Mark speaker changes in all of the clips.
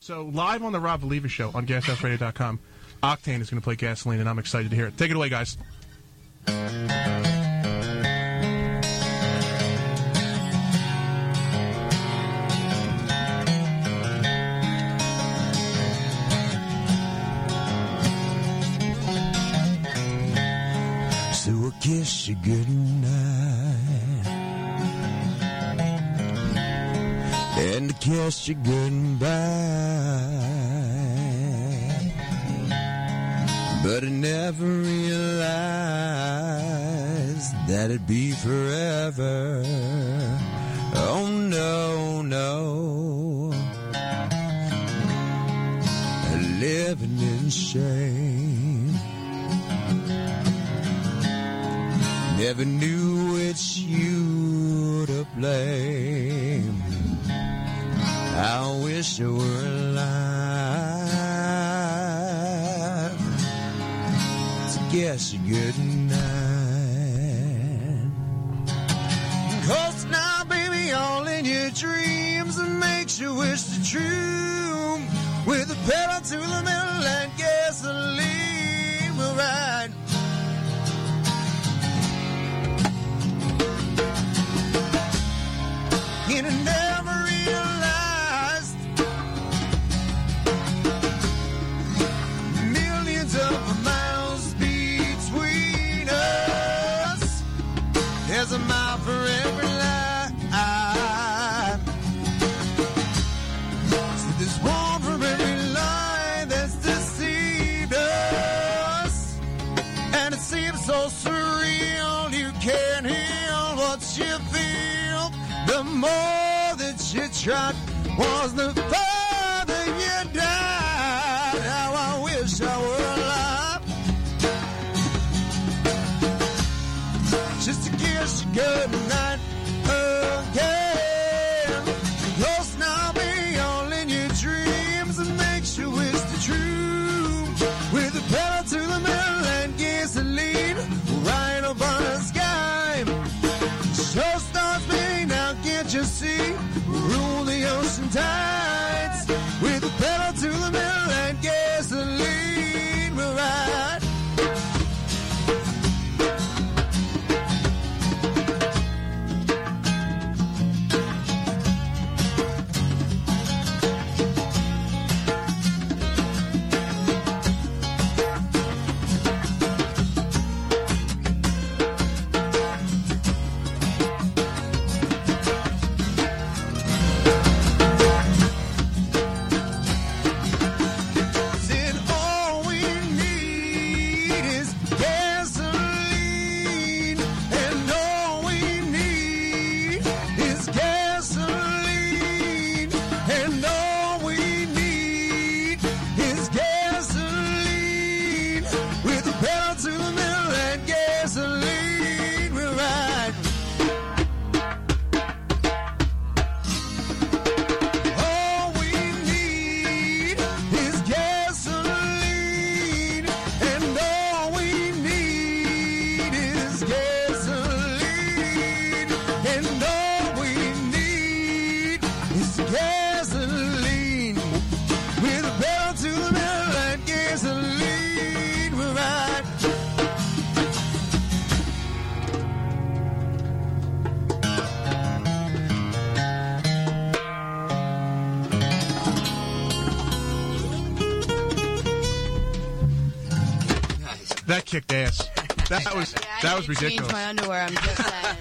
Speaker 1: So live on the Rob Believer show on GasHouseRadio.com, Octane is going to play Gasoline, and I'm excited to hear it. Take it away, guys.
Speaker 2: So I kiss you goodnight and I kiss you goodbye, but I never realized that it'd be forever. Oh no, no, living in shame. Never knew it's you to blame. I wish I were alive to guess a good night. Cause now, baby, all in your dreams that makes you wish the dream with a pedal to the metal and gasoline will ride. and I never realized millions of miles between us. There's a mile for every line. So there's one for every line that's deceived us, and it seems so surreal. You can't heal what you feel. The more that you tried was the farther you died. How I wish I were alive just to kiss you goodnight again. Lost now, be all in your dreams and makes you wish the truth. With a pedal to the metal and gasoline, right up on the sky. Show starts me now, can't you see? Rule the ocean tides with a pedal to the metal and gasoline. We'll ride. And all we need is gasoline. And all we need is gasoline. And all we need is gasoline. With a pedal to the metal and gasoline, we ride. All we need is gasoline, and all we need is gasoline, and all we need is gasoline. With a pedal to the metal and gasoline, we ride.
Speaker 1: That kicked ass. That was
Speaker 3: I
Speaker 1: that
Speaker 3: need
Speaker 1: was
Speaker 3: to Change
Speaker 1: ridiculous.
Speaker 3: my underwear. I'm just saying.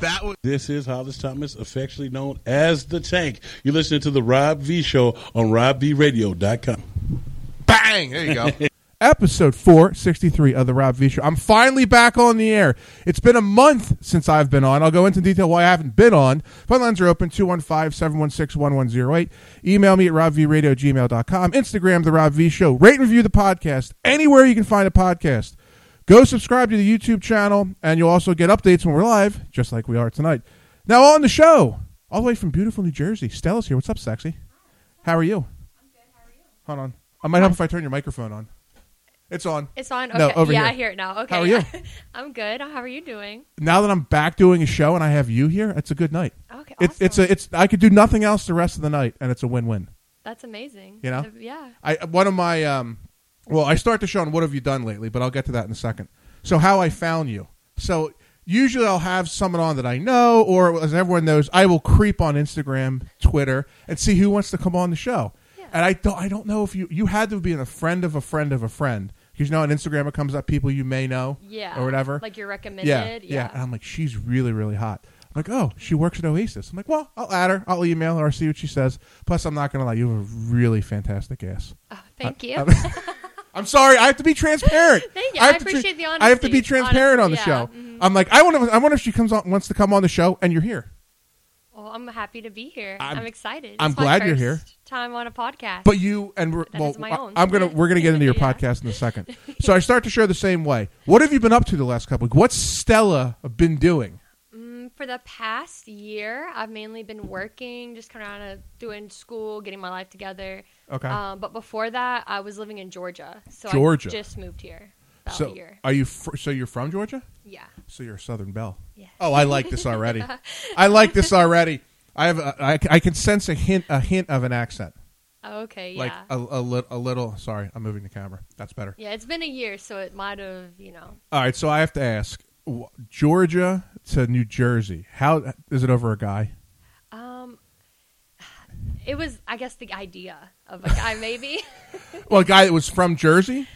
Speaker 1: That was
Speaker 4: This is Hollis Thomas, affectionately known as The Tank. You're listening to The Rob V Show on RobVRadio.com.
Speaker 1: bang. There you go.
Speaker 5: episode 463 of the Rob V Show. I'm finally back on the air. It's been a month since I've been on. I'll go into detail why I haven't been on. Phone lines are open 215 716 1108. Email me at robvradiogmail.com. Instagram, The Rob V Show. Rate and review the podcast anywhere you can find a podcast. Go subscribe to the YouTube channel, and you'll also get updates when we're live, just like we are tonight. Now, on the show, all the way from beautiful New Jersey, Stella's here. What's up, sexy? How are you? I'm good. How are you? Hold on. I might help if I turn your microphone on. It's on.
Speaker 6: It's on. Okay.
Speaker 5: No, over
Speaker 6: yeah,
Speaker 5: here.
Speaker 6: I hear it now. Okay.
Speaker 5: How are you?
Speaker 6: I'm good. How are you doing?
Speaker 5: now that I'm back doing a show and I have you here, it's a good night.
Speaker 6: Okay.
Speaker 5: It's it's a it's I could do nothing else the rest of the night and it's a win win.
Speaker 6: That's amazing.
Speaker 5: You know?
Speaker 6: Uh, yeah.
Speaker 5: I one of my um, well, I start the show on what have you done lately, but I'll get to that in a second. So how I found you. So usually I'll have someone on that I know, or as everyone knows, I will creep on Instagram, Twitter, and see who wants to come on the show.
Speaker 6: Yeah.
Speaker 5: And I don't, I don't know if you you had to be a friend of a friend of a friend because you know on Instagram it comes up people you may know,
Speaker 6: Yeah.
Speaker 5: or whatever,
Speaker 6: Like you're
Speaker 5: yeah,
Speaker 6: recommended.
Speaker 5: yeah. And I'm like, she's really, really hot. I'm like, oh, she works at Oasis. I'm like, well, I'll add her. I'll email her. See what she says. Plus, I'm not going to lie. You have a really fantastic ass.
Speaker 6: Oh, thank
Speaker 5: Uh,
Speaker 6: you.
Speaker 5: I'm sorry. I have to be transparent.
Speaker 6: Thank you.
Speaker 5: have
Speaker 6: I
Speaker 5: to be-
Speaker 6: appreciate the
Speaker 5: I have to be
Speaker 6: honesty.
Speaker 5: transparent on the
Speaker 6: Honest-
Speaker 5: show.
Speaker 6: yeah, mhm.
Speaker 5: I'm like, I wonder, I wonder if she comes on, wants to come on the show, and you're here.
Speaker 6: well, I'm happy to be here.
Speaker 5: I'm-
Speaker 6: I'm, excited.
Speaker 5: I'm
Speaker 6: It's my
Speaker 5: glad you're
Speaker 6: first
Speaker 5: here.
Speaker 6: Time on a podcast.
Speaker 5: But you and we're,
Speaker 6: That
Speaker 5: well,
Speaker 6: is my
Speaker 5: I-
Speaker 6: own.
Speaker 5: I'm gonna we're gonna get into your
Speaker 6: Yeah.
Speaker 5: podcast in a second. So I start to share the same way. What have you been up to the last couple? Of, what's Stella been doing?
Speaker 6: Mm, for the past year, I've mainly been working, just kind of doing school, getting my life together.
Speaker 5: Okay.
Speaker 6: Um, but before that, I was living in Georgia, so
Speaker 5: Georgia.
Speaker 6: I just moved here about
Speaker 5: so
Speaker 6: a year.
Speaker 5: are you? Fr- so you're from Georgia?
Speaker 6: Yeah.
Speaker 5: So you're a Southern Belle.
Speaker 6: Yeah.
Speaker 5: Oh, I like this already. I like this already. I have a, I, I can sense a hint a hint of an accent,
Speaker 6: Okay. Yeah.
Speaker 5: like a, a, lit, a little. Sorry, I'm moving the camera. That's better.
Speaker 6: yeah. It's been a year, so it might have, you know.
Speaker 5: All right, so I have to ask wh- Georgia to New Jersey. How is it over a guy?
Speaker 6: Um, it was, I guess, the idea of a guy, maybe.
Speaker 5: Well, a guy that was from Jersey.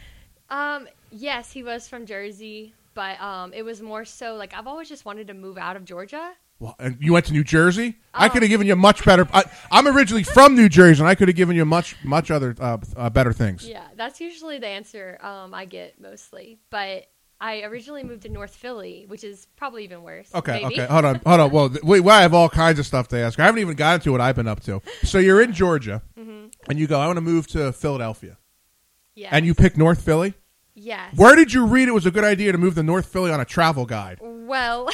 Speaker 6: Um, yes, he was from Jersey, but um, it was more so like I've always just wanted to move out of Georgia.
Speaker 5: Well, and you went to New Jersey. I
Speaker 6: Oh.
Speaker 5: could have given you much better. I, I'm originally from New Jersey, and I could have given you much much other uh, uh, better things.
Speaker 6: Yeah, that's usually the answer um, I get mostly. But I originally moved to North Philly, which is probably even worse.
Speaker 5: Okay,
Speaker 6: maybe.
Speaker 5: okay. uh, Hold on, hold on. Well, th- we, we have all kinds of stuff to ask. I haven't even gotten to what I've been up to. So you're in Georgia, and you go, I want to move to Philadelphia.
Speaker 6: Mm-hmm. Yeah.
Speaker 5: And you pick North Philly.
Speaker 6: Yes.
Speaker 5: Where did you read it was a good idea to move to North Philly on a travel guide?
Speaker 6: Well,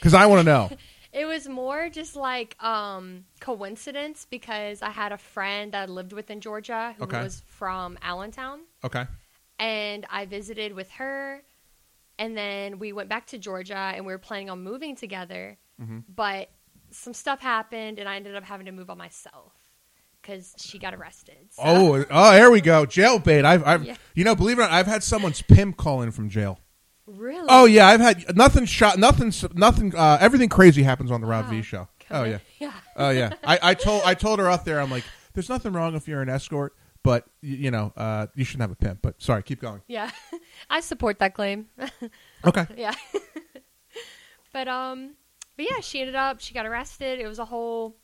Speaker 5: Because I want to know.
Speaker 6: it was more just like um, coincidence because I had a friend that I lived with in Georgia who
Speaker 5: Okay.
Speaker 6: was from Allentown.
Speaker 5: Okay.
Speaker 6: and I visited with her. And then we went back to Georgia and we were planning on moving together.
Speaker 5: Mm-hmm.
Speaker 6: But some stuff happened and I ended up having to move on myself because she got arrested. So.
Speaker 5: Oh, oh, there we go. Jail bait. I've, I've
Speaker 6: Yeah.
Speaker 5: you know, believe it or not, I've had someone's pimp call in from jail.
Speaker 6: really?
Speaker 5: Oh yeah, I've had nothing shot, nothing, nothing. Uh, everything crazy happens on the Rob V
Speaker 6: Wow.
Speaker 5: show.
Speaker 6: Come
Speaker 5: oh
Speaker 6: on.
Speaker 5: yeah.
Speaker 6: Yeah.
Speaker 5: Oh yeah, I, I told I told her out there. I'm like, there's nothing wrong if you're an escort, but y- you know, uh, you shouldn't have a pimp. But sorry, keep going.
Speaker 6: Yeah. I support that claim.
Speaker 5: Okay.
Speaker 6: yeah. but, um, but yeah, she ended up, she got arrested. It was a whole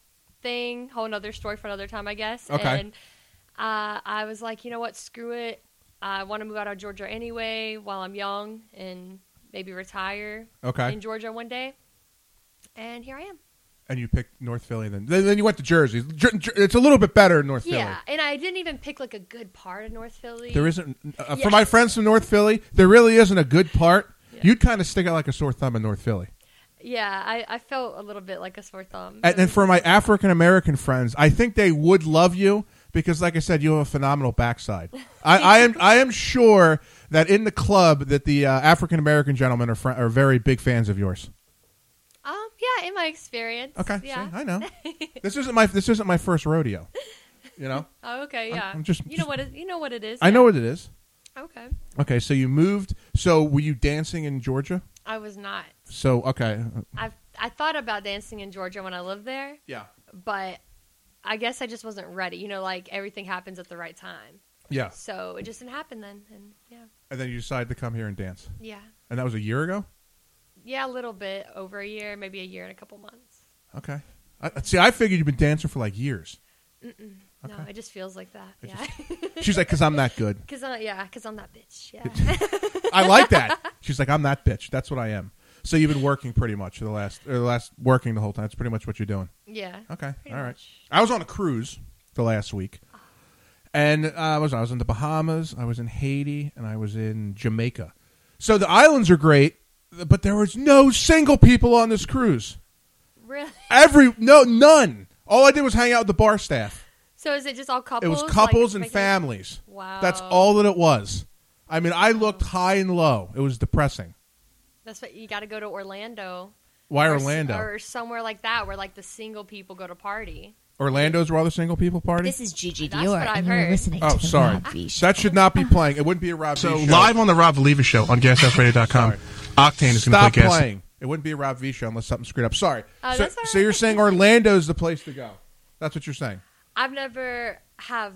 Speaker 6: thing, whole another story for another time, I guess.
Speaker 5: Okay.
Speaker 6: And uh, I was like, you know what? Screw it. I want to move out of Georgia anyway while I'm young and maybe retire
Speaker 5: Okay.
Speaker 6: in Georgia one day. And here I am.
Speaker 5: And you picked North Philly, and then then, then you went to Jersey. Jer- Jer- it's a little bit better in North
Speaker 6: Yeah. And I didn't even pick like a good part of North Philly.
Speaker 5: Philly. There isn't uh, for
Speaker 6: Yeah.
Speaker 5: my friends from North Philly. There really isn't a good part.
Speaker 6: Yeah.
Speaker 5: You'd kind of stick out like a sore thumb in North Philly.
Speaker 6: Yeah. I, I felt a little bit like a sore thumb.
Speaker 5: And, and for my African American friends, I think they would love you because, like I said, you have a phenomenal backside. I, I am I am sure that in the club that the uh, African American gentlemen are fr- are very big fans of yours.
Speaker 6: um, yeah. In my experience.
Speaker 5: Okay,
Speaker 6: Yeah.
Speaker 5: see, I know. this isn't my this isn't my first rodeo. You know,
Speaker 6: Oh, okay. Yeah.
Speaker 5: I'm just-
Speaker 6: you know what it, you know what it is.
Speaker 5: I know what it is.
Speaker 6: yeah. Okay.
Speaker 5: Okay, so you moved. So were you dancing in Georgia?
Speaker 6: I was not.
Speaker 5: So okay, uh,
Speaker 6: I've I thought about dancing in Georgia when I lived there,
Speaker 5: yeah,
Speaker 6: but I guess I just wasn't ready. You know, like everything happens at the right time.
Speaker 5: yeah.
Speaker 6: So it just didn't happen then. And yeah.
Speaker 5: And then you decided to come here and dance,
Speaker 6: Yeah.
Speaker 5: and that was a year ago.
Speaker 6: Yeah, a little bit over a year, maybe a year and a couple months.
Speaker 5: Okay. I, see, I figured you've been dancing for like years.
Speaker 6: No, it just feels like that.
Speaker 5: It
Speaker 6: yeah.
Speaker 5: She's like, because I'm not good.
Speaker 6: Cuz I'm yeah, cuz I'm that bitch. Yeah.
Speaker 5: I like that. She's like, I'm that bitch. That's what I am. So you've been working pretty much the last, or the last working the whole time. That's pretty much what you're doing.
Speaker 6: yeah.
Speaker 5: Okay,
Speaker 6: Pretty
Speaker 5: all right.
Speaker 6: much.
Speaker 5: I was on a cruise the last week, and uh, I was I was in the Bahamas, I was in Haiti, and I was in Jamaica. So the islands are great, but there was no single people on this cruise.
Speaker 6: Really?
Speaker 5: Every no none. All I did was hang out with the bar staff.
Speaker 6: So is it just all couples?
Speaker 5: It was
Speaker 6: like,
Speaker 5: couples and
Speaker 6: making-
Speaker 5: families.
Speaker 6: Wow.
Speaker 5: That's all that it was. I mean, I looked high and low. It was depressing.
Speaker 6: That's what you got to go to Orlando.
Speaker 5: Why
Speaker 6: or s-
Speaker 5: Orlando?
Speaker 6: or somewhere like that where like the single people go to party.
Speaker 5: Orlando's where all the single people party.
Speaker 3: This is Gigi
Speaker 6: That's
Speaker 3: Dior,
Speaker 6: what I've
Speaker 3: and you're
Speaker 6: heard.
Speaker 3: listening
Speaker 5: oh,
Speaker 3: to the
Speaker 5: sorry,
Speaker 3: Rob V Show.
Speaker 5: that should not be playing. It wouldn't be a Rob
Speaker 1: So
Speaker 5: V show.
Speaker 1: live on the Rob Valiva show on GasFredo.com.
Speaker 5: Sorry.
Speaker 1: Octane is going to
Speaker 5: Stop
Speaker 1: play gas.
Speaker 5: playing. It wouldn't be a Rob V show unless something screwed up. Sorry.
Speaker 6: Oh,
Speaker 5: so,
Speaker 6: that's all
Speaker 5: so you're
Speaker 6: right.
Speaker 5: saying Orlando's the place to go? That's what you're saying.
Speaker 6: I've never have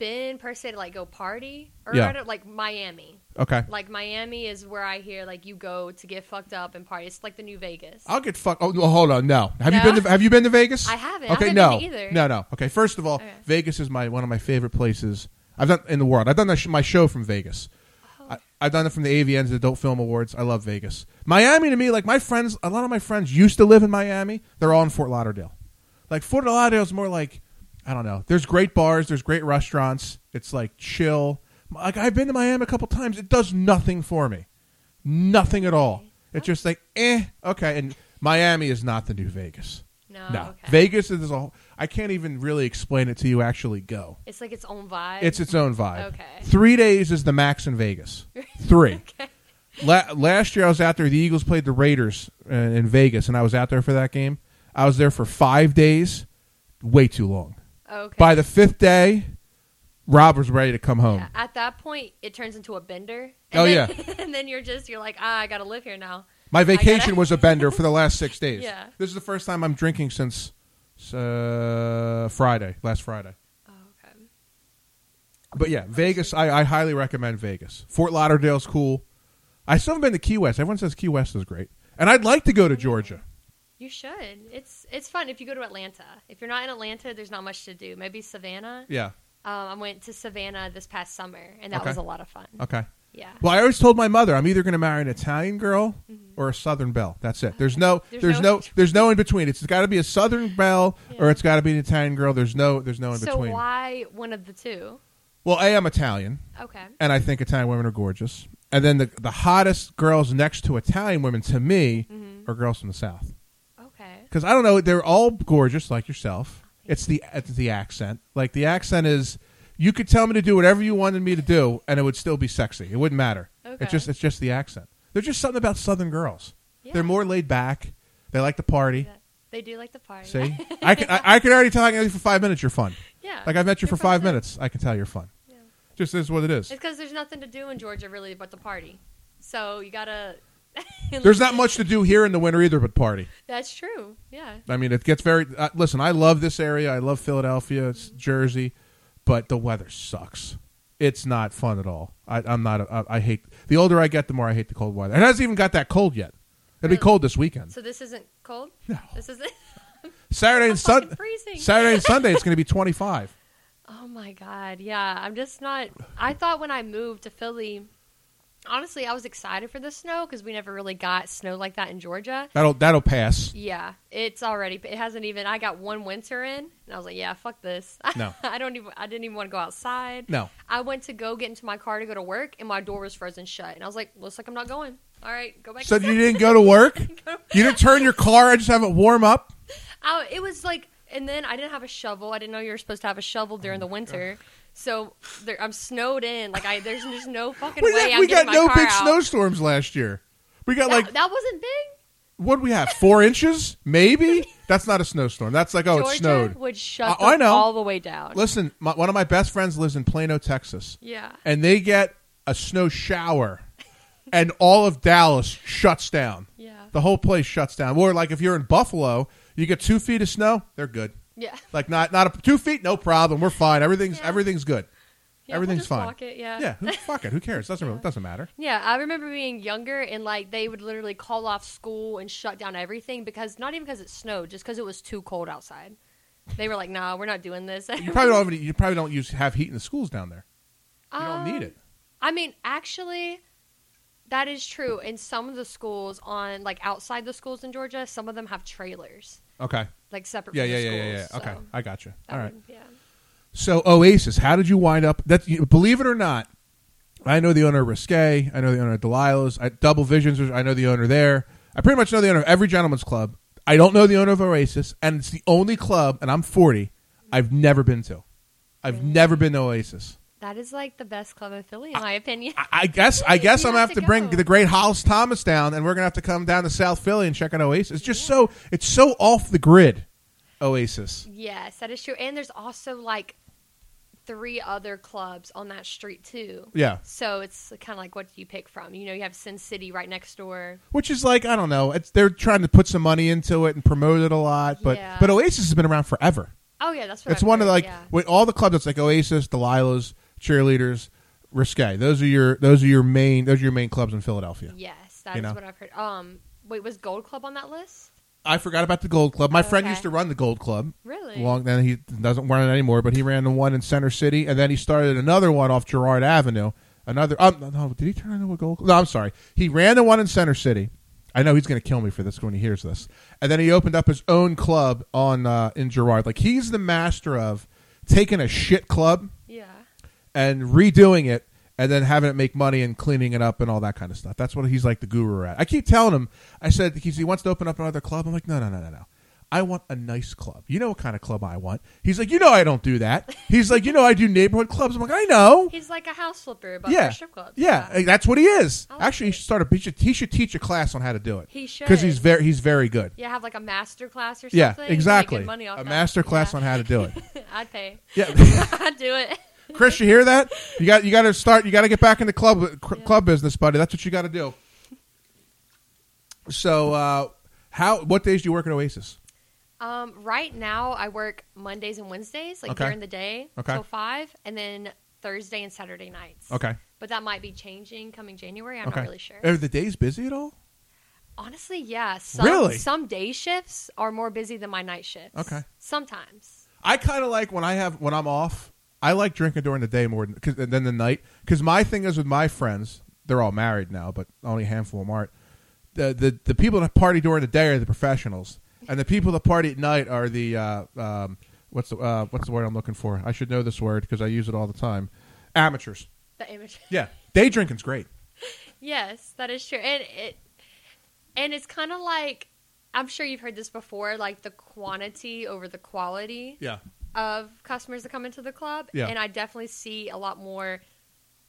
Speaker 6: been per se to like go party or
Speaker 5: Yeah.
Speaker 6: I don't- like Miami.
Speaker 5: Okay.
Speaker 6: Like Miami is where I hear like you go to get fucked up and party. It's like the new Vegas.
Speaker 5: I'll get fucked. Oh, no, hold on. No. Have
Speaker 6: No?
Speaker 5: you been to Have you been to Vegas?
Speaker 6: I haven't. I
Speaker 5: Okay,
Speaker 6: haven't
Speaker 5: no.
Speaker 6: been either.
Speaker 5: No, no. Okay, first of all,
Speaker 6: Okay.
Speaker 5: Vegas is my one of my favorite places I've done in the world. I've done that sh- my show from Vegas.
Speaker 6: Oh.
Speaker 5: I, I've done it from the AVNs, the Adult Film Awards. I love Vegas. Miami to me, like my friends, a lot of my friends used to live in Miami. They're all in Fort Lauderdale. Like Fort Lauderdale's more like I don't know. There's great bars. There's great restaurants. It's like chill. Like I've been to Miami a couple times. It does nothing for me. Nothing at all. It's just like eh, okay. And Miami is not the new Vegas.
Speaker 6: No,
Speaker 5: No,
Speaker 6: okay.
Speaker 5: Vegas is a. whole- I can't even really explain it to you. Actually, go.
Speaker 6: It's like its own vibe.
Speaker 5: It's its own vibe.
Speaker 6: Okay.
Speaker 5: Three days is the max in Vegas. Three.
Speaker 6: Okay.
Speaker 5: La- last year I was out there. The Eagles played the Raiders uh, in Vegas, and I was out there for that game. I was there for five days. Way too long.
Speaker 6: okay.
Speaker 5: By the fifth day, Rob was ready to come home.
Speaker 6: Yeah, At that point, it turns into a bender.
Speaker 5: Oh,
Speaker 6: then,
Speaker 5: yeah.
Speaker 6: and then you're just you're like, ah, I gotta live here now.
Speaker 5: My vacation
Speaker 6: gotta-
Speaker 5: was a bender for the last six days.
Speaker 6: Yeah.
Speaker 5: This is the first time I'm drinking since uh, Friday, last Friday.
Speaker 6: Oh, okay.
Speaker 5: But yeah, Vegas. I, I highly recommend Vegas. Fort Lauderdale's cool. I still haven't been to Key West. Everyone says Key West is great, and I'd like to go to Georgia.
Speaker 6: You should. It's it's fun if you go to Atlanta. If you're not in Atlanta, there's not much to do. Maybe Savannah.
Speaker 5: Yeah.
Speaker 6: Um, I went to Savannah this past summer, and that
Speaker 5: Okay.
Speaker 6: was a lot of fun.
Speaker 5: Okay.
Speaker 6: Yeah.
Speaker 5: Well, I always told my mother I'm either going to marry an Italian girl or a Southern belle. That's it. There's no.
Speaker 6: Mm-hmm. There's
Speaker 5: There's
Speaker 6: no-
Speaker 5: no. There's no in between. It's got to be a Southern belle or
Speaker 6: Yeah.
Speaker 5: it's got to be an Italian girl. There's no. There's no in
Speaker 6: so
Speaker 5: between.
Speaker 6: why one of the two?
Speaker 5: Well, I am Italian,
Speaker 6: Okay.
Speaker 5: and I think Italian women are gorgeous. And then the the hottest girls next to Italian women to me
Speaker 6: Mm-hmm.
Speaker 5: are girls from the South.
Speaker 6: Okay.
Speaker 5: because I don't know, they're all gorgeous like yourself. It's the it's the accent. Like the accent is, you could tell me to do whatever you wanted me to do, and it would still be sexy. It wouldn't matter.
Speaker 6: Okay.
Speaker 5: It's just it's just the accent. There's just something about Southern girls.
Speaker 6: Yeah.
Speaker 5: They're more laid back. They like to party.
Speaker 6: Yeah. They do like the party.
Speaker 5: See, I can I, I can already tell I can know you for five minutes. You're fun.
Speaker 6: yeah.
Speaker 5: Like I've met you
Speaker 6: Uh, You're
Speaker 5: for five
Speaker 6: fun.
Speaker 5: minutes. I can tell you're fun.
Speaker 6: Yeah.
Speaker 5: Just is what it is.
Speaker 6: It's because there's nothing to do in Georgia really but the party. So you gotta.
Speaker 5: There's not much to do here in the winter either, but party.
Speaker 6: That's true. Yeah.
Speaker 5: I mean, it gets very. Uh, listen, I love this area. I love Philadelphia, it's Jersey, but the weather sucks. It's not fun at all. I, I'm not. A, I, I hate. The older I get, the more I hate the cold weather. It hasn't even got that cold yet. It'll
Speaker 6: Really?
Speaker 5: be cold this weekend.
Speaker 6: So this isn't cold.
Speaker 5: No.
Speaker 6: This isn't.
Speaker 5: Saturday and
Speaker 6: fucking
Speaker 5: Sunday.
Speaker 6: freezing.
Speaker 5: Saturday and Sunday, it's going to be 25.
Speaker 6: Oh my god, yeah. I'm just not. I thought when I moved to Philly, honestly, I was excited for the snow because we never really got snow like that in Georgia.
Speaker 5: That'll that'll pass.
Speaker 6: Yeah, it's already. It hasn't even. I got one winter in, and I was like, yeah, fuck this.
Speaker 5: No.
Speaker 6: I don't even. I didn't even want to go outside.
Speaker 5: No.
Speaker 6: I went to go get into my car to go to work, and my door was frozen shut, and I was like, looks like I'm not going. All right, go back.
Speaker 5: So
Speaker 6: inside.
Speaker 5: you didn't go to work. You didn't turn your car and just have it warm up.
Speaker 6: I, it was like, and then I didn't have a shovel. I didn't know you were supposed to have a shovel during
Speaker 5: Oh,
Speaker 6: the winter. So there, I'm snowed in. Like I, there's just no fucking
Speaker 5: We,
Speaker 6: way.
Speaker 5: got-
Speaker 6: I'm
Speaker 5: we
Speaker 6: getting
Speaker 5: got
Speaker 6: my
Speaker 5: no
Speaker 6: car
Speaker 5: big
Speaker 6: out.
Speaker 5: snowstorms last year. We got
Speaker 6: That,
Speaker 5: like
Speaker 6: that wasn't big.
Speaker 5: what do we have? Four inches? Maybe? That's not a snowstorm. That's like, oh,
Speaker 6: Georgia
Speaker 5: it snowed.
Speaker 6: would shut
Speaker 5: I- I
Speaker 6: them
Speaker 5: know.
Speaker 6: all the way down.
Speaker 5: Listen, my, one of my best friends lives in Plano, Texas,
Speaker 6: yeah,
Speaker 5: and they get a snow shower, and all of Dallas shuts down.
Speaker 6: yeah,
Speaker 5: The whole place shuts down. Or, like, if you're in Buffalo, you get two feet of snow, they're good.
Speaker 6: yeah.
Speaker 5: Like, not, not a, two feet, no problem. We're fine. Everything's,
Speaker 6: Yeah.
Speaker 5: everything's good.
Speaker 6: Yeah,
Speaker 5: Everything's
Speaker 6: we'll just
Speaker 5: fine.
Speaker 6: Walk it, yeah.
Speaker 5: Yeah, who, fuck it. Who cares? Doesn't really, doesn't matter.
Speaker 6: Yeah, I remember being younger and like they would literally call off school and shut down everything because not even because it snowed, just because it was too cold outside. They were like, "Nah, we're not doing this."
Speaker 5: You probably don't. Even, you probably don't use have heat in the schools down there. You don't need it.
Speaker 6: Um, I mean, actually, that is true. In some of the schools, on like outside the schools in Georgia, some of them have trailers,
Speaker 5: Okay.
Speaker 6: like separate.
Speaker 5: Yeah,
Speaker 6: from
Speaker 5: yeah,
Speaker 6: the
Speaker 5: yeah,
Speaker 6: schools,
Speaker 5: yeah, yeah.
Speaker 6: so
Speaker 5: Okay, I got you.
Speaker 6: that
Speaker 5: All right.
Speaker 6: would- yeah.
Speaker 5: So Oasis, how did you wind up? That you- believe it or not, I know the owner of Risque. I know the owner of Delilah's. I, Double Visions. I know the owner there. I pretty much know the owner of every gentleman's club. I don't know the owner of Oasis, and it's the only club, and I'm 40. I've never been to. I've never been to Oasis.
Speaker 6: That is like the best club in Philly, in my opinion.
Speaker 5: I, I guess. I guess
Speaker 6: You
Speaker 5: I'm gonna
Speaker 6: have
Speaker 5: have
Speaker 6: to
Speaker 5: to, bring
Speaker 6: go.
Speaker 5: the great Hollis Thomas down, and we're gonna have to come down to South Philly and check out Oasis. It's just so. It's so off the grid. Oasis.
Speaker 6: Yes, that is true. And there's also like three other clubs on that street too.
Speaker 5: Yeah.
Speaker 6: So it's kind of like what do you pick from? You know, you have Sin City right next door.
Speaker 5: Which is like I don't know. It's, they're trying to put some money into it and promote it a lot, but
Speaker 6: Yeah.
Speaker 5: but Oasis has been around forever.
Speaker 6: Oh yeah, that's what
Speaker 5: It's
Speaker 6: I've
Speaker 5: one of
Speaker 6: heard,
Speaker 5: like
Speaker 6: yeah.
Speaker 5: with all the clubs. It's like Oasis, Delilah's, Cheerleaders, Risque. Those are your those are your main those are your main clubs in Philadelphia.
Speaker 6: Yes, that is
Speaker 5: you know.
Speaker 6: what I've heard. Um, wait, was Gold Club on that list?
Speaker 5: I forgot about the Gold Club. My friend
Speaker 6: Okay.
Speaker 5: used to run the Gold Club.
Speaker 6: Really?
Speaker 5: Long then he doesn't run it anymore, but he ran the one in Center City, and then he started another one off Girard Avenue. Another um, no, no, did he turn into a Gold Club? No, I'm sorry. He ran the one in Center City. I know he's going to kill me for this when he hears this. And then he opened up his own club on uh, in Girard. Like he's the master of taking a shit club
Speaker 6: Yeah.
Speaker 5: and redoing it and then having it make money and cleaning it up and all that kind of stuff. That's what he's like the guru at. I keep telling him, I said, he's, he wants to open up another club. I'm like, no, no, no, no, no. I want a nice club. You know what kind of club I want. He's like, you know, I don't do that. He's like, you know, I do neighborhood clubs. I'm like, I know.
Speaker 6: He's like a house flipper, but
Speaker 5: yeah,
Speaker 6: for strip clubs.
Speaker 5: yeah, that's what he is.
Speaker 6: I like
Speaker 5: Actually, he
Speaker 6: it.
Speaker 5: should start a. He should, he should teach a class on how to do it.
Speaker 6: He should.
Speaker 5: because he's very he's very good.
Speaker 6: Yeah, have like a master class or something.
Speaker 5: Yeah,
Speaker 6: You're
Speaker 5: exactly.
Speaker 6: making Money off
Speaker 5: a
Speaker 6: that.
Speaker 5: master class
Speaker 6: Yeah.
Speaker 5: on how to do it.
Speaker 6: I'd pay.
Speaker 5: Yeah.
Speaker 6: I'd do it.
Speaker 5: Chris, you hear that? You got you got to start. You got to get back in the club cr- club business, buddy. That's what you got to do. So, uh, how what days do you work at Oasis?
Speaker 6: Um, right now I work Mondays and Wednesdays, like
Speaker 5: Okay.
Speaker 6: during the day
Speaker 5: Okay.
Speaker 6: till five, and then Thursday and Saturday nights.
Speaker 5: Okay,
Speaker 6: But that might be changing coming January. I'm
Speaker 5: okay.
Speaker 6: not really sure.
Speaker 5: Are the days busy at all?
Speaker 6: Honestly, yeah. Some,
Speaker 5: Really?
Speaker 6: Some day shifts are more busy than my night shifts.
Speaker 5: Okay.
Speaker 6: Sometimes.
Speaker 5: I kind of like when I have when I'm off. I like drinking during the day more than, cause, than the night because my thing is with my friends. They're all married now, but only a handful of them aren't. The the, the people that party during the day are the professionals, and the people that party at night are the uh, um, what's the uh, what's the word I'm looking for? I should know this word because I use it all the time. Amateurs.
Speaker 6: The image.
Speaker 5: Yeah, day drinking's great.
Speaker 6: Yes, that is true. And it and it's kind of like I'm sure you've heard this before, like the quantity over the quality
Speaker 5: Yeah,
Speaker 6: of customers that come into the club.
Speaker 5: Yeah.
Speaker 6: And I definitely see a lot more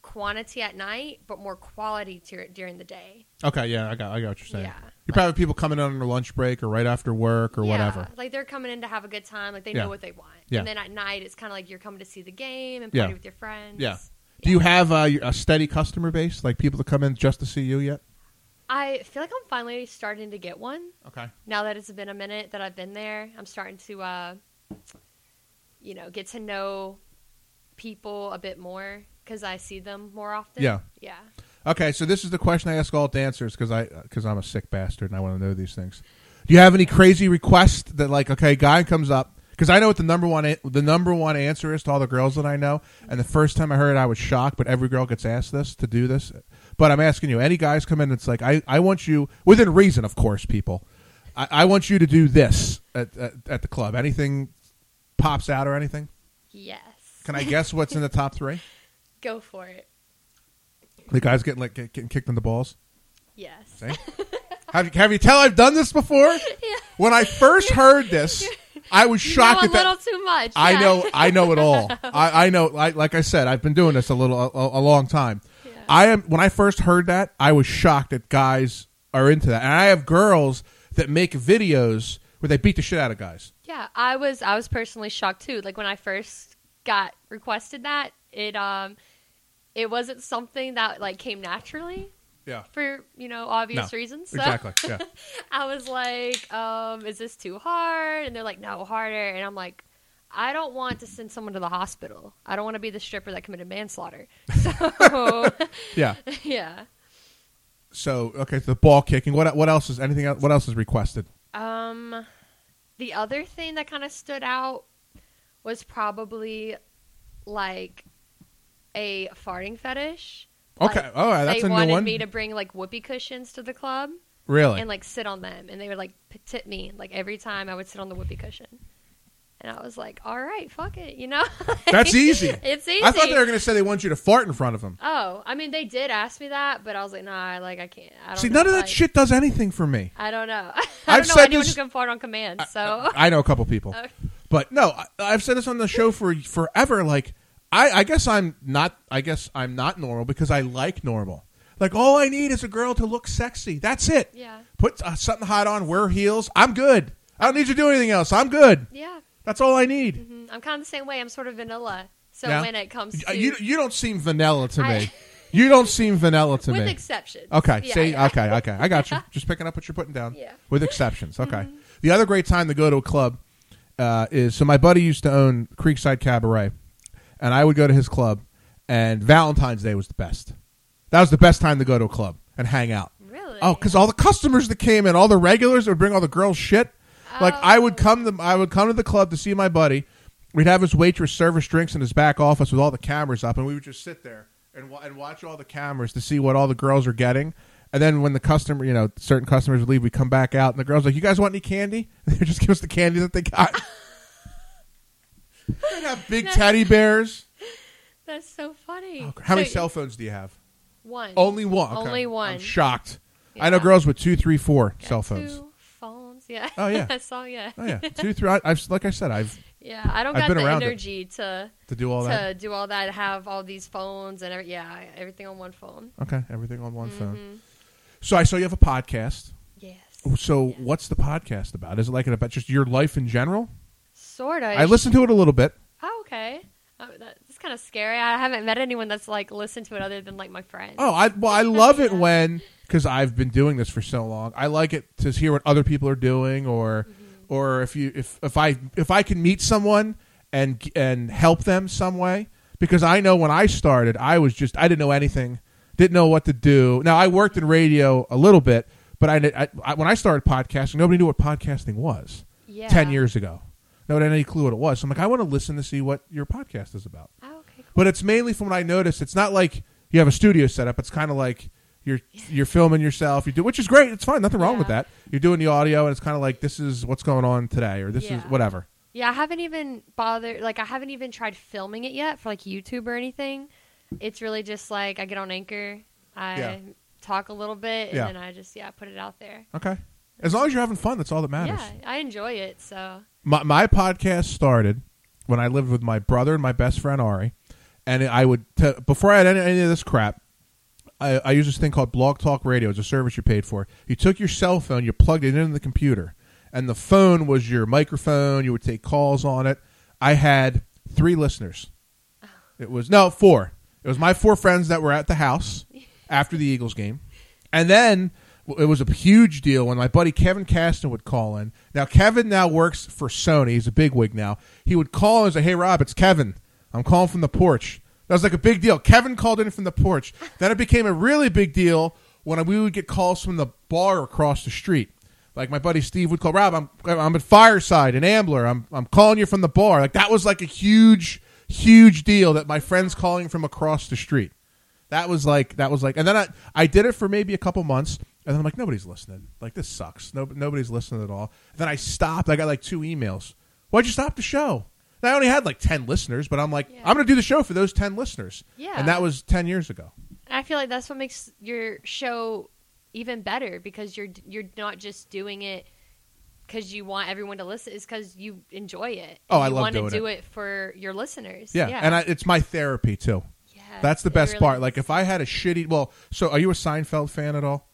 Speaker 6: quantity at night, but more quality to, during the day.
Speaker 5: Okay, yeah, I got, I got what you're saying.
Speaker 6: Yeah.
Speaker 5: You probably have people coming in on their lunch break or right after work or
Speaker 6: Yeah,
Speaker 5: whatever.
Speaker 6: Like they're coming in to have a good time. Like they
Speaker 5: Yeah.
Speaker 6: know what they want.
Speaker 5: Yeah.
Speaker 6: And then at night, it's kind of like you're coming to see the game and
Speaker 5: Yeah.
Speaker 6: party with your friends.
Speaker 5: Yeah. Do you have uh, a steady customer base, like people that come in just to see you yet?
Speaker 6: I feel like I'm finally starting to get one
Speaker 5: Okay.
Speaker 6: now that it's been a minute that I've been there. I'm starting to, uh, you know, get to know people a bit more because I see them more often.
Speaker 5: Yeah.
Speaker 6: Yeah.
Speaker 5: Okay, so this is the question I ask all dancers because I because I'm a sick bastard and I want to know these things. Do you have any crazy requests that like okay, guy comes up because I know what the number one a- the number one answer is to all the girls that I know, and the first time I heard it, I was shocked. But every girl gets asked this to do this. But I'm asking you, any guys come in? It's like I I want you within reason, of course, people. I, I want you to do this at, at at the club. Anything pops out or anything?
Speaker 6: Yes.
Speaker 5: Can I guess what's in the top three?
Speaker 6: Go for it.
Speaker 5: The guys getting like get- getting kicked in the balls.
Speaker 6: Yes.
Speaker 5: See? have you have you tell I've done this before? When I first heard this, I was
Speaker 6: You
Speaker 5: shocked
Speaker 6: know a
Speaker 5: at that.
Speaker 6: little too much.
Speaker 5: I
Speaker 6: yeah.
Speaker 5: know I know it all. I, I know like like I said, I've been doing this a little a, a long time.
Speaker 6: Yeah.
Speaker 5: I am when I first heard that, I was shocked that guys are into that. And I have girls that make videos where they beat the shit out of guys.
Speaker 6: Yeah, I was I was personally shocked too. Like when I first got requested that, it um it wasn't something that like came naturally
Speaker 5: Yeah.
Speaker 6: for, you know, obvious
Speaker 5: No,
Speaker 6: reasons. So
Speaker 5: Exactly. Yeah.
Speaker 6: I was like, um, is this too hard? And they're like, no, harder. And I'm like, I don't want to send someone to the hospital. I don't want to be the stripper that committed manslaughter. So,
Speaker 5: Yeah.
Speaker 6: yeah.
Speaker 5: So okay, so the ball kicking. What what else is anything else what else is requested?
Speaker 6: Um, the other thing that kind of stood out was probably like a farting fetish.
Speaker 5: Okay.
Speaker 6: Like,
Speaker 5: all right, that's
Speaker 6: they
Speaker 5: a new
Speaker 6: wanted
Speaker 5: one.
Speaker 6: me to bring like whoopee cushions to the club
Speaker 5: really?
Speaker 6: and like sit on them, and they would like p- tip me like every time I would sit on the whoopee cushion. And I was like, "All right, fuck it," you know.
Speaker 5: That's easy.
Speaker 6: it's easy.
Speaker 5: I thought they were going to say they want you to fart in front of them.
Speaker 6: oh, I mean, they did ask me that, but I was like, "Nah, like I can't." I don't
Speaker 5: See,
Speaker 6: know,
Speaker 5: none of that
Speaker 6: like,
Speaker 5: shit does anything for me.
Speaker 6: I don't know. I don't
Speaker 5: I've
Speaker 6: know
Speaker 5: said
Speaker 6: anyone
Speaker 5: this-
Speaker 6: who can fart on command. So
Speaker 5: I know a couple people,
Speaker 6: Okay.
Speaker 5: but no, I, I've said this on the show for forever. Like, I, I guess I'm not. I guess I'm not normal because I like normal. Like, all I need is a girl to look sexy. That's it.
Speaker 6: Yeah.
Speaker 5: Put uh, something hot on, wear heels. I'm good. I don't need you to do anything else. I'm good.
Speaker 6: Yeah.
Speaker 5: That's all I need.
Speaker 6: Mm, I'm kind of the same way. I'm sort of vanilla. So
Speaker 5: Yeah.
Speaker 6: when it comes
Speaker 5: Uh,
Speaker 6: to
Speaker 5: You you don't seem vanilla to
Speaker 6: I-
Speaker 5: me. You don't seem vanilla to
Speaker 6: with
Speaker 5: me.
Speaker 6: exceptions.
Speaker 5: Okay.
Speaker 6: Yeah,
Speaker 5: See.
Speaker 6: yeah.
Speaker 5: Okay. Okay. I got you. Just picking up what you're putting down.
Speaker 6: Yeah. Mm-hmm.
Speaker 5: With exceptions. Okay. The other great time to go to a club uh, is so my buddy used to own Creekside Cabaret, and I would go to his club, and Valentine's Day was the best. That was the best time to go to a club and hang out.
Speaker 6: Really?
Speaker 5: Oh, because all the customers that came in, all the regulars would bring all the girls shit. Like I would come to I would come to the club to see my buddy. We'd have his waitress serve us drinks in his back office with all the cameras up, and we would just sit there and wa- and watch all the cameras to see what all the girls are getting. And then when the customer, you know, certain customers would leave, we come back out, and the girls like, "You guys want any candy?" And they just give us the candy that they got. They'd have big teddy bears.
Speaker 6: That's so funny.
Speaker 5: How many
Speaker 6: So-
Speaker 5: cell phones do you have?
Speaker 6: One.
Speaker 5: Only one. Okay.
Speaker 6: Only one.
Speaker 5: I'm shocked. I
Speaker 6: Yeah.
Speaker 5: know girls with two, three, four
Speaker 6: Yeah,
Speaker 5: cell phones.
Speaker 6: Two phones. Yeah.
Speaker 5: Oh, yeah.
Speaker 6: I saw. Yeah.
Speaker 5: Oh yeah, two, three. I, I've like I said, I've
Speaker 6: Yeah. I don't
Speaker 5: I've
Speaker 6: got
Speaker 5: been
Speaker 6: the
Speaker 5: around it.
Speaker 6: energy to
Speaker 5: to do all
Speaker 6: to
Speaker 5: that.
Speaker 6: do all that. Have all these phones and every, yeah, everything on one phone.
Speaker 5: Okay, everything on one phone. So I saw you have a podcast.
Speaker 6: Yes.
Speaker 5: So what's the podcast about? Is it like about just your life in general?
Speaker 6: Sort of.
Speaker 5: I listened to it a little bit.
Speaker 6: Oh, okay. Oh, that, that's kind of scary. I haven't met anyone that's like listened to it other than like my friends.
Speaker 5: Oh, I well, I love it when because I've been doing this for so long. I like it to hear what other people are doing, or or if you if if I if I can meet someone and and help them some way. Because I know when I started, I was just I didn't know anything, didn't know what to do. Now I worked in radio a little bit, but I, I, I when I started podcasting, nobody knew what podcasting was.
Speaker 6: Yeah.
Speaker 5: ten years ago, nobody had any clue what it was. So I'm like, I want to listen to see what your podcast is about
Speaker 6: Oh, okay. Cool.
Speaker 5: but it's mainly from what I noticed. It's not like you have a studio set up. It's kind of like you're you're filming yourself. You do, which is great. It's fine. Nothing wrong with
Speaker 6: Yeah.
Speaker 5: that. You're doing the audio, and it's kind of like this is what's going on today, or this is
Speaker 6: Yeah.
Speaker 5: whatever.
Speaker 6: Yeah, I haven't even bothered. Like, I haven't even tried filming it yet for like YouTube or anything. It's really just like I get on Anchor, I
Speaker 5: Yeah.
Speaker 6: talk a little bit, and
Speaker 5: Yeah.
Speaker 6: then I just yeah put it out there.
Speaker 5: Okay. As long as you're having fun, that's all that matters.
Speaker 6: Yeah, I enjoy it. So
Speaker 5: My my podcast started when I lived with my brother and my best friend Ari, and I would t- before I had any, any of this crap. I, I use this thing called Blog Talk Radio. It's a service you paid for. You took your cell phone, you plugged it into the computer, and the phone was your microphone. You would take calls on it. I had three listeners. It was no four. It was my four friends that were at the house after the Eagles game, and then w- it was a huge deal when my buddy Kevin Caston would call in. Now Kevin now works for Sony. He's a bigwig now. He would call and say, "Hey Rob, it's Kevin. I'm calling from the porch." That was like a big deal. Kevin called in from the porch. Then it became a really big deal when we would get calls from the bar across the street. Like my buddy Steve would call Rob. I'm I'm at Fireside in Ambler. I'm I'm calling you from the bar. Like that was like a huge huge deal that my friends calling from across the street. That was like that was like, and then I I did it for maybe a couple months, and then I'm like nobody's listening. Like this sucks. No, nobody's listening at all. Then I stopped. I got like two emails. Why'd you stop the show? And I only had like ten listeners, but I'm like
Speaker 6: Yeah.
Speaker 5: I'm going to do the show for those ten listeners.
Speaker 6: Yeah.
Speaker 5: and that was ten years ago.
Speaker 6: I feel like that's what makes your show even better because you're you're not just doing it because you want everyone to listen. It's because you enjoy it.
Speaker 5: Oh, I
Speaker 6: You
Speaker 5: love
Speaker 6: wanna
Speaker 5: doing
Speaker 6: do it. for your listeners.
Speaker 5: Yeah, and I, it's my therapy too.
Speaker 6: Yeah,
Speaker 5: That's the
Speaker 6: it
Speaker 5: best
Speaker 6: really
Speaker 5: part.
Speaker 6: is.
Speaker 5: Like if I had a shitty well, so are you a Seinfeld fan at all?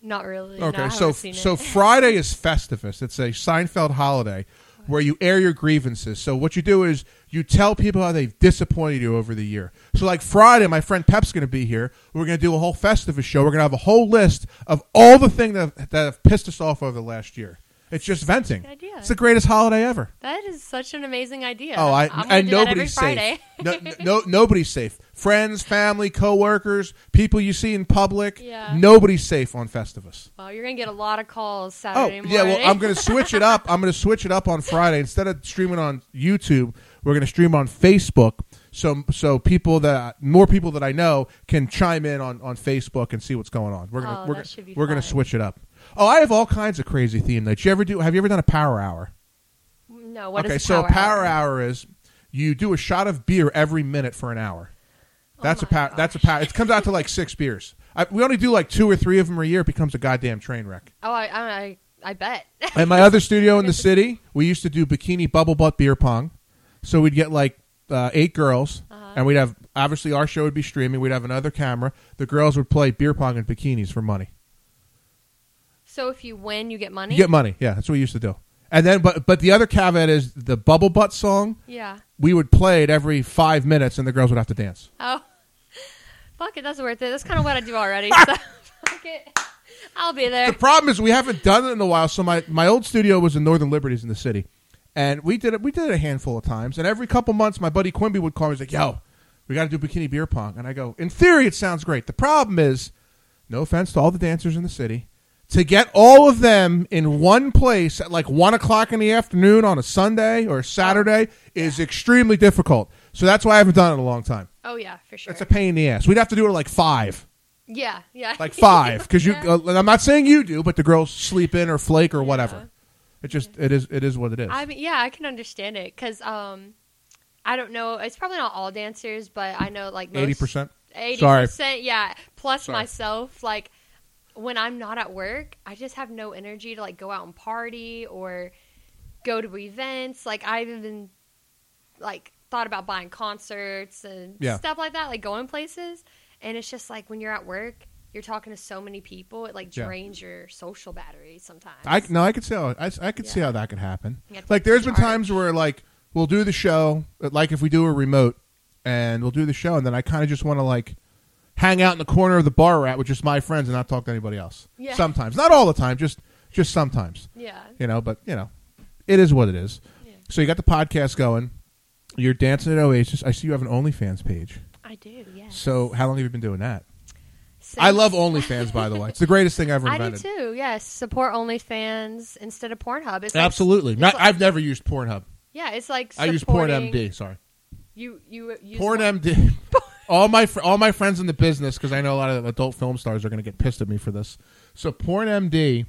Speaker 6: not really. No, I
Speaker 5: Okay,
Speaker 6: haven't
Speaker 5: so
Speaker 6: seen it.
Speaker 5: so Friday is Festivus. It's a Seinfeld holiday where you air your grievances. So what you do is you tell people how they've disappointed you over the year. So like Friday, my friend Pep's going to be here. We're going to do a whole Festivus show. We're going to have a whole list of all the things that have, that have pissed us off over the last year. It's just venting.
Speaker 6: Good idea.
Speaker 5: It's the greatest holiday ever.
Speaker 6: that is such an amazing idea.
Speaker 5: Oh, I
Speaker 6: I'm gonna
Speaker 5: and
Speaker 6: do that
Speaker 5: nobody's
Speaker 6: every
Speaker 5: safe.
Speaker 6: Friday.
Speaker 5: no, no, nobody's safe. Friends, family, coworkers, people you see in public.
Speaker 6: Yeah.
Speaker 5: Nobody's safe on Festivus.
Speaker 6: Well, you're gonna get a lot of calls
Speaker 5: Oh
Speaker 6: Saturday morning.
Speaker 5: yeah, well I'm gonna switch it up. I'm gonna switch it up on Friday instead of streaming on YouTube. We're gonna stream on Facebook. So so people that more people that I know can chime in on, on Facebook and see what's going on. We're gonna we're,
Speaker 6: Oh, that
Speaker 5: gonna-
Speaker 6: should be
Speaker 5: we're gonna
Speaker 6: fun.
Speaker 5: switch it up. Oh, I have all kinds of crazy theme nights. You ever do? Have you ever done a power hour?
Speaker 6: no, what
Speaker 5: okay,
Speaker 6: is
Speaker 5: so
Speaker 6: power
Speaker 5: a power hour? is you do a shot of beer every minute for an hour. That's a power. That's a power. It comes out to like six beers. I, we only do like two or three of them a year. It becomes a goddamn train wreck.
Speaker 6: Oh, I I, I, I bet.
Speaker 5: At my other studio in the city, we used to do bikini bubble butt beer pong. So we'd get like uh, eight girls, and we'd have obviously our show would be streaming. We'd have another camera. The girls would play beer pong in bikinis for money.
Speaker 6: so if you win, you get money.
Speaker 5: You get money. Yeah, that's what we used to do. And then, but but the other caveat is the bubble butt song.
Speaker 6: Yeah.
Speaker 5: We would play it every five minutes, and the girls would have to dance.
Speaker 6: Oh, fuck it. That's worth it. That's kind of what I do already. so fuck it. I'll be there.
Speaker 5: The problem is we haven't done it in a while. So my, my old studio was in Northern Liberties in the city, and we did it. We did it a handful of times, and every couple months, my buddy Quimby would call me. He's like, "Yo, we got to do bikini beer pong," and I go, "In theory, it sounds great. The problem is, no offense to all the dancers in the city." To get all of them in one place at like one o'clock in the afternoon on a Sunday or a Saturday is extremely difficult. So that's why I haven't done it in a long time.
Speaker 6: Oh yeah, for sure.
Speaker 5: That's a pain in the ass. We'd have to do it at like five
Speaker 6: yeah, yeah.
Speaker 5: like five because you.
Speaker 6: Yeah.
Speaker 5: Uh, and I'm not saying you do, but the girls sleep in or flake or whatever.
Speaker 6: Yeah.
Speaker 5: It just it is it is what it is.
Speaker 6: I mean, yeah, I can understand it because um, I don't know. It's probably not all dancers, but I know like most-
Speaker 5: Eighty percent.
Speaker 6: 80%,
Speaker 5: Sorry.
Speaker 6: yeah. Plus
Speaker 5: Sorry.
Speaker 6: myself, like when I'm not at work, I just have no energy to like go out and party or go to events. Like I've even like thought about buying concerts and
Speaker 5: Yeah.
Speaker 6: stuff like that, like going places. And it's just like when you're at work, you're talking to so many people, it like
Speaker 5: Yeah.
Speaker 6: drains your social battery sometimes.
Speaker 5: I no, I could see how I, I could see
Speaker 6: Yeah.
Speaker 5: how that could happen.
Speaker 6: Yeah, it's
Speaker 5: Like there's been
Speaker 6: hard.
Speaker 5: times where like we'll do the show, uh, like if we do a remote, and we'll do the show, and then I kind of just want to like hang out in the corner of the bar we're at with just my friends and not talk to anybody else.
Speaker 6: Yeah.
Speaker 5: Sometimes, not all the time, just just sometimes.
Speaker 6: yeah.
Speaker 5: you know but you know it is what it is
Speaker 6: Yeah.
Speaker 5: so you got the podcast going you're dancing at oasis i see you have an onlyfans page
Speaker 6: I do, yeah.
Speaker 5: so how long have you been doing that
Speaker 6: Since-
Speaker 5: i love onlyfans by the way it's the greatest thing i've ever
Speaker 6: I do
Speaker 5: invented
Speaker 6: too, yes. Support OnlyFans instead of Pornhub. It's like-
Speaker 5: absolutely
Speaker 6: like-
Speaker 5: Not, i've never used pornhub
Speaker 6: yeah, it's like
Speaker 5: i use
Speaker 6: supporting-
Speaker 5: pornmd sorry
Speaker 6: You you use what?
Speaker 5: pornmd all my fr- all my friends in the business because i know a lot of adult film stars are going to get pissed at me for this so pornmd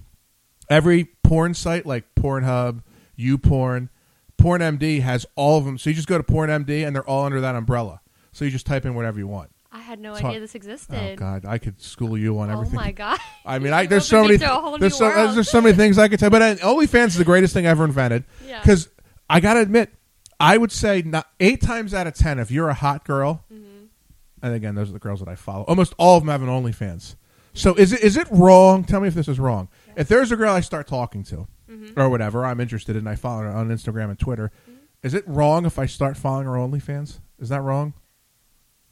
Speaker 5: every porn site like Pornhub, YouPorn, PornMD has all of them. So you just go to PornMD and they're all under that umbrella. So you just type in whatever you want.
Speaker 6: I had no
Speaker 5: Sorry.
Speaker 6: idea
Speaker 5: Oh
Speaker 6: this existed.
Speaker 5: God, I could school you on
Speaker 6: Oh
Speaker 5: everything.
Speaker 6: my god!
Speaker 5: I mean,
Speaker 6: You
Speaker 5: I, there's so many
Speaker 6: opened me to a whole
Speaker 5: there's
Speaker 6: new
Speaker 5: so uh,
Speaker 6: world.
Speaker 5: there's so many things I could tell. But uh, OnlyFans is the greatest thing ever invented.
Speaker 6: Yeah.
Speaker 5: Because I gotta admit, I would say not, eight times out of ten, if you're a hot girl,
Speaker 6: Mm-hmm.
Speaker 5: and again, those are the girls that I follow. Almost all of them have an OnlyFans. So is it is it wrong? Tell me if this is wrong. If there's a girl I start talking to,
Speaker 6: Mm-hmm.
Speaker 5: or whatever I'm interested in, I follow her on Instagram and Twitter. Is it wrong if I start following her OnlyFans? Is that wrong?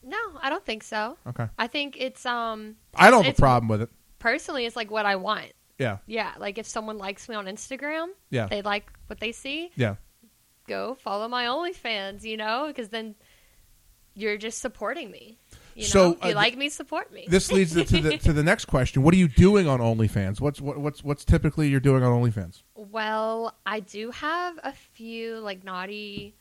Speaker 6: No, I don't think so.
Speaker 5: Okay,
Speaker 6: I think it's um
Speaker 5: I don't have a
Speaker 6: It's-
Speaker 5: problem with it.
Speaker 6: personally, it's like what I want.
Speaker 5: Yeah,
Speaker 6: Yeah, like if someone likes me on Instagram,
Speaker 5: yeah,
Speaker 6: they like what they see.
Speaker 5: yeah.
Speaker 6: Go follow my OnlyFans, you know, because then you're just supporting me. You
Speaker 5: So,
Speaker 6: know, if you
Speaker 5: uh,
Speaker 6: like me, support me.
Speaker 5: this leads to the to the next question. What are you doing on OnlyFans? What's what, what's what's typically you're doing on OnlyFans?
Speaker 6: Well, I do have a few like naughty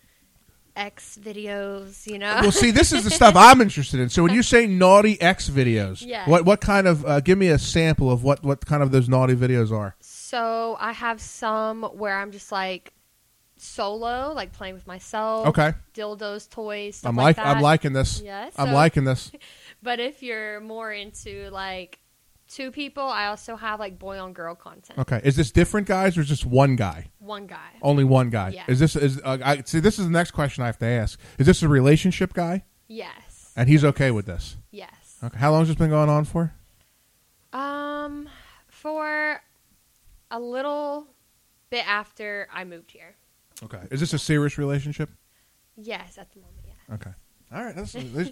Speaker 6: X videos, you know.
Speaker 5: Well, see, this is the stuff I'm interested in. So when you say naughty X videos,
Speaker 6: Yeah.
Speaker 5: what what kind of uh, give me a sample of what what kind of those naughty videos are?
Speaker 6: So I have some where I'm just like solo, like playing with myself.
Speaker 5: Okay,
Speaker 6: Dildos, toys, stuff
Speaker 5: I'm
Speaker 6: Oh, like,
Speaker 5: like,
Speaker 6: that.
Speaker 5: I'm liking this.
Speaker 6: Yes.
Speaker 5: I'm liking this.
Speaker 6: But if you're more into like two people, I also have like boy on girl content.
Speaker 5: Okay, is this different guys or is this one guy?
Speaker 6: One guy.
Speaker 5: Only one guy.
Speaker 6: Yeah.
Speaker 5: Is this is uh, I, see? This is the next question I have to ask. Is this a relationship guy
Speaker 6: Yes.
Speaker 5: and he's okay with this?
Speaker 6: Yes.
Speaker 5: Okay, how long has this been going on for? Uh.
Speaker 6: Um, for a little bit after I moved here.
Speaker 5: Okay, is this a serious relationship?
Speaker 6: Yes, at the moment. Yeah.
Speaker 5: Okay. All right. That's, these,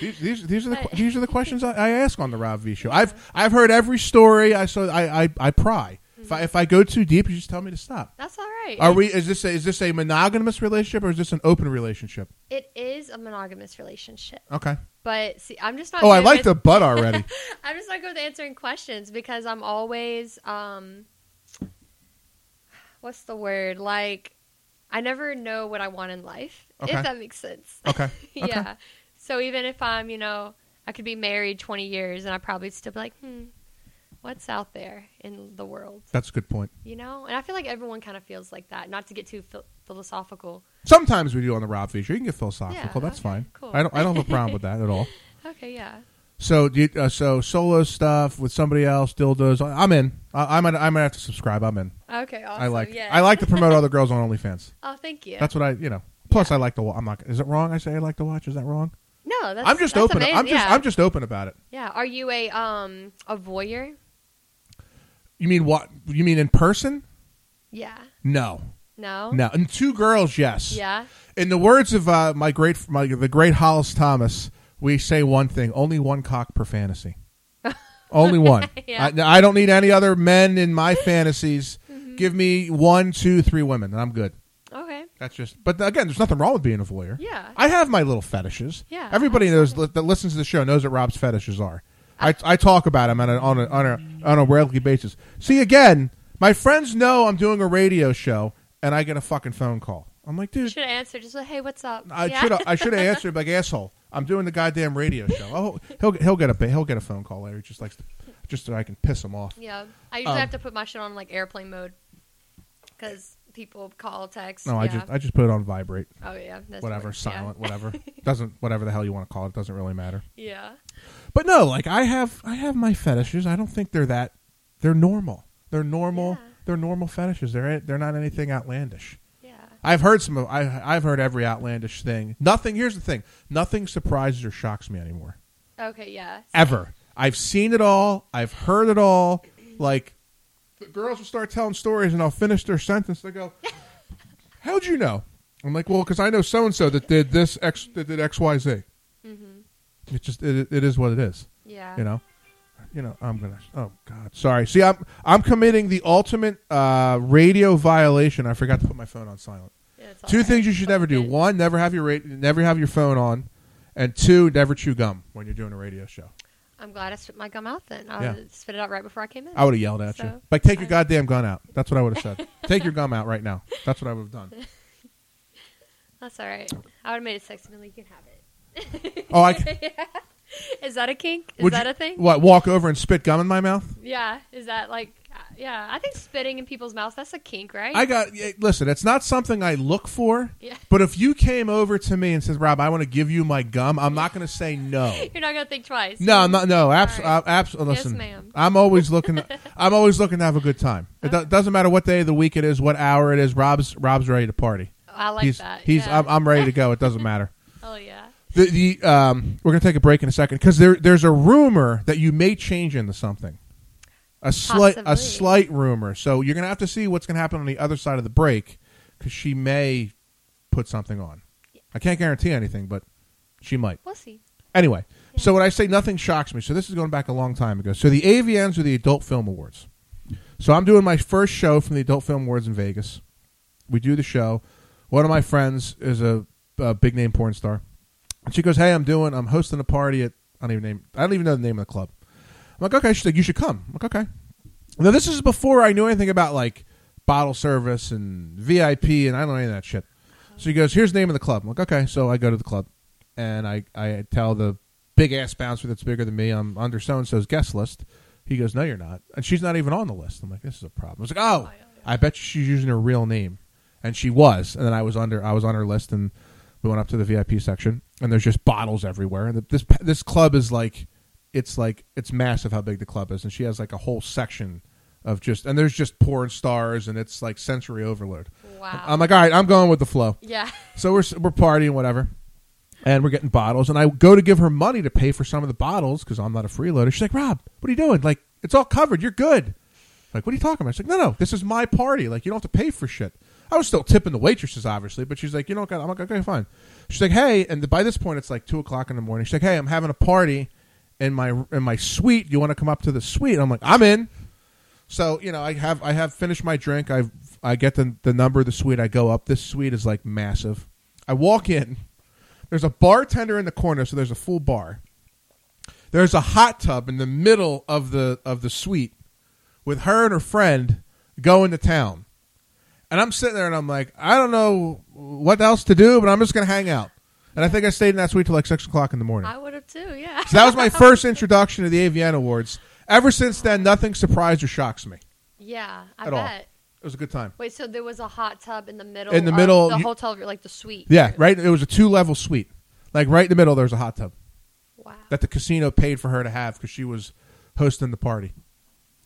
Speaker 5: these- these, these are the que- these are the questions I, I ask on the Rob V show. I've I've heard every story. I so I I, I pry. If I if I go too deep, you just tell me to stop.
Speaker 6: That's all right.
Speaker 5: Are we? Is this a, is this a monogamous relationship or is this an open relationship?
Speaker 6: It is a monogamous relationship,
Speaker 5: Okay.
Speaker 6: but see, I'm just not.
Speaker 5: Oh, I
Speaker 6: good
Speaker 5: like
Speaker 6: with-
Speaker 5: the butt already.
Speaker 6: I'm just not good with answering questions because I'm always um what's the word? Like I never know what I want in life.
Speaker 5: Okay.
Speaker 6: If that makes sense.
Speaker 5: Okay. Okay.
Speaker 6: yeah. So even if I'm, you know, I could be married twenty years and I'd probably still be like, hmm, what's out there in the world?
Speaker 5: That's a good point.
Speaker 6: You know? And I feel like everyone kind of feels like that. Not to get too phil- philosophical.
Speaker 5: Sometimes we do on the Rob V show. You can get philosophical.
Speaker 6: Yeah,
Speaker 5: That's
Speaker 6: okay,
Speaker 5: fine.
Speaker 6: cool.
Speaker 5: I don't I don't have a problem with that at all.
Speaker 6: Okay, yeah.
Speaker 5: So do you, uh, so solo stuff with somebody else, dildos. I'm in. I, I might I might have to subscribe. I'm in.
Speaker 6: Okay, awesome.
Speaker 5: I like
Speaker 6: yeah.
Speaker 5: I like to promote other girls on OnlyFans.
Speaker 6: Oh, thank you.
Speaker 5: That's what I, you know. Plus, I like to. Wa- I'm not. Is it wrong? I say I like to watch. Is that wrong?
Speaker 6: no, that's
Speaker 5: I'm just
Speaker 6: that's
Speaker 5: open.
Speaker 6: amazing,
Speaker 5: I'm just.
Speaker 6: yeah.
Speaker 5: I'm just open about it.
Speaker 6: Yeah. Are you a um a voyeur?
Speaker 5: You mean what? You mean in person?
Speaker 6: Yeah.
Speaker 5: No,
Speaker 6: No.
Speaker 5: no. And two girls, yes.
Speaker 6: Oh. Yeah.
Speaker 5: In the words of uh, my great, my, the great Hollis Thomas, we say one thing: only one cock per fantasy. only one.
Speaker 6: Yeah.
Speaker 5: I, I don't need any other men in my fantasies.
Speaker 6: Mm-hmm.
Speaker 5: Give me one, two, three women, and I'm good.
Speaker 6: Okay.
Speaker 5: That's just. But again, there's nothing wrong with being a voyeur.
Speaker 6: Yeah.
Speaker 5: I have my little fetishes.
Speaker 6: Yeah,
Speaker 5: Everybody knows that listens to the show knows what Rob's fetishes are. I, I talk about them on a, on a on a on a regular basis. See, again, my friends know I'm doing a radio show, and I get a fucking phone call. I'm like, dude,
Speaker 6: Should answer just like, hey, what's up?
Speaker 5: I
Speaker 6: yeah.
Speaker 5: should I should have answered like asshole. I'm doing the goddamn radio show. Oh, he'll he'll get a ba- he'll get a phone call later. He just likes to, just so I can piss him off.
Speaker 6: Yeah. I usually
Speaker 5: Um,
Speaker 6: have to put my shit on like airplane mode because people call, text.
Speaker 5: No,
Speaker 6: yeah.
Speaker 5: I just I just put it on vibrate,
Speaker 6: oh yeah. That's
Speaker 5: whatever,
Speaker 6: weird.
Speaker 5: silent, whatever. Doesn't whatever the hell you want to call it. Doesn't really matter.
Speaker 6: Yeah.
Speaker 5: But no, like I have I have my fetishes. I don't think they're that they're normal. They're normal.
Speaker 6: Yeah.
Speaker 5: They're normal fetishes. They're they're not anything outlandish.
Speaker 6: Yeah. Yeah.
Speaker 5: I've heard some of I I've heard every outlandish thing. Nothing. Here's the thing. Nothing surprises or shocks me anymore.
Speaker 6: Okay. Yeah.
Speaker 5: Ever. I've seen it all. I've heard it all. Like the girls will start telling stories and I'll finish their sentence. They go, "How'd you know?" I'm like, "Well, because I know so and so that did this X that did X Y Z." It just it, it is what it is
Speaker 6: Yeah.
Speaker 5: you know you know i'm gonna oh god sorry see i'm i'm committing the ultimate uh radio violation i forgot to put my phone on silent
Speaker 6: Yeah, it's all
Speaker 5: two
Speaker 6: right.
Speaker 5: things you should never do
Speaker 6: Okay.
Speaker 5: one never have your ra- never have your phone on and two never chew gum when you're doing a radio show
Speaker 6: I'm glad I spit my gum out then. I
Speaker 5: Yeah.
Speaker 6: spit it out right before I came in.
Speaker 5: i would have yelled at you
Speaker 6: So-
Speaker 5: like take your goddamn gun out that's what i would have said take your gum out right now that's what i would have done
Speaker 6: That's all right. I would have made it sexy. Like, you can have it.
Speaker 5: oh i c-
Speaker 6: Is that a kink? Is
Speaker 5: would
Speaker 6: that
Speaker 5: you-
Speaker 6: a thing?
Speaker 5: what walk over and spit gum in my mouth
Speaker 6: Yeah. Is that like? uh, Yeah. I think spitting in people's mouths. That's a kink, right?
Speaker 5: I got yeah, listen. It's not something I look for.
Speaker 6: Yeah.
Speaker 5: But if you came over to me and said, "Rob, I want to give you my gum," I'm not going to say no.
Speaker 6: You're not gonna think twice.
Speaker 5: No, I'm not. No, abs-
Speaker 6: All right.
Speaker 5: uh, abs- Listen,
Speaker 6: ma'am.
Speaker 5: I'm always looking. I'm always looking to have a good time. It do- doesn't matter what day of the week it is, what hour it is. Rob's Rob's ready to party.
Speaker 6: I like
Speaker 5: he's
Speaker 6: that.
Speaker 5: he's.
Speaker 6: yeah.
Speaker 5: I'm, I'm ready to go. It doesn't matter.
Speaker 6: Oh yeah.
Speaker 5: The, the um, we're gonna take a break in a second because there there's a rumor that you may change into something, a slight a
Speaker 6: Possibly.
Speaker 5: slight rumor. So you're gonna have to see what's gonna happen on the other side of the break because she may put something on. I can't guarantee anything, but she might.
Speaker 6: We'll see.
Speaker 5: Anyway, so when I say nothing shocks me, so this is going back a long time ago. So the AVNs are the Adult Film Awards. So I'm doing my first show from the Adult Film Awards in Vegas. We do the show. One of my friends is a, a big name porn star. And she goes, "Hey, I'm doing. I'm hosting a party at. I don't even name. I don't even know the name of the club. I'm like, okay. She's like, you should come. I'm like, okay. Now this is before I knew anything about like bottle service and VIP, and I don't know any of that shit. So he goes, here's the name of the club. I'm like, okay. So I go to the club, and I I tell the big ass bouncer that's bigger than me, I'm under so and so's guest list. He goes, no, you're not, and she's not even on the list. I'm like, this is a problem. I was like, oh, I bet you she's using her real name, and she was. And then I was under I was on her list, and we went up to the VIP section, and there's just bottles everywhere. And the, this this club is like, it's like it's massive how big the club is, and she has like a whole section of just, and there's just porn stars, and it's like sensory overload.
Speaker 6: Wow.
Speaker 5: I'm like, all right, I'm going with the flow.
Speaker 6: Yeah.
Speaker 5: So we're we're partying, whatever, and we're getting bottles. And I go to give her money to pay for some of the bottles because I'm not a freeloader. She's like, Rob, what are you doing? Like, it's all covered. You're good. like, what are you talking about? She's like, no, no, this is my party. Like, you don't have to pay for shit. I was still tipping the waitresses, obviously, but she's like, you don't got. I'm like, okay, fine. She's like, hey, and by this point, it's like two o'clock in the morning. She's like, hey, I'm having a party in my in my suite. You want to come up to the suite? I'm like, I'm in. So you know, I have I have finished my drink. I I get the the number of the suite. I go up. This suite is like massive. I walk in. There's a bartender in the corner, so there's a full bar. There's a hot tub in the middle of the of the suite, with her and her friend going to town. And I'm sitting there and I'm like, I don't know what else to do, but I'm just gonna hang out. And I think I stayed in that suite till like six o'clock in the morning.
Speaker 6: I would have too. Yeah.
Speaker 5: So that was my first introduction to the AVN Awards. Ever since then, nothing surprised or shocks me.
Speaker 6: Yeah. I
Speaker 5: At all.
Speaker 6: bet.
Speaker 5: It was a good time.
Speaker 6: Wait. So there was a hot tub in the middle.
Speaker 5: In the
Speaker 6: of
Speaker 5: middle,
Speaker 6: the
Speaker 5: you-
Speaker 6: hotel, like the suite.
Speaker 5: Yeah, right. It was a two level suite. Like right in the middle, there was a hot tub
Speaker 6: Wow.
Speaker 5: that the casino paid for her to have because she was hosting the party.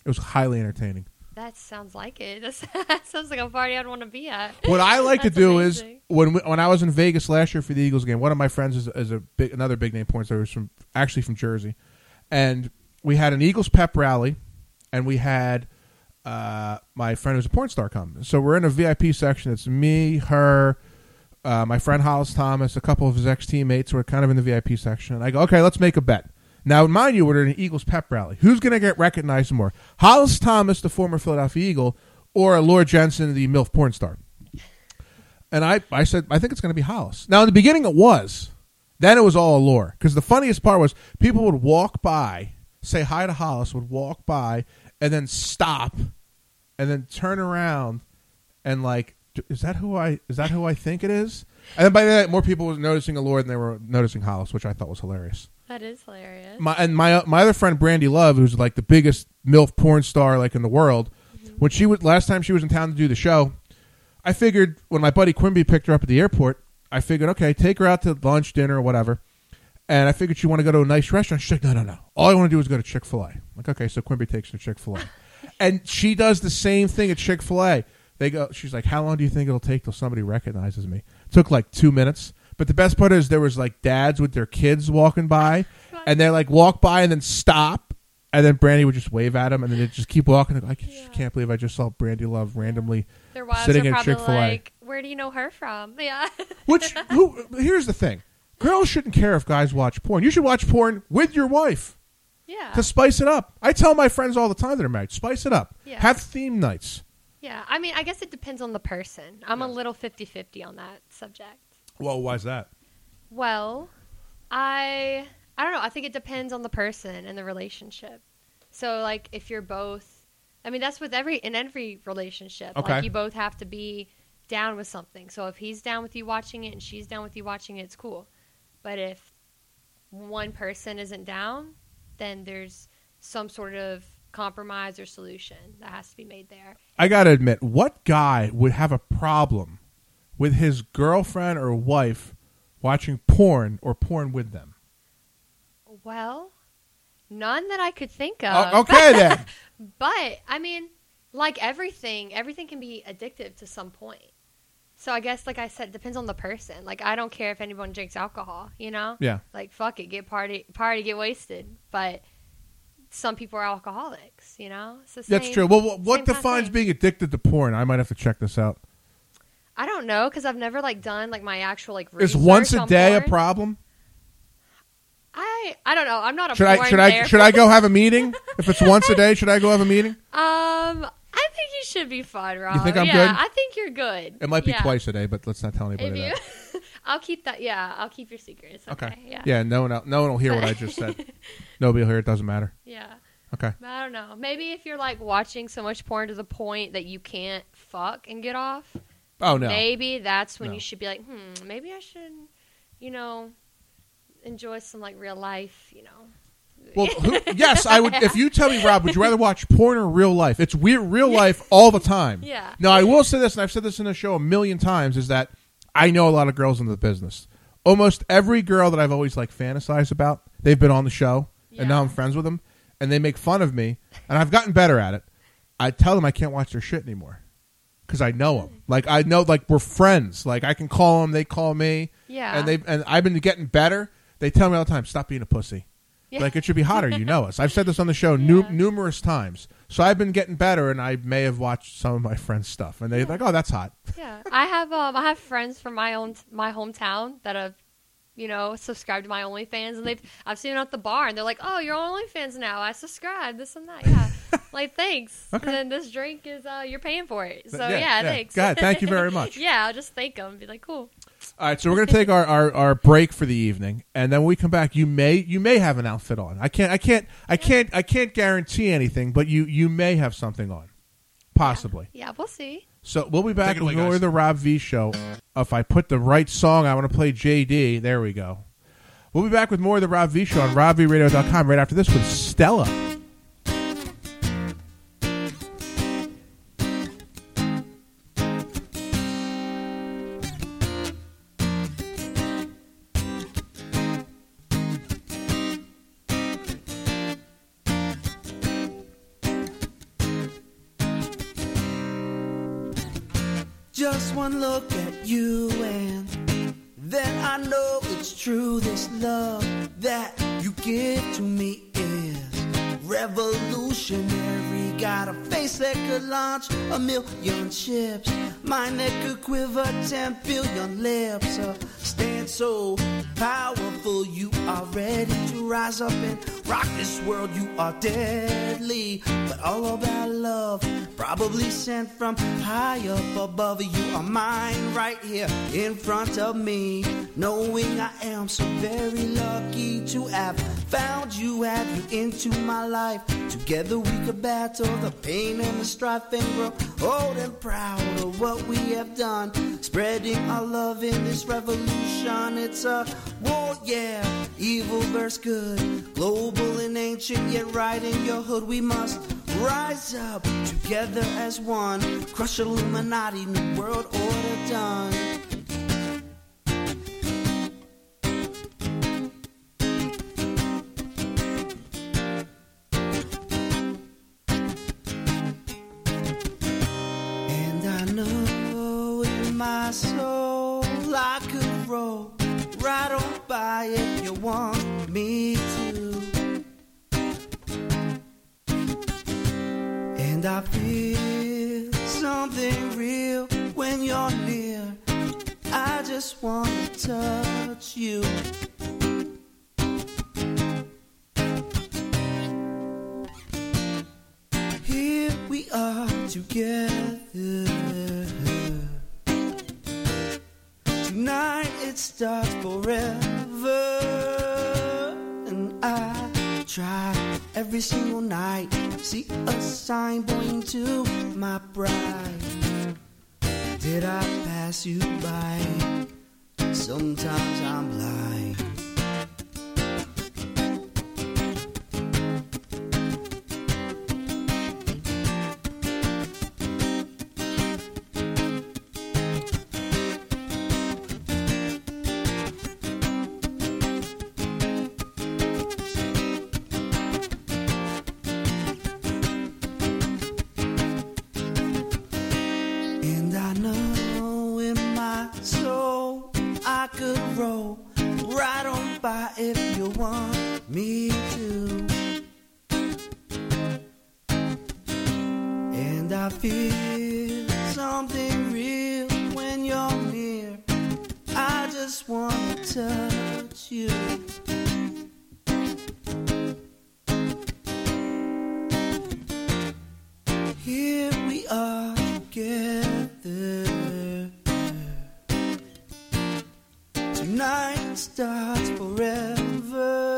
Speaker 5: It was highly entertaining.
Speaker 6: That sounds like it. That's, that sounds like a party I'd want to be at.
Speaker 5: What I like to
Speaker 6: That's
Speaker 5: do is
Speaker 6: amazing.
Speaker 5: when we, when I was in Vegas last year for the Eagles game, one of my friends is, is a big, another big name point star who's from actually from Jersey, and we had an Eagles pep rally, and we had uh, my friend who's a porn star come. So we're in a VIP section. It's me, her, uh, my friend Hollis Thomas, a couple of his ex teammates. We're kind of in the VIP section. And I go, okay, let's make a bet. Now, mind you, we're in an Eagles pep rally. Who's going to get recognized more? Hollis Thomas, the former Philadelphia Eagle, or Laura Jensen, the MILF porn star? And I, I said, I think it's going to be Hollis. Now, in the beginning, it was. Then it was all allure. Because the funniest part was people would walk by, say hi to Hollis, would walk by, and then stop, and then turn around, and like, "D- is that who I is that who I think it is? And then by that, more people were noticing allure than they were noticing Hollis, which I thought was hilarious.
Speaker 6: That is hilarious.
Speaker 5: My and my my other friend Brandy Love, who's like the biggest milf porn star like in the world, when she was last time she was in town to do the show, I figured when my buddy Quimby picked her up at the airport, I figured okay, take her out to lunch, dinner, whatever. And I figured she want to go to a nice restaurant. She's like, no, no, no. All I want to do is go to Chick Fil A. Like, okay, so Quimby takes her to Chick Fil A, and she does the same thing at Chick Fil A. They go. She's like, how long do you think it'll take till somebody recognizes me? took like two minutes. But the best part is there was like dads with their kids walking by, and they like walk by and then stop, and then Brandy would just wave at them, and then they just keep walking. I just can't believe I just saw Brandy Love randomly
Speaker 6: Their wives
Speaker 5: sitting
Speaker 6: are
Speaker 5: at
Speaker 6: probably
Speaker 5: Chick Fil A.
Speaker 6: like, "Where do you know her from?" Yeah.
Speaker 5: Which who? Here's the thing: girls shouldn't care if guys watch porn. You should watch porn with your wife
Speaker 6: yeah.
Speaker 5: to spice it up. I tell my friends all the time that are married, spice it up.
Speaker 6: Yeah.
Speaker 5: Have theme nights.
Speaker 6: Yeah. I mean, I guess it depends on the person. I'm a little 50-50 on that subject.
Speaker 5: Well, why's that?
Speaker 6: Well, I I don't know. I think it depends on the person and the relationship. So like if you're both I mean that's with every in every relationship.
Speaker 5: Okay.
Speaker 6: Like you both have to be down with something. So if he's down with you watching it and she's down with you watching it, it's cool. But if one person isn't down, then there's some sort of compromise or solution that has to be made there.
Speaker 5: I gotta admit, what guy would have a problem with his girlfriend or wife watching porn or porn with them?
Speaker 6: Well, none that I could think of.
Speaker 5: O- okay then.
Speaker 6: But I mean, like everything, everything can be addictive to some point. So I guess, like I said, it depends on the person. Like I don't care if anyone drinks alcohol, you know.
Speaker 5: Yeah.
Speaker 6: Like fuck it, get party, party, get wasted. But some people are alcoholics, you know. It's the
Speaker 5: That's
Speaker 6: same-
Speaker 5: true. Well, what, what
Speaker 6: same kinda
Speaker 5: defines
Speaker 6: thing.
Speaker 5: being addicted to porn? I might have to check this out.
Speaker 6: I don't know because I've never like done like my actual like.
Speaker 5: Is
Speaker 6: research
Speaker 5: once a
Speaker 6: on
Speaker 5: day a
Speaker 6: porn.
Speaker 5: problem?
Speaker 6: I I don't know. I'm not a
Speaker 5: Should I
Speaker 6: porn
Speaker 5: should I
Speaker 6: therapist.
Speaker 5: should I go have a meeting? If it's once a day, should I go have a meeting?
Speaker 6: Um, I think you should be fine, Rob.
Speaker 5: think I'm
Speaker 6: yeah,
Speaker 5: good?
Speaker 6: I think you're good.
Speaker 5: It might be
Speaker 6: Yeah.
Speaker 5: twice a day, but let's not tell
Speaker 6: If
Speaker 5: anybody
Speaker 6: you,
Speaker 5: that.
Speaker 6: I'll keep that. Yeah, I'll keep your secrets. Okay. Yeah.
Speaker 5: Yeah. No one. el- No one will hear what I just said. Nobody will hear. It doesn't matter.
Speaker 6: Yeah.
Speaker 5: Okay.
Speaker 6: I don't know. Maybe if you're like watching so much porn to the point that you can't fuck and get off,
Speaker 5: Oh no.
Speaker 6: maybe that's when
Speaker 5: No.
Speaker 6: you should be like, hmm, maybe I should, you know, enjoy some like real life, you know.
Speaker 5: Well, who, yes, I would. If you tell me, Rob, would you rather watch porn or real life? It's weird, real life all the time.
Speaker 6: Yeah.
Speaker 5: Now, I will say this, and I've said this in the show a million times, is that I know a lot of girls in the business. Almost every girl that I've always like fantasized about, they've been on the show, and now
Speaker 6: Yeah.
Speaker 5: I'm friends with them, and they make fun of me, and I've gotten better at it. I tell them I can't watch their shit anymore because I know them. Like I know, like we're friends. Like I can call them, they call me.
Speaker 6: Yeah.
Speaker 5: And they and I've been getting better. They tell me all the time, stop being a pussy.
Speaker 6: Yeah.
Speaker 5: Like it should be hotter. You know us. I've said this on the show nu- numerous times. So I've been getting better, and I may have watched some of my friends' stuff, and they're like, "Oh, that's hot."
Speaker 6: Yeah. I have um I have friends from my own my hometown that have you know subscribed to my OnlyFans and they've I've seen them at the bar and they're like, oh, you're on OnlyFans now. I subscribe this and that. Yeah. like thanks.
Speaker 5: Okay.
Speaker 6: And then this drink is uh you're paying for it. So
Speaker 5: Yeah,
Speaker 6: yeah,
Speaker 5: yeah.
Speaker 6: thanks.
Speaker 5: God, thank you very much.
Speaker 6: yeah, I'll just thank them. Be like, cool.
Speaker 5: All right, so we're gonna take our, our, our break for the evening, and then when we come back, you may you may have an outfit on. I can't I can't I can't I can't guarantee anything, but you you may have something on, possibly.
Speaker 6: Yeah, we'll see.
Speaker 5: So we'll be back
Speaker 1: Take it away,
Speaker 5: with more
Speaker 1: guys.
Speaker 5: of the Rob V show. If I put the right song, I want to play JD. There we go. We'll be back with more of the Rob V show on robvradio.com right after this with Stella.
Speaker 3: Just one look at you and then I know it's true. This love that you give to me is revolutionary. Got a face that could launch a million ships, mind that could quiver ten billion lips. A stand so powerful, you are ready to rise up and rock this world. You are deadly, but all about love, probably sent from high up above. You are mine right here in front of me, knowing I am so very lucky to have found you, have you into my life. Together we could battle the pain and the strife and grow old and proud of what we have done. Spreading our love in this revolution. It's a war, yeah, evil versus good, global and ancient, yet right in your hood. We must rise up together as one. Crush Illuminati, new world order done. And I know in my soul I could roll right on by if you want me to. And I feel something real when you're near. I just want to touch you. Here we are together. Tonight it starts forever. And I try every single night. See a sign pointing to my bride. Did I pass you by? Sometimes I'm blind. And I know in my soul I could roll right on by if you want me to. And I feel something real when you're near. I just want to touch you. Here we are together. Tonight starts forever,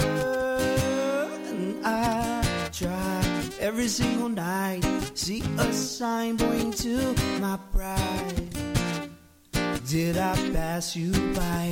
Speaker 3: and I try every single night. See a sign pointing to my pride. Did I pass you by?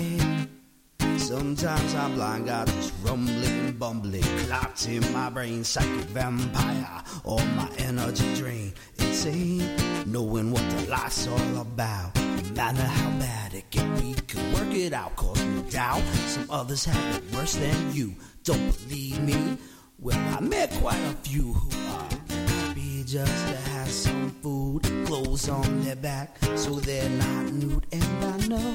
Speaker 3: Sometimes I'm blind, got this rumbling, bumbling clots in my brain, psychic vampire, all my energy drain. Insane, knowing what the life's all about. No matter how bad it can be, can work it out, cause no doubt. Some others have it worse than you. Don't believe me? Well, I met quite a few who are happy just to have some food, clothes on their back, so they're not nude, and I know.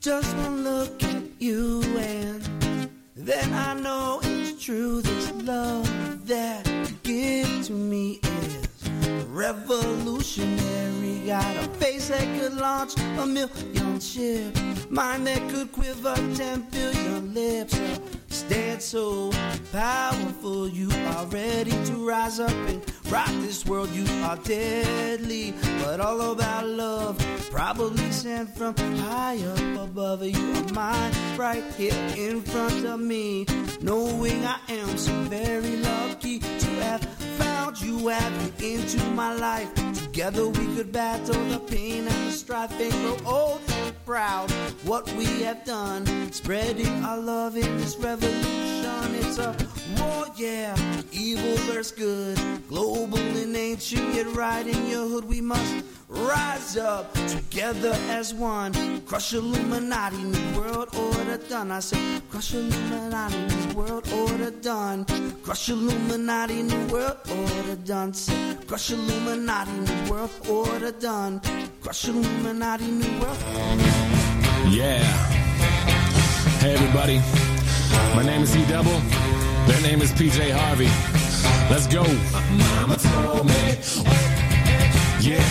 Speaker 3: Just one look at you and then I know it's true. This love that you give to me is revolutionary. Got a face that could launch a million ships, mind that could quiver ten billion lips. A stand so powerful, you are ready to rise up and rock this world. You are deadly, but all about love, probably sent from high up above. You are mine right here in front of me, knowing I am so very lucky to have found you, have you into my life. Together we could battle the pain and the strife and grow old and proud. What we have done, spreading our love in this revolution. It's a war, yeah, evil versus where's good. Global and ancient, yet right in your hood we must rise up together as one. Crush Illuminati, new world order done. I said, crush Illuminati, new world order done. Crush Illuminati, new world order done. Say, crush Illuminati, new world order done. Crush Illuminati, new world
Speaker 7: Yeah. Hey, everybody. My name is E Double. Their name is PJ Harvey. Let's go. Mama told me. Yeah.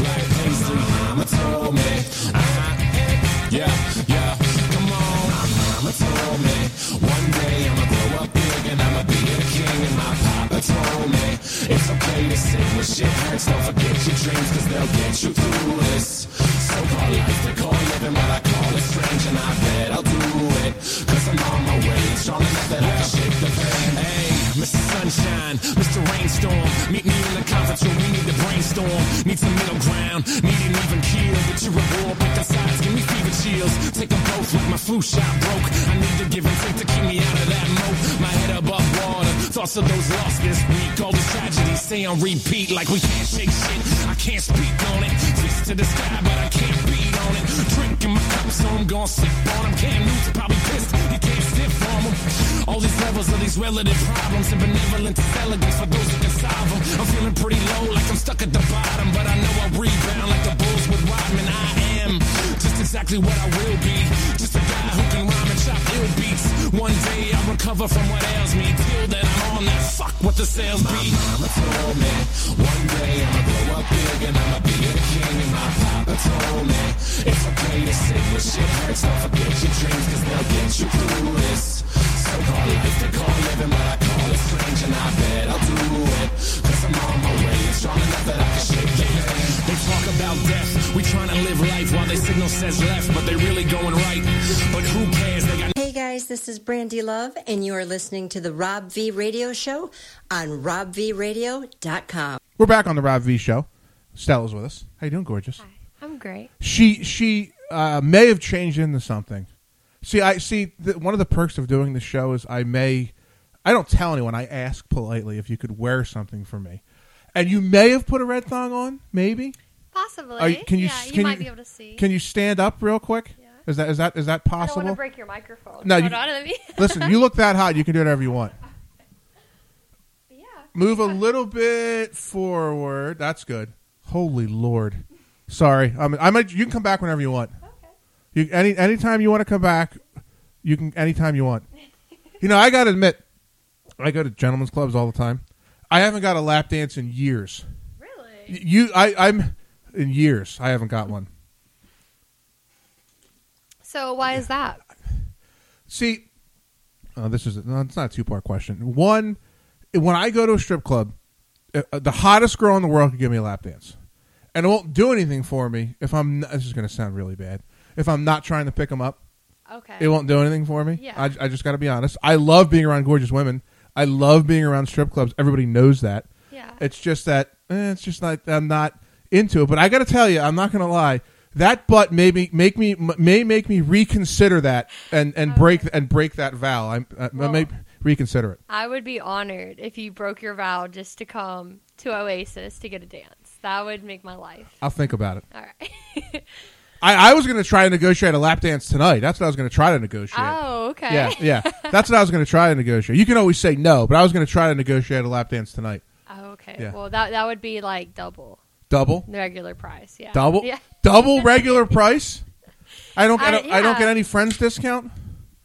Speaker 7: Black Paisley. Mama told me. Uh-huh. Yeah, yeah. Come on. Mama told me. One day I'ma grow up big and I'ma be a king. And my papa told me. It's okay to sing when shit hurts. Don't forget your dreams, cause they'll get you through this. So call life to call living what I call a strange. And I bet I'll do it. Cause I'm on my way. and Strong enough that I can shake the pain. Hey, Mr. Sunshine, Mr. Rainstorm. Meet me in the conference room. We need to brainstorm. Need some middle ground. Need an even keel. But you're a war. Pick the sides. Give me fever chills. Take them both like my flu shot broke. I need to give and take to keep me out of that moat. My head above water. Thoughts of those lost this week. All this tragedy stay on repeat like we can't shake shit. I can't speak on it. Fist to the sky, but I can't beat on it. Drinking my cup, so I'm gonna sip on him. Cam Newton's probably pissed. You can't stiff from him. All these levels of these relative problems and benevolent elegance for those who can solve them. I'm feeling pretty low, like I'm stuck at the bottom, but I know I'll rebound like the Bulls with Rodman. I am just exactly what I will be. Just a guy who can rhyme and chop ill beats. One day I'll recover from what ails me. Till then, I'm on that fuck what the sales be. My mama told me one day I'ma grow up big and I'ma be a king. And my papa told me it's okay to sit when shit hurts. Don't forget your dreams, cause they'll get you through this. So call life to call living what I call it strange. And I bet I'll do it. Cause I'm on my way and strong enough that I can shake it. They talk about death. We trying to live life while they signal says left, but they really going right. But who cares? They got
Speaker 8: Hey guys, this is Brandy Love, and you are listening to the Rob V Radio Show on robvradio.com.
Speaker 5: We're back on the Rob V show. Stella's with us. How you doing, gorgeous?
Speaker 6: I'm great.
Speaker 5: She she uh, may have changed into something. See, I see. The, one of the perks of doing the show is I may. I don't tell anyone. I ask politely if you could wear something for me, and you may have put a red thong on. Maybe.
Speaker 6: Possibly.
Speaker 5: Are you- can you?
Speaker 6: yeah,
Speaker 5: can
Speaker 6: you might be able to see.
Speaker 5: Can you stand up real quick?
Speaker 6: Yeah.
Speaker 5: Is that is that is that
Speaker 6: I don't
Speaker 5: possible?
Speaker 6: want to break your microphone.
Speaker 5: No, you-
Speaker 6: Hold on, let me-
Speaker 5: Listen, you look that hot. You can do whatever you want.
Speaker 6: yeah.
Speaker 5: Move a little bit forward. That's good. Holy Lord. Sorry. I mean, I might. You can come back whenever you want.
Speaker 6: Okay.
Speaker 5: You any anytime you want to come back, you can anytime you want. You know, I gotta admit, I go to gentlemen's clubs all the time. I haven't got a lap dance in years.
Speaker 6: Really?
Speaker 5: Y- You, I, I'm in years. I haven't got one.
Speaker 6: So why is that?
Speaker 5: See, uh, this is no, it's not a two part question. One, when I go to a strip club, uh, uh, the hottest girl in the world can give me a lap dance, and it won't do anything for me if I'm. Not, this is going to sound really bad. If I'm not trying to pick them up,
Speaker 6: Okay.
Speaker 5: it won't do anything for me.
Speaker 6: Yeah.
Speaker 5: I, I just got to be honest. I love being around gorgeous women. I love being around strip clubs. Everybody knows that.
Speaker 6: Yeah.
Speaker 5: It's just that eh, it's just like I'm not into it. But I got to tell you, I'm not going to lie. That butt maybe make me m- may make me reconsider that and and break and break that vow. I'm, I, I may reconsider it.
Speaker 6: I would be honored if you broke your vow just to come to Oasis to get a dance. That would make my life.
Speaker 5: I'll think about it.
Speaker 6: All right.
Speaker 5: I, I was going to try and negotiate a lap dance tonight. That's what I was going to try to negotiate.
Speaker 6: Oh, okay.
Speaker 5: Yeah, yeah. That's what I was going to try to negotiate. You can always say no, but I was going to try to negotiate a lap dance tonight.
Speaker 6: Oh, okay.
Speaker 5: Yeah.
Speaker 6: Well, that that would be like double
Speaker 5: Double.
Speaker 6: the regular price. Yeah.
Speaker 5: Double
Speaker 6: Yeah.
Speaker 5: double regular price. I don't. I
Speaker 6: I-
Speaker 5: don't, I don't
Speaker 6: yeah.
Speaker 5: get any friends discount.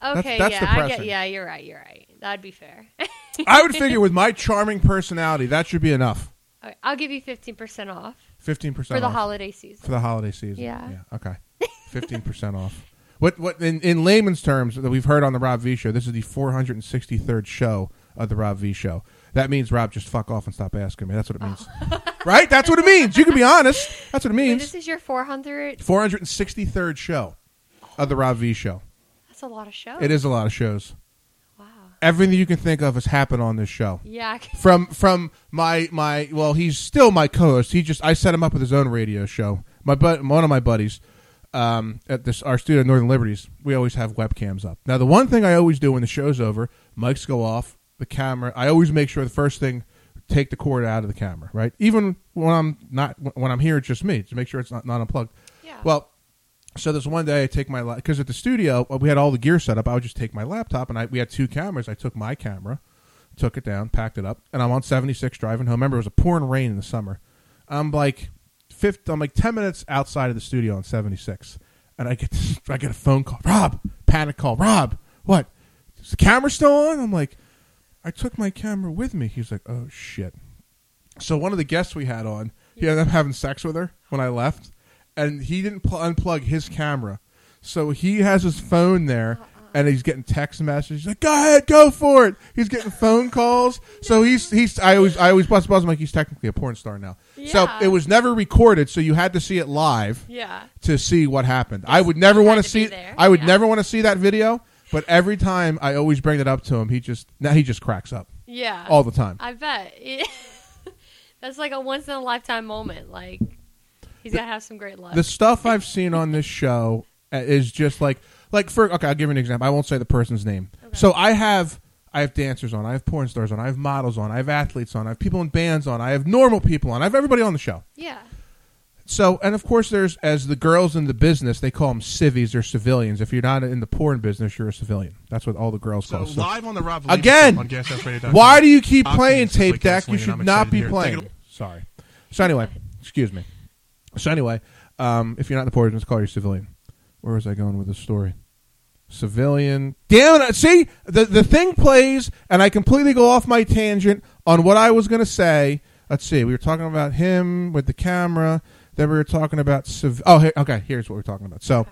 Speaker 6: Okay.
Speaker 5: that's
Speaker 6: yeah. I
Speaker 5: depressing.
Speaker 6: get. Yeah. You're right. You're right. That'd be fair.
Speaker 5: I would figure with my charming personality, that should be enough.
Speaker 6: Okay, I'll give you fifteen percent off
Speaker 5: Fifteen percent
Speaker 6: for the
Speaker 5: off
Speaker 6: holiday season.
Speaker 5: for the holiday season.
Speaker 6: Yeah.
Speaker 5: Okay. Fifteen percent off. What? What? In, in layman's terms, that we've heard on the Rob V Show, this is the 463rd show of the Rob V Show. That means Rob, just fuck off and stop asking me. That's what it means, right? That's what it means. You can be honest. That's what it
Speaker 6: Wait,
Speaker 5: means.
Speaker 6: Oh. this is your four hundred.
Speaker 5: 463rd show of the Rob V Show.
Speaker 6: That's a lot of shows.
Speaker 5: It is a lot of shows.
Speaker 6: Wow.
Speaker 5: everything you can think of has happened on this show.
Speaker 6: Yeah. I can-
Speaker 5: From from my my well, he's still my co-host. He just I set him up with his own radio show. My but one of my buddies um, at this our studio, Northern Liberties. We always have webcams up. Now the one thing I always do when the show's over, mics go off, the camera. I always make sure the first thing take the cord out of the camera, right? Even when I'm not when I'm here, it's just me to make sure it's not, not unplugged.
Speaker 6: Yeah.
Speaker 5: Well, so this one day I take my because at the studio uh, we had all the gear set up. I would just take my laptop and I we had two cameras. I took my camera, took it down, packed it up, and I'm on 76 driving home. Remember, it was a pouring rain in the summer. I'm like fifth. I'm like 10 minutes outside of the studio on 76, and I get this, I get a phone call. Rob, panic call. Rob, what? Is the camera still on? I'm like, I took my camera with me. He's like, oh shit. So one of the guests we had on, he ended up having sex with her when I left, and he didn't pl- unplug his camera, so he has his phone there.
Speaker 6: Uh-uh.
Speaker 5: And he's getting text messages. He's like, "Go ahead, go for it." He's getting phone calls. So he's he's. I always I always bust balls. I'm like, he's technically a porn star now. So
Speaker 6: Yeah.
Speaker 5: it was never recorded. So you had to see it live
Speaker 6: Yeah.
Speaker 5: to see what happened. I would never
Speaker 6: had
Speaker 5: want to
Speaker 6: to
Speaker 5: see.
Speaker 6: be there,
Speaker 5: I would
Speaker 6: yeah.
Speaker 5: never want to see that video. But every time I always bring it up to him, he just now he just cracks up
Speaker 6: Yeah.
Speaker 5: all the time.
Speaker 6: I bet. That's like a once in a lifetime moment. Like he's got to have some great luck.
Speaker 5: the stuff I've seen on this show uh, is just like like for okay, I'll give you an example. I won't say the person's name. So I have I have dancers on, I have porn stars on, I have models on, I have athletes on, I have people in bands on, I have normal people on, I have everybody on the show.
Speaker 6: yeah.
Speaker 5: So and of course there's as the girls in the business they call them civvies or civilians. If you're not in the porn business, you're a civilian. That's what all the girls
Speaker 1: So
Speaker 5: call. us. So-
Speaker 1: live on the Rob Valieva
Speaker 5: Again,
Speaker 1: Show on GasFradio.com.
Speaker 5: why do you keep
Speaker 1: Octane's
Speaker 5: playing
Speaker 1: just like
Speaker 5: tape deck? You
Speaker 1: gasoline, and
Speaker 5: should
Speaker 1: I'm
Speaker 5: not
Speaker 1: excited to
Speaker 5: be
Speaker 1: hear it. Take it
Speaker 5: playing. Sorry. So anyway, excuse me. So anyway, um, if you're not in the portion, call your civilian. Where was I going with this story? Civilian. Damn it! See the the thing plays, and I completely go off my tangent on what I was going to say. Let's see. We were talking about him with the camera. Then we were talking about civ. Oh, here, okay. Here's what we're talking about. So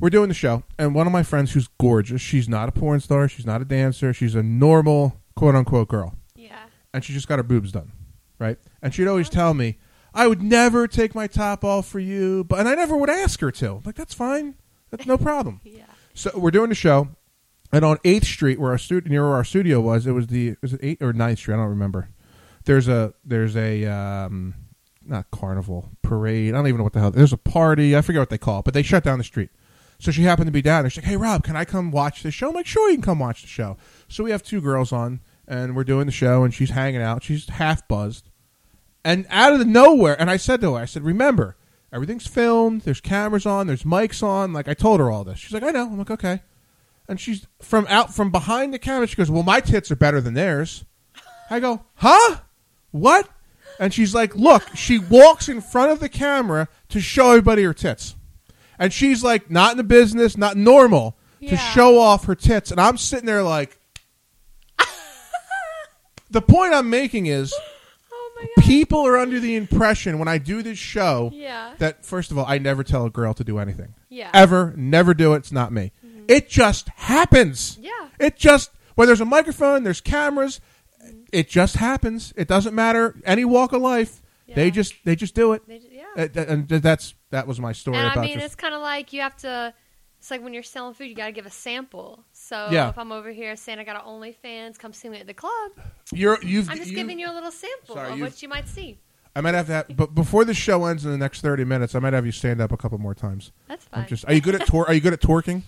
Speaker 5: we're doing the show, and one of my friends who's gorgeous. She's not a porn star. She's not a dancer. She's a normal quote unquote girl
Speaker 6: Yeah.
Speaker 5: and she just got her boobs done, right? And she'd always tell me, "I would never take my top off for you," but and I never would ask her to. I'm Like that's fine, that's no problem.
Speaker 6: Yeah.
Speaker 5: So we're doing the show, and on Eighth Street, where our studio near where our studio was, it was the was it Eighth or 9th Street? I don't remember. There's a there's a um, not carnival parade. I don't even know what the hell. There's a party. I forget what they call it, but they shut down the street. So she happened to be down there. She's like, "Hey Rob, can I come watch the show?" I'm like, "Sure, you can come watch the show." So we have two girls on, and we're doing the show, and she's hanging out. She's half buzzed, and out of the nowhere, and I said to her, I said, remember, everything's filmed. There's cameras on. There's mics on. Like I told her all this. She's like, I know. I'm like, okay. And she's from out from behind the camera. She goes, well, my tits are better than theirs. I go, huh? What? And she's like, look. She walks in front of the camera to show everybody her tits, and she's like, not in the business, not normal to
Speaker 6: Yeah.
Speaker 5: show off her tits. And I'm sitting there like. The point I'm making is
Speaker 6: Oh my god.
Speaker 5: people are under the impression when I do this show
Speaker 6: Yeah.
Speaker 5: that first of all, I never tell a girl to do anything.
Speaker 6: Yeah. Mm-hmm.
Speaker 5: Ever, never do it. It's not me. It just happens.
Speaker 6: Yeah.
Speaker 5: It just when there's a microphone, there's cameras,
Speaker 6: Mm-hmm.
Speaker 5: it just happens. It doesn't matter any walk of life. They
Speaker 6: Yeah.
Speaker 5: just they just do it.
Speaker 6: They ju- yeah.
Speaker 5: Uh, th- and th- that's that was my story
Speaker 6: and
Speaker 5: about
Speaker 6: I mean,
Speaker 5: just-
Speaker 6: it's kind of like you have to. It's like when you're selling food, you got to give a sample. So
Speaker 5: Yeah.
Speaker 6: if I'm over here saying I got an OnlyFans, come see me at the club.
Speaker 5: you're you've
Speaker 6: I'm just giving you a little sample
Speaker 5: Sorry,
Speaker 6: of
Speaker 5: you've-
Speaker 6: what you might see.
Speaker 5: I might have to have, but before the show ends in the next 30 minutes, I might have you stand up a couple more times.
Speaker 6: That's
Speaker 5: I'm
Speaker 6: fine.
Speaker 5: just Are you good at tor- are you good at twerking?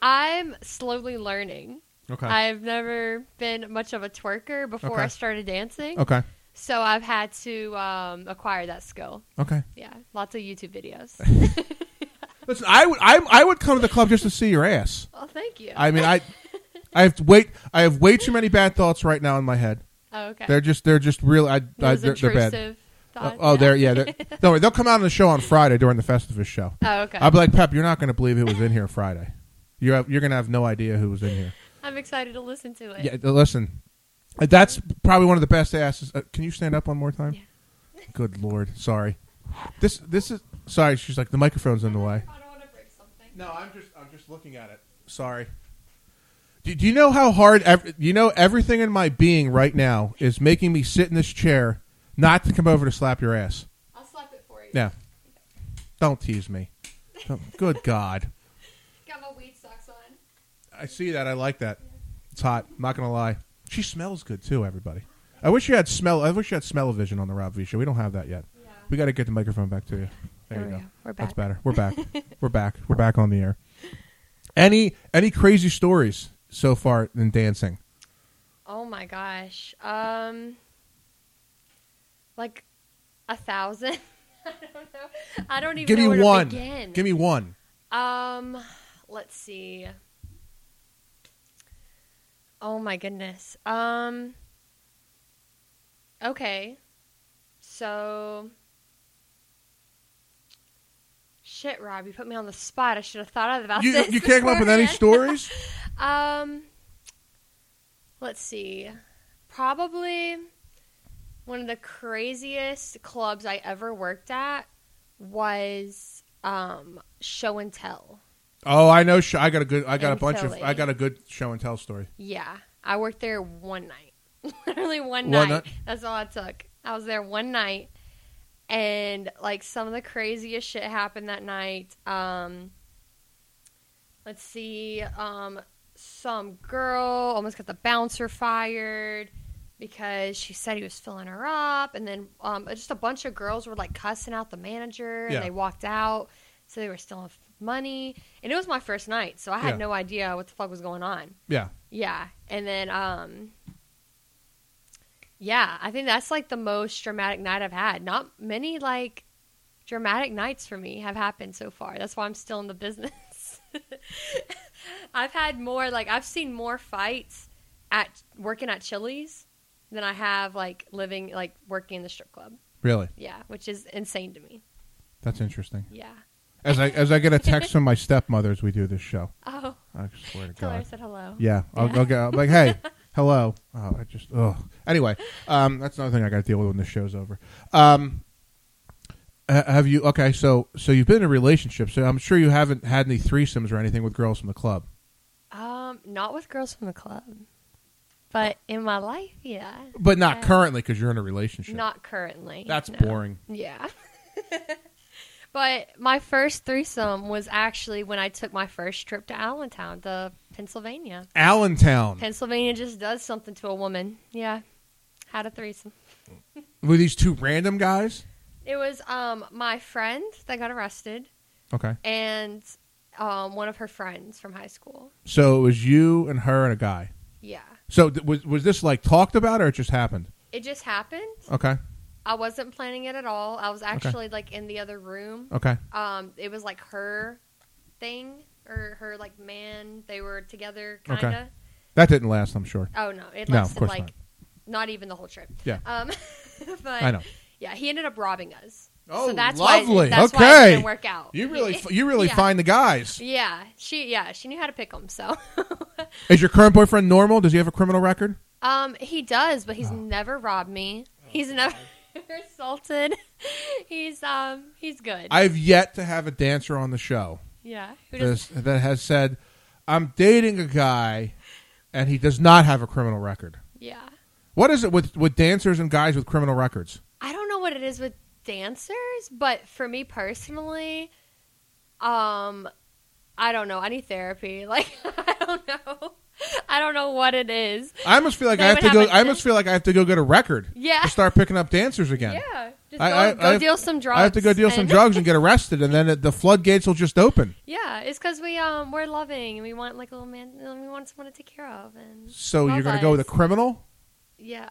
Speaker 6: I'm slowly learning.
Speaker 5: Okay.
Speaker 6: I've never been much of a twerker before
Speaker 5: Okay.
Speaker 6: I started dancing.
Speaker 5: okay.
Speaker 6: So I've had to um, acquire that skill.
Speaker 5: Okay.
Speaker 6: Yeah, lots of YouTube videos.
Speaker 5: Listen, I would I, I would come to the club just to see your ass.
Speaker 6: oh, thank you.
Speaker 5: I mean, I I have to wait. I have way too many bad thoughts right now in my head.
Speaker 6: oh, okay.
Speaker 5: They're just they're just real. I, I
Speaker 6: Those
Speaker 5: they're, they're bad.
Speaker 6: intrusive
Speaker 5: Oh,
Speaker 6: thoughts.
Speaker 5: oh, they're yeah. They're, don't worry, they'll come out on the show on Friday during the Festivus show.
Speaker 6: Oh, okay.
Speaker 5: I'll be like Pep, you're not going to believe who was in here Friday. You're have- you're going to have no idea who was in here.
Speaker 6: I'm excited to listen to it.
Speaker 5: Yeah, listen, that's probably one of the best asses. Uh, can you stand up one more time? Good lord, sorry. This this is sorry. She's like the microphone's in the way.
Speaker 6: I don't want to break something.
Speaker 5: No, I'm just I'm just looking at it. Sorry. Do, do you know how hard? Ev- you know everything in my being right now is making me sit in this chair, not to come over to slap your ass.
Speaker 6: I'll slap it for you.
Speaker 5: Now, don't tease me. Don't- good God,
Speaker 6: Got my weed socks on.
Speaker 5: I see that. I like that. It's hot. I'm not gonna lie. She smells good too. Everybody. I wish you had smell. I wish you had smell vision on the Rob V show. We don't have that yet.
Speaker 6: Yeah.
Speaker 5: We got to get the microphone back to you. There, you
Speaker 6: we
Speaker 5: go.
Speaker 6: go. We're
Speaker 5: That's
Speaker 6: back.
Speaker 5: better. We're back. We're back. We're back on the air. Any any crazy stories so far in dancing?
Speaker 6: Oh my gosh. Um, like a thousand. I don't know. I don't even
Speaker 5: Give
Speaker 6: know
Speaker 5: me
Speaker 6: where to
Speaker 5: one.
Speaker 6: begin.
Speaker 5: Give me one.
Speaker 6: Um, let's see. Oh my goodness. Um. Okay. So. Shit, Rob, you put me on the spot. I should have thought about
Speaker 5: You,
Speaker 6: this.
Speaker 5: you can't come up with any
Speaker 6: beforehand.
Speaker 5: stories?
Speaker 6: Um, let's see. Probably one of the craziest clubs I ever worked at was um, Show and Tell.
Speaker 5: Oh, I know. Sh- I got a good. I got
Speaker 6: In
Speaker 5: a bunch
Speaker 6: Philly.
Speaker 5: of. I got a good show and tell story.
Speaker 6: Yeah, I worked there one night. Literally
Speaker 5: One
Speaker 6: one night.
Speaker 5: night?
Speaker 6: That's all I took. I was there one night, and like some of the craziest shit happened that night. Um, let's see. Um, some girl almost got the bouncer fired because she said he was filling her up, and then um, just a bunch of girls were like cussing out the manager,
Speaker 5: Yeah.
Speaker 6: and they walked out, so they were stealing f- money. And it was my first night, so I had
Speaker 5: Yeah.
Speaker 6: no idea what the fuck was going on.
Speaker 5: Yeah.
Speaker 6: Yeah, and then um yeah, I think that's like the most dramatic night I've had. Not many like dramatic nights for me have happened so far. That's why I'm still in the business. I've had more like I've seen more fights at working at Chili's than I have like living like working in the strip club.
Speaker 5: Really.
Speaker 6: Yeah, which is insane to me.
Speaker 5: That's interesting.
Speaker 6: Yeah.
Speaker 5: As I as I get a text from my stepmother as we do this show.
Speaker 6: Oh,
Speaker 5: I swear to
Speaker 6: tell her I
Speaker 5: God.
Speaker 6: said hello.
Speaker 5: Yeah, I'll,
Speaker 6: Yeah.
Speaker 5: I'll get. I'll be like, hey, hello. Oh, I just. Oh, anyway, um, that's another thing I got to deal with when this show's over. Um, ha- have you? Okay, so so you've been in a relationship, so I'm sure you haven't had any threesomes or anything with girls from the club.
Speaker 6: Um, not with girls from the club, but in my life, yeah.
Speaker 5: But not currently because you're in a relationship.
Speaker 6: Not currently.
Speaker 5: That's
Speaker 6: no.
Speaker 5: boring.
Speaker 6: Yeah. but my first threesome was actually when I took my first trip to Allentown, to Pennsylvania.
Speaker 5: Allentown.
Speaker 6: Pennsylvania just does something to a woman. Yeah. Had a threesome.
Speaker 5: Were these two random guys?
Speaker 6: It was um my friend that got arrested
Speaker 5: Okay.
Speaker 6: and um one of her friends from high school.
Speaker 5: So it was you and her and a guy.
Speaker 6: Yeah.
Speaker 5: So th- was was this like talked about or it just happened?
Speaker 6: It just happened.
Speaker 5: Okay.
Speaker 6: I wasn't planning it at all. I was actually like in the other room
Speaker 5: Okay.
Speaker 6: um it was like her thing or her like man they were together
Speaker 5: Okay.
Speaker 6: kind of
Speaker 5: That didn't last, I'm sure.
Speaker 6: oh no it
Speaker 5: No, of
Speaker 6: lasted
Speaker 5: course
Speaker 6: like
Speaker 5: not.
Speaker 6: not. even the whole trip
Speaker 5: Yeah.
Speaker 6: um but
Speaker 5: I know.
Speaker 6: yeah he ended up robbing us
Speaker 5: Oh,
Speaker 6: so that's why
Speaker 5: lovely.
Speaker 6: that's why it
Speaker 5: Okay.
Speaker 6: didn't work out
Speaker 5: You really f- you really find the guys.
Speaker 6: yeah she yeah she knew how to pick them so
Speaker 5: Is your current boyfriend normal? Does he have a criminal record?
Speaker 6: um he does but
Speaker 5: Oh.
Speaker 6: he's never robbed me he's never assaulted he's um he's good
Speaker 5: I've yet to have a dancer on the show
Speaker 6: yeah who does
Speaker 5: this, that has said, "I'm dating a guy, and he does not have a criminal record."
Speaker 6: yeah
Speaker 5: What is it with with dancers and guys with criminal records?
Speaker 6: I don't know what it is with dancers, but for me personally, um, I don't know. I need therapy. Like I don't know. I don't know what it is.
Speaker 5: I almost feel like
Speaker 6: They
Speaker 5: I have
Speaker 6: would
Speaker 5: to
Speaker 6: have
Speaker 5: go.
Speaker 6: an-
Speaker 5: I almost feel like I have to go get a record.
Speaker 6: Yeah.
Speaker 5: to start picking up dancers again.
Speaker 6: Yeah, just go,
Speaker 5: I- I-
Speaker 6: go
Speaker 5: I have-
Speaker 6: deal some drugs.
Speaker 5: I have to go deal some
Speaker 6: and-
Speaker 5: drugs and get arrested, and then it, the floodgates will just open.
Speaker 6: Yeah, it's because we um we're loving and we want like a little man. We want someone to take care of and
Speaker 5: So
Speaker 6: love
Speaker 5: you're going to go with a
Speaker 6: us.
Speaker 5: criminal?
Speaker 6: yeah.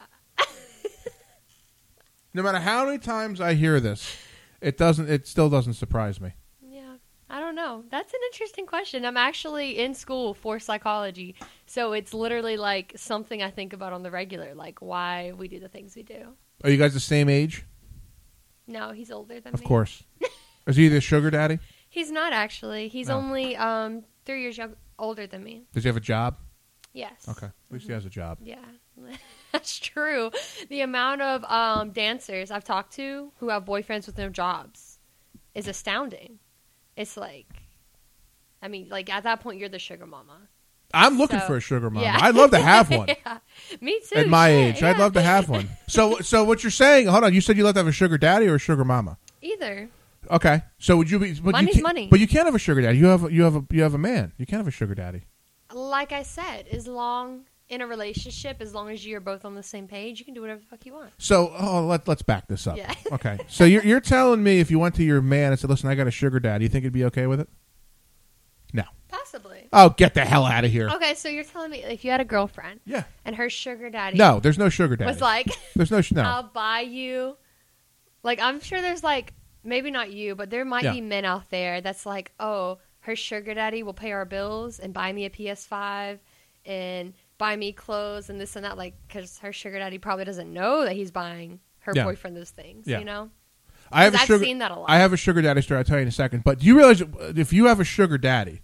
Speaker 5: No matter how many times I hear this, it doesn't. It still doesn't surprise me.
Speaker 6: Yeah. I don't know. That's an interesting question. I'm actually in school for psychology. So it's literally like something I think about on the regular, like why we do the things we do.
Speaker 5: Are you guys the same age?
Speaker 6: No, he's older than
Speaker 5: Of
Speaker 6: me.
Speaker 5: course. Is he the sugar daddy?
Speaker 6: He's not actually. He's
Speaker 5: No.
Speaker 6: only um three years young, older than me.
Speaker 5: Does he have a job?
Speaker 6: Yes.
Speaker 5: Okay. At least he has a job.
Speaker 6: Yeah. That's true. The amount of um, dancers I've talked to who have boyfriends with no jobs is astounding. It's like, I mean, like at that point, you're the sugar mama.
Speaker 5: I'm looking
Speaker 6: So-
Speaker 5: for a sugar mama.
Speaker 6: yeah.
Speaker 5: I'd love to have one
Speaker 6: yeah. Me too.
Speaker 5: at my
Speaker 6: shit,
Speaker 5: age.
Speaker 6: yeah.
Speaker 5: I'd love to have one. So, so what you're saying? Hold on. You said you love to have a sugar daddy or a sugar mama.
Speaker 6: Either.
Speaker 5: Okay. So would you be? But you
Speaker 6: Money's
Speaker 5: can't-
Speaker 6: money.
Speaker 5: But you can't have a sugar daddy. You have you have a you have a man. You can't have a sugar daddy.
Speaker 6: Like I said, as long in a relationship, as long as you're both on the same page, you can do whatever the fuck you want.
Speaker 5: So oh, let let's back this up.
Speaker 6: Yeah.
Speaker 5: Okay. So you're you're telling me if you went to your man and said, "Listen, I got a sugar daddy," you think he'd be okay with it? No.
Speaker 6: Possibly.
Speaker 5: Oh, get the hell out of here.
Speaker 6: Okay, so you're telling me if you had a girlfriend
Speaker 5: Yeah.
Speaker 6: and her sugar daddy
Speaker 5: No, there's no sugar daddy.
Speaker 6: was like,
Speaker 5: there's no sh- no.
Speaker 6: I'll buy you. Like, I'm sure there's like, maybe not you, but there might
Speaker 5: Yeah.
Speaker 6: be men out there that's like, oh, her sugar daddy will pay our bills and buy me a PS5 and buy me clothes and this and that. Like, because her sugar daddy probably doesn't know that he's buying her
Speaker 5: Yeah.
Speaker 6: boyfriend those things,
Speaker 5: Yeah.
Speaker 6: you know?
Speaker 5: I have a
Speaker 6: I've
Speaker 5: sugar.
Speaker 6: seen that a lot.
Speaker 5: I have a sugar daddy story. I'll tell you in a second. But do you realize that if you have a sugar daddy,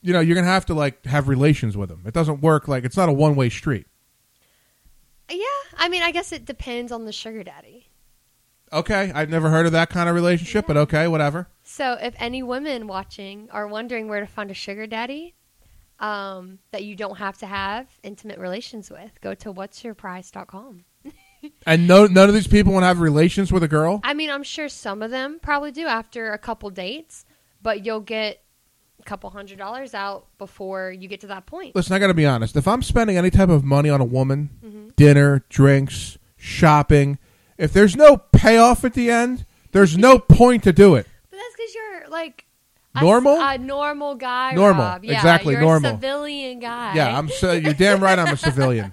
Speaker 5: you know you're gonna have to like have relations with him. It doesn't work. Like it's not a one way street.
Speaker 6: Yeah, I mean, I guess it depends on the sugar daddy.
Speaker 5: Okay, I've never heard of that kind of relationship, but okay, whatever.
Speaker 6: So, if any women watching are wondering where to find a sugar daddy um, that you don't have to have intimate relations with, go to whatsyourprice.com.
Speaker 5: And no, none of these people want to have relations with a girl.
Speaker 6: I mean, I'm sure some of them probably do after a couple dates, but you'll get a couple hundred dollars out before you get to that point.
Speaker 5: Listen, I got to be honest. If I'm spending any type of money on a woman,
Speaker 6: Mm-hmm.
Speaker 5: dinner, drinks, shopping, if there's no payoff at the end, there's no point to do it.
Speaker 6: But that's because you're like a s-
Speaker 5: Normal?
Speaker 6: a, normal guy,
Speaker 5: Normal.
Speaker 6: Rob. Yeah,
Speaker 5: Exactly,
Speaker 6: you're
Speaker 5: normal.
Speaker 6: a civilian guy.
Speaker 5: Yeah, I'm so you're damn right. I'm a civilian.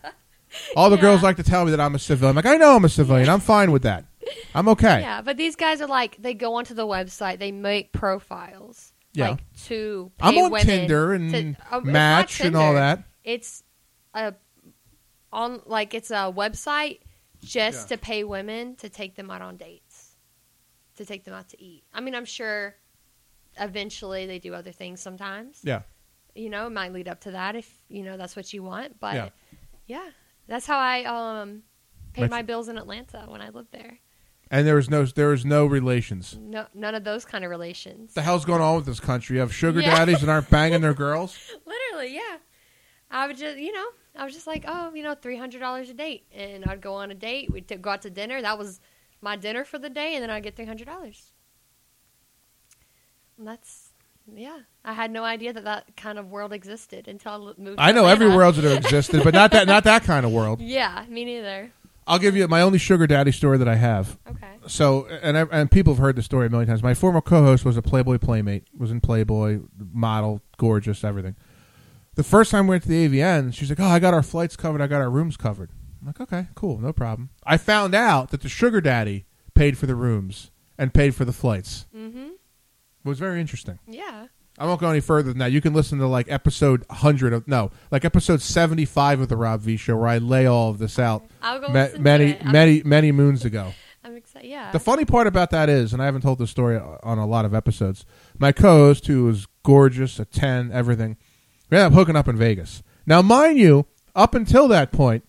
Speaker 5: All the girls like to tell me that I'm a civilian. Like I know I'm a civilian. I'm fine with that. I'm okay.
Speaker 6: Yeah, but these guys are like they go onto the website, they make profiles.
Speaker 5: Yeah.
Speaker 6: Like to pay
Speaker 5: I'm on
Speaker 6: women
Speaker 5: Tinder and
Speaker 6: oh, it's not
Speaker 5: Match and all
Speaker 6: Tinder.
Speaker 5: that.
Speaker 6: It's a on like it's a website just to pay women to take them out on dates. To take them out to eat. I mean, I'm sure eventually they do other things sometimes.
Speaker 5: Yeah.
Speaker 6: You know, it might lead up to that if, you know, that's what you want, but
Speaker 5: Yeah.
Speaker 6: yeah. That's how I um paid
Speaker 5: That's-
Speaker 6: my bills in Atlanta when I lived there.
Speaker 5: And there is no there is no relations.
Speaker 6: No, none of those kind of relations.
Speaker 5: The hell's going on with this country? You have sugar
Speaker 6: Yeah.
Speaker 5: daddies that aren't banging their girls.
Speaker 6: Literally, yeah. I would just, you know, I was just like, oh, you know, three hundred dollars a date, and I'd go on a date. We'd t- go out to dinner. That was my dinner for the day, and then I'd get three hundred dollars. And That's, yeah. I had no idea that that kind of world existed until I li- moved.
Speaker 5: I
Speaker 6: to
Speaker 5: know every
Speaker 6: Atlanta.
Speaker 5: world that existed, but not that not that kind of world.
Speaker 6: Yeah, me neither.
Speaker 5: I'll give you my only sugar daddy story that I have.
Speaker 6: Okay.
Speaker 5: So, and I, and people have heard the story a million times. My former co-host was a Playboy playmate, was in Playboy, model, gorgeous, everything. The first time we went to the AVN, she's like, "Oh, I got our flights covered, I got our rooms covered." I'm like, "Okay, cool, no problem." I found out that the sugar daddy paid for the rooms and paid for the flights. Mm-hmm. It was very interesting.
Speaker 6: Yeah.
Speaker 5: I won't go any further than that. You can listen to like episode 100 of no, like episode 75 of the Rob V show where I lay all of this out
Speaker 6: I'll go
Speaker 5: ma-
Speaker 6: listen to
Speaker 5: many
Speaker 6: it. I'm-
Speaker 5: many many moons ago.
Speaker 6: I'm excited. Yeah.
Speaker 5: The funny part about that is, and I haven't told this story on a lot of episodes. My co-host, who was gorgeous, a ten, everything, we ended up hooking up in Vegas. Now, mind you, up until that point,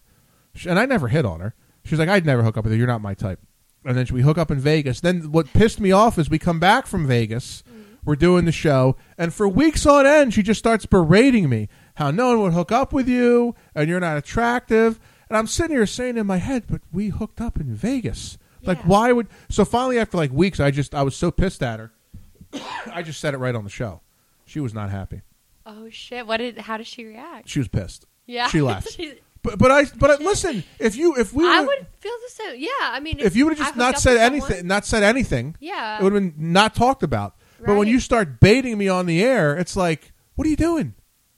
Speaker 5: sh- and I never hit on her. She's like, "I'd never hook up with you. You're not my type." And then we hook up in Vegas. Then what pissed me off is we come back from Vegas, we're doing the show, and for weeks on end, she just starts berating me how no one would hook up with you, and you're not attractive. And I'm sitting here saying in my head, "But we hooked up in Vegas." Like,
Speaker 6: Yeah.
Speaker 5: why would? So finally, after like weeks, I just I was so pissed at her. I just said it right on the show. She was not happy.
Speaker 6: oh shit! What did? How did she react?
Speaker 5: She was pissed.
Speaker 6: Yeah.
Speaker 5: she left.
Speaker 6: She's-
Speaker 5: but but I but I, listen, if you if we
Speaker 6: I
Speaker 5: were-
Speaker 6: would feel the same. Yeah. I mean,
Speaker 5: if you would
Speaker 6: I
Speaker 5: have just
Speaker 6: hooked
Speaker 5: not
Speaker 6: up
Speaker 5: said
Speaker 6: with someone-
Speaker 5: anything, not said anything,
Speaker 6: Yeah.
Speaker 5: it would have been not talked about. But when
Speaker 6: Right.
Speaker 5: you start baiting me on the air, it's like, what are you doing?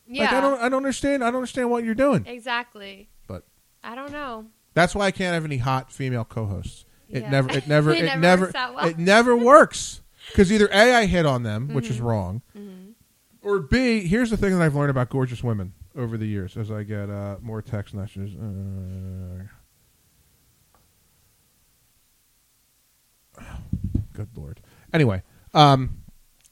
Speaker 6: Yeah.
Speaker 5: Like I don't, I don't understand. I don't understand what you're doing.
Speaker 6: Exactly.
Speaker 5: But-
Speaker 6: I don't know.
Speaker 5: That's why I can't have any hot female co-hosts. It
Speaker 6: Yeah.
Speaker 5: never, it never,
Speaker 6: It
Speaker 5: it,
Speaker 6: never
Speaker 5: never,
Speaker 6: works out well.
Speaker 5: it never works. Because either a, I hit on them, which
Speaker 6: Mm-hmm.
Speaker 5: is wrong, or b, here's the thing that I've learned about gorgeous women over the years as I get uh, more text messages. Uh, Uh, good lord. Anyway, um,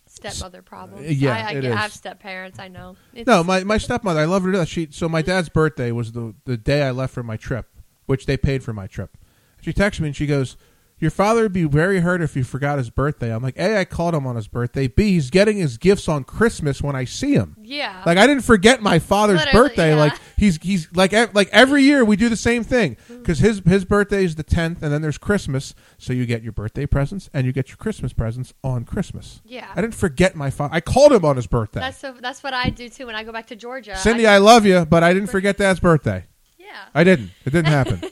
Speaker 6: Stepmother problems.
Speaker 5: uh, yeah,
Speaker 6: I, I,
Speaker 5: it
Speaker 6: get- I
Speaker 5: is.
Speaker 6: have step parents. I know. It's,
Speaker 5: No, my, my stepmother, I love her to death. She so my dad's birthday was the the day I left for my trip, which they paid for my trip. She texted me and she goes, "Your father would be very hurt if you forgot his birthday." I'm like, "A, I called him on his birthday. B, he's getting his gifts on Christmas when I see him."
Speaker 6: yeah.
Speaker 5: Like I didn't forget my father's
Speaker 6: Literally,
Speaker 5: birthday.
Speaker 6: yeah.
Speaker 5: Like he's he's like ev- like every year we do the same thing
Speaker 6: Mm-hmm.
Speaker 5: because his his birthday is the tenth, and then there's Christmas, so you get your birthday presents and you get your Christmas presents on Christmas.
Speaker 6: Yeah.
Speaker 5: I didn't forget my father. I called him on his birthday.
Speaker 6: that's so, that's what I do too when I go back to Georgia.
Speaker 5: Cindy,
Speaker 6: Uh, I,
Speaker 5: I love you, but I didn't forget Dad's birthday.
Speaker 6: yeah.
Speaker 5: I didn't. It didn't happen.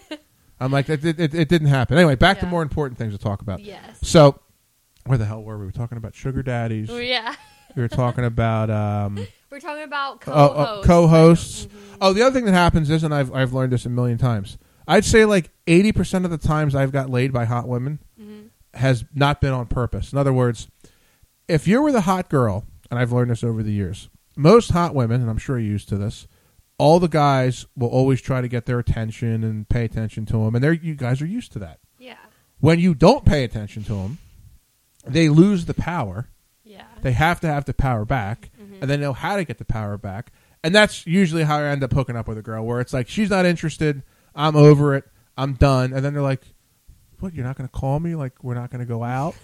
Speaker 5: I'm like, it, it, it didn't happen. Anyway, back to
Speaker 6: Yeah.
Speaker 5: more important things to talk about.
Speaker 6: Yes.
Speaker 5: So, where the hell were we? We were talking about sugar daddies.
Speaker 6: Oh, yeah.
Speaker 5: We were talking about um,
Speaker 6: We're talking about co
Speaker 5: oh, oh,
Speaker 6: hosts
Speaker 5: co-hosts. Oh, the other thing that happens is, and I've I've learned this a million times. I'd say like eighty percent of the times I've got laid by hot women has not been on purpose. In other words, if you were the hot girl, and I've learned this over the years, most hot women, and I'm sure you're used to this, all the guys will always try to get their attention and pay attention to them, and they're, you guys are used to that.
Speaker 6: Yeah.
Speaker 5: When you don't pay attention to them, they lose the power
Speaker 6: Yeah.
Speaker 5: they have to have the power back
Speaker 6: Mm-hmm.
Speaker 5: and they know how to get the power back and that's usually how i end up hooking up with a girl where it's like she's not interested i'm over it i'm done and then they're like what you're not going to call me like we're not going to go out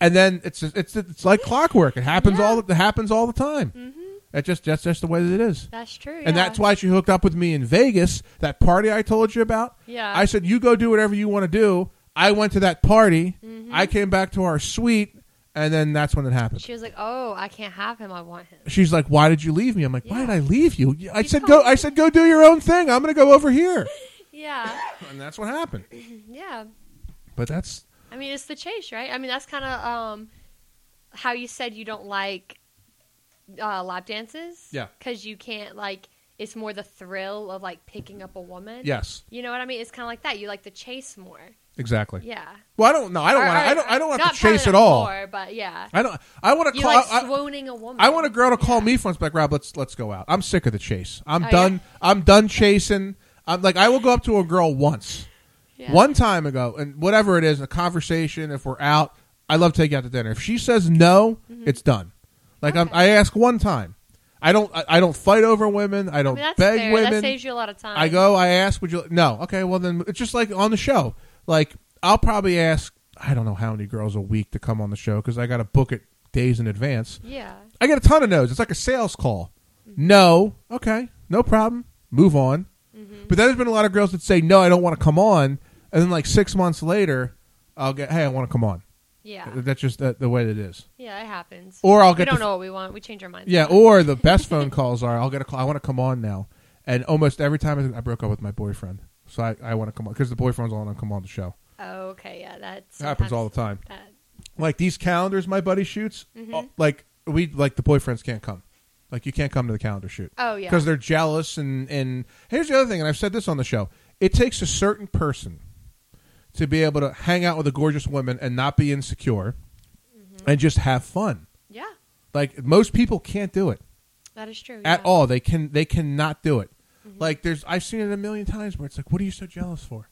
Speaker 5: and then it's just, it's it's like clockwork it happens all it happens all the time That just that's just the way that it is
Speaker 6: Mm-hmm. That's true.
Speaker 5: and
Speaker 6: yeah.
Speaker 5: that's why she hooked up with me in Vegas, that party I told you about.
Speaker 6: Yeah.
Speaker 5: I said, you go do whatever you want to do. I went to that party.
Speaker 6: Mm-hmm.
Speaker 5: I came back to our suite, and then that's when it happened.
Speaker 6: she was like, "Oh, I can't have him. I want him."
Speaker 5: She's like, "Why did you leave me?" I'm like, "Why
Speaker 6: Yeah.
Speaker 5: did I leave you?" I
Speaker 6: You
Speaker 5: said,
Speaker 6: told
Speaker 5: "Go."
Speaker 6: me.
Speaker 5: I said, "Go do your own thing. I'm going to go over here."
Speaker 6: Yeah.
Speaker 5: and that's what happened.
Speaker 6: yeah.
Speaker 5: But that's
Speaker 6: I mean, it's the chase, right? I mean, that's kind of um, how you said you don't like uh, lap dances.
Speaker 5: Yeah.
Speaker 6: Because you can't like. It's more the thrill of like picking up a woman.
Speaker 5: yes,
Speaker 6: You know what I mean? It's kind of like that. You like the chase more.
Speaker 5: exactly.
Speaker 6: Yeah.
Speaker 5: Well, I don't know. I don't
Speaker 6: Or-
Speaker 5: want.
Speaker 6: or-
Speaker 5: I don't. I don't want to
Speaker 6: not
Speaker 5: chase
Speaker 6: probably
Speaker 5: at
Speaker 6: not
Speaker 5: all.
Speaker 6: More, but yeah.
Speaker 5: I don't. I want to
Speaker 6: You
Speaker 5: call.
Speaker 6: like
Speaker 5: I-
Speaker 6: swooning a woman.
Speaker 5: I want a girl to call me once back, Rob. Let's let's go out. I'm sick of the chase. I'm
Speaker 6: Oh,
Speaker 5: done. I'm done chasing. I'm like I will go up to a girl once,
Speaker 6: Yeah.
Speaker 5: one time ago, and whatever it is, a conversation. If we're out, I love to take you out to dinner. If she says no,
Speaker 6: Mm-hmm.
Speaker 5: it's done. Like I'm, I ask one time. I don't. I, I don't fight over women. I
Speaker 6: I
Speaker 5: don't
Speaker 6: mean, that's
Speaker 5: beg
Speaker 6: fair. That
Speaker 5: women.
Speaker 6: saves you a lot of time.
Speaker 5: I go, I ask, would you no? Okay, well then it's just like on the show. Like I'll probably ask, I don't know how many girls a week to come on the show because I got to book it days in advance.
Speaker 6: Yeah.
Speaker 5: I get a ton of no's. It's like a sales call. No, okay, no problem. Move on. But then there's been a lot of girls that say, no, I don't want to come on, and then like six months later, I'll get, hey, I want to come on.
Speaker 6: Yeah.
Speaker 5: That's just the, the way that it is.
Speaker 6: Yeah, it happens.
Speaker 5: Or I'll
Speaker 6: we
Speaker 5: get
Speaker 6: don't
Speaker 5: the-
Speaker 6: know what we want. We change our minds.
Speaker 5: Yeah, or the best phone calls are I'll get a call. I want to come on now, and almost every time I broke up with my boyfriend, so I, I want to come on because the boyfriend's on and come on the show.
Speaker 6: Oh, okay. Yeah, that's
Speaker 5: It happens all the time.
Speaker 6: That,
Speaker 5: Like these calendars my buddy shoots,
Speaker 6: Mm-hmm.
Speaker 5: uh, like we like the boyfriends can't come, like you can't come to the calendar shoot.
Speaker 6: Oh, yeah.
Speaker 5: because they're jealous and and here's the other thing, and I've said this on the show. It takes a certain person to be able to hang out with a gorgeous woman and not be insecure,
Speaker 6: Mm-hmm.
Speaker 5: and just have fun.
Speaker 6: yeah,
Speaker 5: Like most people can't do it.
Speaker 6: that is true.
Speaker 5: at
Speaker 6: yeah. Mm-hmm.
Speaker 5: all. They can they cannot do it. Like there's I've seen it a million times where it's like, what are you so jealous for?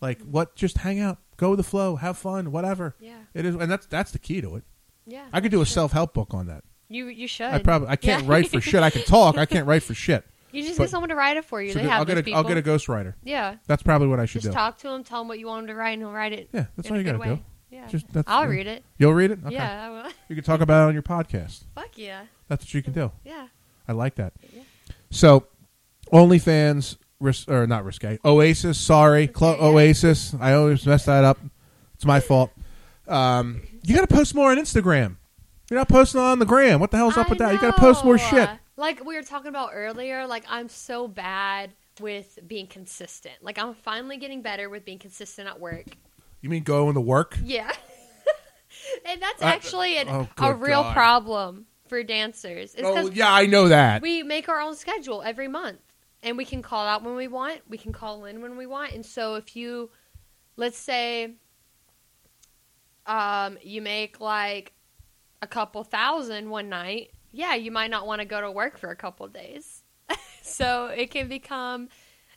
Speaker 5: Like what? Just hang out, go with the flow, have fun, whatever.
Speaker 6: Mm-hmm. Yeah.
Speaker 5: it is, and that's that's the key to it.
Speaker 6: Yeah,
Speaker 5: I could do a self help book on that.
Speaker 6: you you should.
Speaker 5: I probably I can't
Speaker 6: Yeah.
Speaker 5: write for shit. I can talk. I can't write for shit.
Speaker 6: You just
Speaker 5: but-
Speaker 6: get someone to write it for you.
Speaker 5: So
Speaker 6: they
Speaker 5: good,
Speaker 6: have
Speaker 5: I'll get
Speaker 6: those
Speaker 5: a
Speaker 6: people.
Speaker 5: will get a ghostwriter.
Speaker 6: Yeah,
Speaker 5: That's probably what I should
Speaker 6: just
Speaker 5: do.
Speaker 6: talk to them. Tell them what you want them to write, and he'll write it.
Speaker 5: Yeah, that's
Speaker 6: in
Speaker 5: all
Speaker 6: a
Speaker 5: you
Speaker 6: good
Speaker 5: gotta
Speaker 6: way.
Speaker 5: do.
Speaker 6: Yeah,
Speaker 5: Just- that's-
Speaker 6: I'll read it.
Speaker 5: You'll read it. Okay.
Speaker 6: Yeah, I will.
Speaker 5: you can talk about it on your podcast.
Speaker 6: fuck yeah,
Speaker 5: That's what you can do.
Speaker 6: yeah.
Speaker 5: I like that. So, OnlyFans, ris- or not risque, Oasis. Sorry, Clo- Oasis. I always mess that up. It's my fault. Um, you got to post more on Instagram. You're not posting on the gram. What the hell's up
Speaker 6: I
Speaker 5: with that? You got to post more
Speaker 6: know.
Speaker 5: shit.
Speaker 6: Like we were talking about earlier, like I'm so bad with being consistent. Like I'm finally getting better with being consistent at work.
Speaker 5: You mean going to work?
Speaker 6: Yeah. and that's
Speaker 5: I-
Speaker 6: actually an,
Speaker 5: oh,
Speaker 6: a
Speaker 5: good
Speaker 6: real
Speaker 5: God.
Speaker 6: problem for dancers. It's
Speaker 5: Oh,
Speaker 6: because
Speaker 5: yeah, I know that.
Speaker 6: we make our own schedule every month and we can call out when we want, we can call in when we want. And so if you, let's say, um, you make like a couple thousand one night, yeah, you might not want to go to work for a couple days. so it can become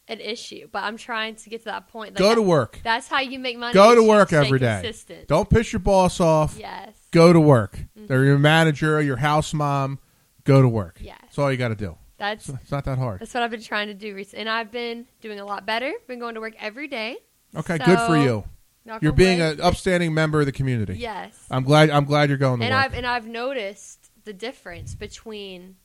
Speaker 6: an issue. But I'm trying to get to that point. Like,
Speaker 5: go to work.
Speaker 6: That's how you make money.
Speaker 5: Go
Speaker 6: is
Speaker 5: to
Speaker 6: you
Speaker 5: work
Speaker 6: stay
Speaker 5: every day.
Speaker 6: consistent.
Speaker 5: Don't piss your boss off.
Speaker 6: Yes. Mm-hmm.
Speaker 5: Go to work. They're your manager, your house mom. Go to work.
Speaker 6: Yes.
Speaker 5: That's all you got to do.
Speaker 6: That's
Speaker 5: It's not that hard.
Speaker 6: that's what I've been trying to do recently, and I've been doing a lot better. Been going to work every day.
Speaker 5: Okay,
Speaker 6: So,
Speaker 5: good for you.
Speaker 6: knock
Speaker 5: You're
Speaker 6: on
Speaker 5: being
Speaker 6: wood.
Speaker 5: an upstanding member of the community.
Speaker 6: yes,
Speaker 5: I'm glad. I'm glad you're going to
Speaker 6: and
Speaker 5: work.
Speaker 6: I've and I've noticed the difference between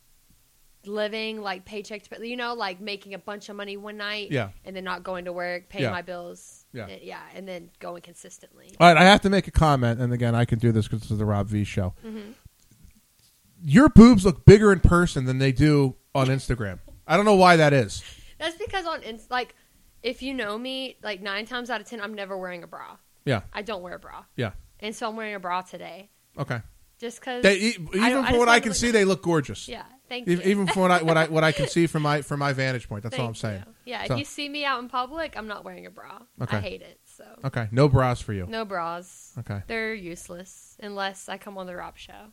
Speaker 6: living like paycheck to pay, you know, like making a bunch of money one night,
Speaker 5: Yeah.
Speaker 6: and then not going to work, paying
Speaker 5: Yeah.
Speaker 6: my bills,
Speaker 5: Yeah.
Speaker 6: and, yeah, and then going consistently.
Speaker 5: All right, I have to make a comment, and again, I can do this because this is the Rob V show.
Speaker 6: Mm-hmm.
Speaker 5: Your boobs look bigger in person than they do on Instagram. I don't know why that is.
Speaker 6: That's because on Inst- like if you know me, like nine times out of ten, I'm never wearing a bra.
Speaker 5: Yeah,
Speaker 6: I don't wear a bra,
Speaker 5: yeah.
Speaker 6: and so I'm wearing a bra today.
Speaker 5: Okay.
Speaker 6: Just because
Speaker 5: They, e- even from what I can see, they look gorgeous.
Speaker 6: yeah, thank
Speaker 5: Even,
Speaker 6: you.
Speaker 5: even from what I what I what I can see from my from my vantage point. That's all I'm
Speaker 6: Thank
Speaker 5: saying.
Speaker 6: you. Yeah,
Speaker 5: So-
Speaker 6: if you see me out in public, I'm not wearing a bra.
Speaker 5: Okay.
Speaker 6: I hate it. So
Speaker 5: Okay, no bras for you.
Speaker 6: no bras.
Speaker 5: Okay.
Speaker 6: They're useless unless I come on the Rob show,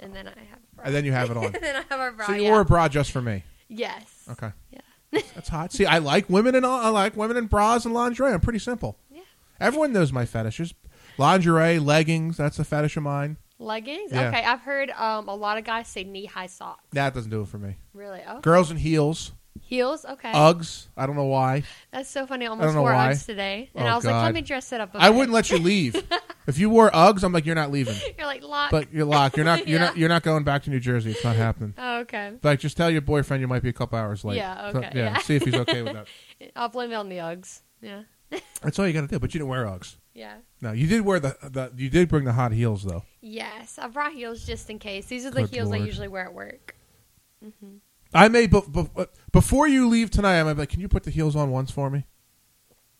Speaker 6: and then I have a bra.
Speaker 5: And then you have it on.
Speaker 6: And then I have a bra.
Speaker 5: so you
Speaker 6: yeah.
Speaker 5: wore a bra just for me.
Speaker 6: Yes.
Speaker 5: Okay.
Speaker 6: Yeah.
Speaker 5: That's hot. See, I like women and I like women in bras and lingerie. I'm pretty simple.
Speaker 6: Yeah.
Speaker 5: Everyone knows my fetishes. Lingerie, leggings, that's a fetish of mine.
Speaker 6: Leggings.
Speaker 5: Yeah.
Speaker 6: Okay, I've heard um, a lot of guys say knee high socks.
Speaker 5: That doesn't do it for me.
Speaker 6: Really? Oh,
Speaker 5: Girls in heels,
Speaker 6: heels. Okay,
Speaker 5: Uggs. I don't know why.
Speaker 6: that's so funny. I
Speaker 5: Uh, don't
Speaker 6: almost
Speaker 5: know
Speaker 6: wore
Speaker 5: why.
Speaker 6: Uggs today, and
Speaker 5: Oh,
Speaker 6: I was like,
Speaker 5: God.
Speaker 6: "Let me dress it up." I
Speaker 5: I wouldn't let you leave. if you wore Uggs, I'm like, you're not leaving.
Speaker 6: You're like lock.
Speaker 5: But you're locked. You're not. You're
Speaker 6: Yeah.
Speaker 5: not. You're not going back to New Jersey. It's not happening.
Speaker 6: oh, okay.
Speaker 5: Like, just tell your boyfriend you might be a couple hours late.
Speaker 6: Yeah,
Speaker 5: So,
Speaker 6: okay,
Speaker 5: yeah.
Speaker 6: yeah.
Speaker 5: See if he's okay with that.
Speaker 6: I'll blame it on the Uggs. Yeah.
Speaker 5: That's all you got to do. But you didn't wear Uggs.
Speaker 6: Yeah.
Speaker 5: No, you did wear the, the. You did bring the hot heels though.
Speaker 6: Yes, I brought heels just in case. These are the
Speaker 5: Good
Speaker 6: heels I
Speaker 5: Lord.
Speaker 6: usually wear at work.
Speaker 5: I may, but, before you leave tonight, I'm like, can you put the heels on once for me?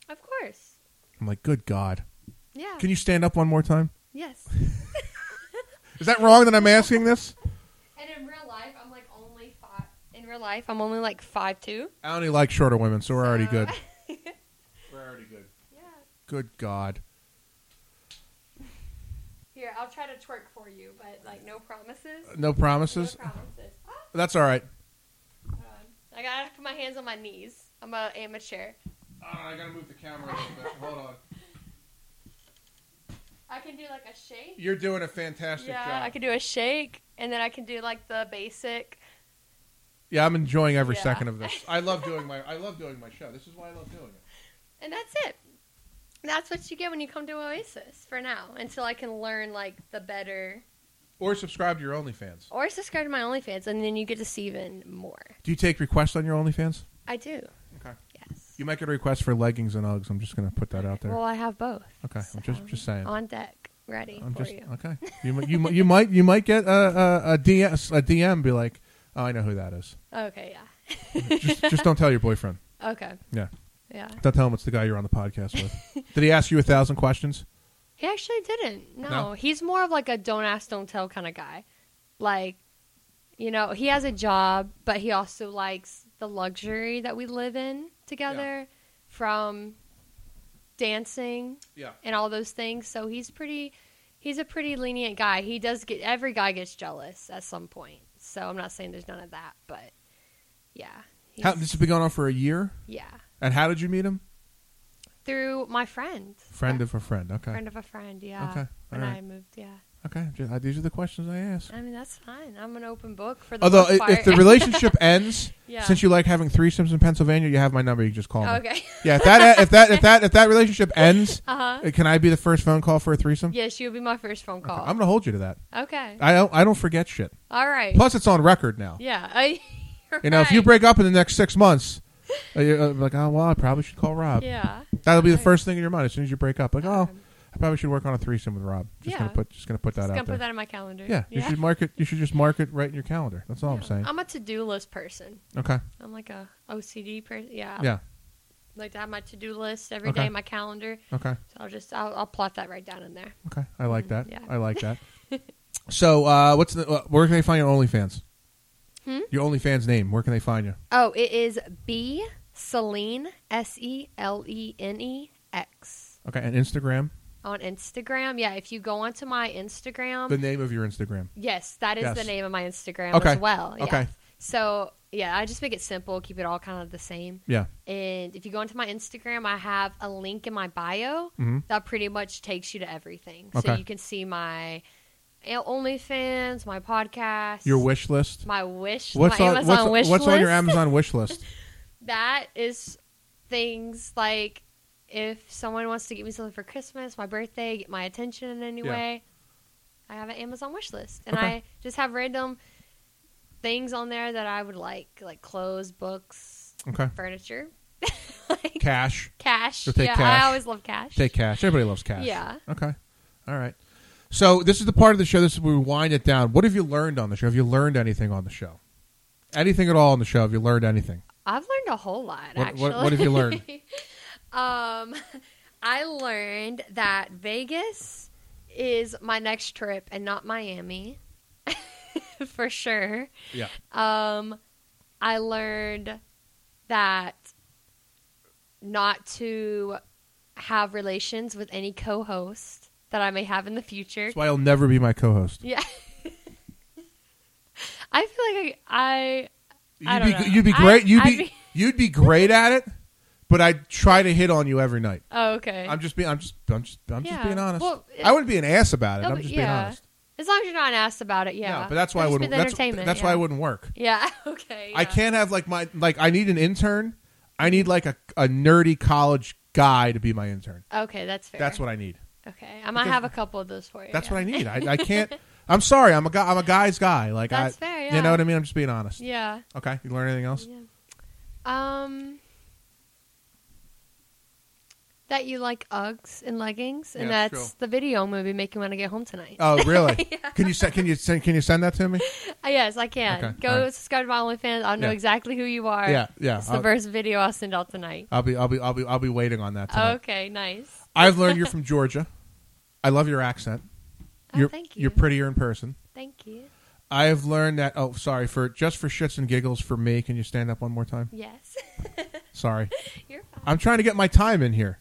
Speaker 6: Of course.
Speaker 5: I'm like, good God.
Speaker 6: Yeah.
Speaker 5: Can you stand up one more time?
Speaker 6: yes.
Speaker 5: Is that wrong that I'm asking this?
Speaker 6: And in real life, I'm like only five. In real life, I'm only like five two.
Speaker 5: I only like shorter women, so we're already good.
Speaker 1: We're already good.
Speaker 6: Yeah.
Speaker 5: Good God.
Speaker 6: Here, I'll try to twerk for you, but like no promises.
Speaker 5: No promises?
Speaker 6: No promises. Ah,
Speaker 5: That's all right.
Speaker 6: hold on. I gotta put my hands on my knees. I'm a amateur.
Speaker 5: Uh, I gotta move the camera a little bit. Hold on.
Speaker 6: I can do like a shake.
Speaker 5: You're doing a fantastic
Speaker 6: Yeah,
Speaker 5: job.
Speaker 6: I can do a shake, and then I can do like the basic.
Speaker 5: Yeah, I'm enjoying every
Speaker 6: Yeah.
Speaker 5: second of this. I love doing my I love doing my show. This is why I love doing it.
Speaker 6: And that's it. That's what you get when you come to Oasis for now, until I can learn like the better
Speaker 5: Or subscribe to your OnlyFans.
Speaker 6: or subscribe to my OnlyFans, and then you get to see even more.
Speaker 5: Do you take requests on your OnlyFans?
Speaker 6: I do.
Speaker 5: Okay.
Speaker 6: Yes.
Speaker 5: You might get a request for leggings and Uggs. I'm just gonna put that out there.
Speaker 6: Well, I have both.
Speaker 5: okay, I'm just just saying.
Speaker 6: On deck, ready
Speaker 5: I'm
Speaker 6: for
Speaker 5: just
Speaker 6: you.
Speaker 5: okay. You mi- you mi- you might you might get a a, a DM a DM be like, oh, I know who that is.
Speaker 6: Okay. Yeah.
Speaker 5: Just just don't tell your boyfriend.
Speaker 6: Okay.
Speaker 5: Yeah,
Speaker 6: Yeah.
Speaker 5: don't tell him it's the guy you're on the podcast with. Did he ask you a thousand questions?
Speaker 6: He actually didn't. No.
Speaker 5: No?
Speaker 6: He's more of like a don't ask, don't tell kind of guy. Like, you know, he has a job, but he also likes the luxury that we live in together from dancing
Speaker 5: Yeah.
Speaker 6: and all those things. So he's pretty, he's a pretty lenient guy. He does get, every guy gets jealous at some point. So I'm not saying there's none of that, but yeah. He's-
Speaker 5: How, this has been going on for a year.
Speaker 6: yeah.
Speaker 5: And how did you meet him?
Speaker 6: Through my friend.
Speaker 5: Friend of a friend. Okay.
Speaker 6: Uh, Friend of a friend, yeah.
Speaker 5: Okay, all
Speaker 6: When
Speaker 5: right.
Speaker 6: I moved, yeah.
Speaker 5: Okay. Ju- uh, These are the questions I ask.
Speaker 6: I mean, that's fine. I'm an open book for the
Speaker 5: Although,
Speaker 6: most
Speaker 5: i- if
Speaker 6: part.
Speaker 5: the relationship ends,
Speaker 6: Yeah.
Speaker 5: since you like having threesomes in Pennsylvania, you have my number. You can just call me.
Speaker 6: okay.
Speaker 5: Yeah. If that if that if that if that relationship ends,
Speaker 6: Uh huh.
Speaker 5: uh, can I be the first phone call for a threesome?
Speaker 6: Yes, you'll be my first phone call.
Speaker 5: I'm gonna hold you to that.
Speaker 6: okay.
Speaker 5: I don't I don't forget shit.
Speaker 6: All right.
Speaker 5: Plus, it's on record now.
Speaker 6: yeah. I, you're
Speaker 5: You know, if you
Speaker 6: right.
Speaker 5: break up in the next six months, uh, you're uh, like, oh well, I probably should call Rob.
Speaker 6: Yeah.
Speaker 5: That'll be the
Speaker 6: Right.
Speaker 5: first thing in your mind as soon as you break up. Like, oh,
Speaker 6: Um,
Speaker 5: I probably should work on a threesome with Rob. Just
Speaker 6: Yeah.
Speaker 5: gonna put just gonna put that
Speaker 6: Just gonna
Speaker 5: out there.
Speaker 6: put that in my calendar.
Speaker 5: yeah, you should mark it. You should just mark it right in your calendar. That's all I'm
Speaker 6: Yeah. Oh.
Speaker 5: saying.
Speaker 6: I'm a to-do list person.
Speaker 5: okay.
Speaker 6: I'm like a OCD person. Yeah.
Speaker 5: Yeah.
Speaker 6: Like to have my to-do list every day
Speaker 5: Okay.
Speaker 6: in my calendar.
Speaker 5: Okay.
Speaker 6: So I'll just I'll, I'll plot that right down in there.
Speaker 5: Okay. I like that.
Speaker 6: yeah.
Speaker 5: I like that. so, uh, what's the, uh, where can they find your OnlyFans?
Speaker 6: Hmm?
Speaker 5: Your OnlyFans name. Where can they find you?
Speaker 6: Oh, it is B Celine S E L E N E X
Speaker 5: Okay. And Instagram.
Speaker 6: on Instagram. Yeah, if you go onto my Instagram,
Speaker 5: The name of your Instagram.
Speaker 6: Yes, that is the
Speaker 5: Yes.
Speaker 6: name of my Instagram
Speaker 5: Okay.
Speaker 6: as well. Yeah.
Speaker 5: Okay.
Speaker 6: So yeah, I just make it simple, keep it all kind of the same.
Speaker 5: Yeah.
Speaker 6: And if you go into my Instagram, I have a link in my bio
Speaker 5: Mhm.
Speaker 6: that pretty much takes you to everything. So
Speaker 5: Okay.
Speaker 6: you can see my OnlyFans, my podcast,
Speaker 5: Your wish list.
Speaker 6: my wish,
Speaker 5: What's
Speaker 6: my
Speaker 5: on
Speaker 6: Amazon
Speaker 5: what's,
Speaker 6: wish
Speaker 5: what's
Speaker 6: list.
Speaker 5: on your Amazon wish list?
Speaker 6: That is things like if someone wants to get me something for Christmas, my birthday, get my attention in any
Speaker 5: Yeah.
Speaker 6: way, I have an Amazon wish list. And
Speaker 5: Okay.
Speaker 6: I just have random things on there that I would like, like clothes, books,
Speaker 5: Okay.
Speaker 6: furniture, like
Speaker 5: Cash.
Speaker 6: cash.
Speaker 5: You'll take
Speaker 6: yeah,
Speaker 5: cash.
Speaker 6: I always love cash.
Speaker 5: Take cash. Everybody loves cash.
Speaker 6: Yeah.
Speaker 5: Okay. All right. So this is the part of the show. This is where we wind it down. What have you learned on the show? Have you learned anything on the show? Anything at all on the show? Have you learned anything?
Speaker 6: I've learned a whole lot,
Speaker 5: What-
Speaker 6: actually.
Speaker 5: what- what have you learned?
Speaker 6: um, I learned that Vegas is my next trip and not Miami, for sure.
Speaker 4: Yeah.
Speaker 6: Um, I learned that not to have relations with any co-host that I may have in the future.
Speaker 5: That's why I'll never be my co-host.
Speaker 6: Yeah. I feel like I,
Speaker 5: You'd
Speaker 6: I, I
Speaker 5: be
Speaker 6: don't know.
Speaker 5: you'd be
Speaker 6: I-
Speaker 5: great. You'd
Speaker 6: I'd
Speaker 5: be, you'd be great at it, but I'd try to hit on you every night.
Speaker 6: Oh, okay.
Speaker 5: I'm just being I'm just I'm just I'm
Speaker 6: Yeah.
Speaker 5: just being honest.
Speaker 6: Well, it-
Speaker 5: I wouldn't be an ass about it.
Speaker 6: Oh,
Speaker 5: I'm
Speaker 6: but
Speaker 5: just being
Speaker 6: yeah.
Speaker 5: honest.
Speaker 6: As long as you're not asked about it, yeah.
Speaker 5: No, but that's why I
Speaker 6: Just
Speaker 5: wouldn't.
Speaker 6: for the
Speaker 5: That's,
Speaker 6: entertainment,
Speaker 5: that's
Speaker 6: yeah.
Speaker 5: why I wouldn't work.
Speaker 6: Yeah. Okay.
Speaker 5: I
Speaker 6: yeah.
Speaker 5: can't have like my like I need an intern. I need like a, a nerdy college guy to be my intern.
Speaker 6: Okay, that's fair.
Speaker 5: That's what I need.
Speaker 6: Okay, I might
Speaker 5: Because-
Speaker 6: have a couple of those for you.
Speaker 5: That's
Speaker 6: yeah.
Speaker 5: what I need. I, I can't. I'm sorry. I'm a guy. I'm a guy's guy. Like
Speaker 6: That's
Speaker 5: I,
Speaker 6: fair,
Speaker 5: You
Speaker 6: yeah.
Speaker 5: know what I mean? I'm just being honest.
Speaker 6: Yeah.
Speaker 5: Okay. You learn anything else?
Speaker 6: Yeah. Um. That you like Uggs and leggings, and
Speaker 5: Yeah,
Speaker 6: that's
Speaker 5: true.
Speaker 6: the video movie make you want to get home tonight.
Speaker 5: Oh, really? Can you send? Can you send? Can you send that to me?
Speaker 6: Uh, yes, I can.
Speaker 5: Okay,
Speaker 6: Go
Speaker 5: all right.
Speaker 6: subscribe to my OnlyFans. I'll know
Speaker 5: Yeah.
Speaker 6: exactly who you are.
Speaker 5: Yeah, yeah.
Speaker 6: It's
Speaker 5: I'll-
Speaker 6: the first video I'll send out tonight.
Speaker 5: I'll be. I'll be. I'll be. I'll be waiting on that. Tonight.
Speaker 6: Okay, nice.
Speaker 5: I've learned you're from Georgia. I love your accent.
Speaker 6: Oh,
Speaker 5: You're,
Speaker 6: thank
Speaker 5: You're
Speaker 6: you.
Speaker 5: prettier in person.
Speaker 6: Thank you.
Speaker 5: I have learned that. Oh, sorry for just for shits and giggles for me. Can you stand up one more time?
Speaker 6: Yes,
Speaker 5: Sorry.
Speaker 6: you're fine.
Speaker 5: I'm trying to get my time in here.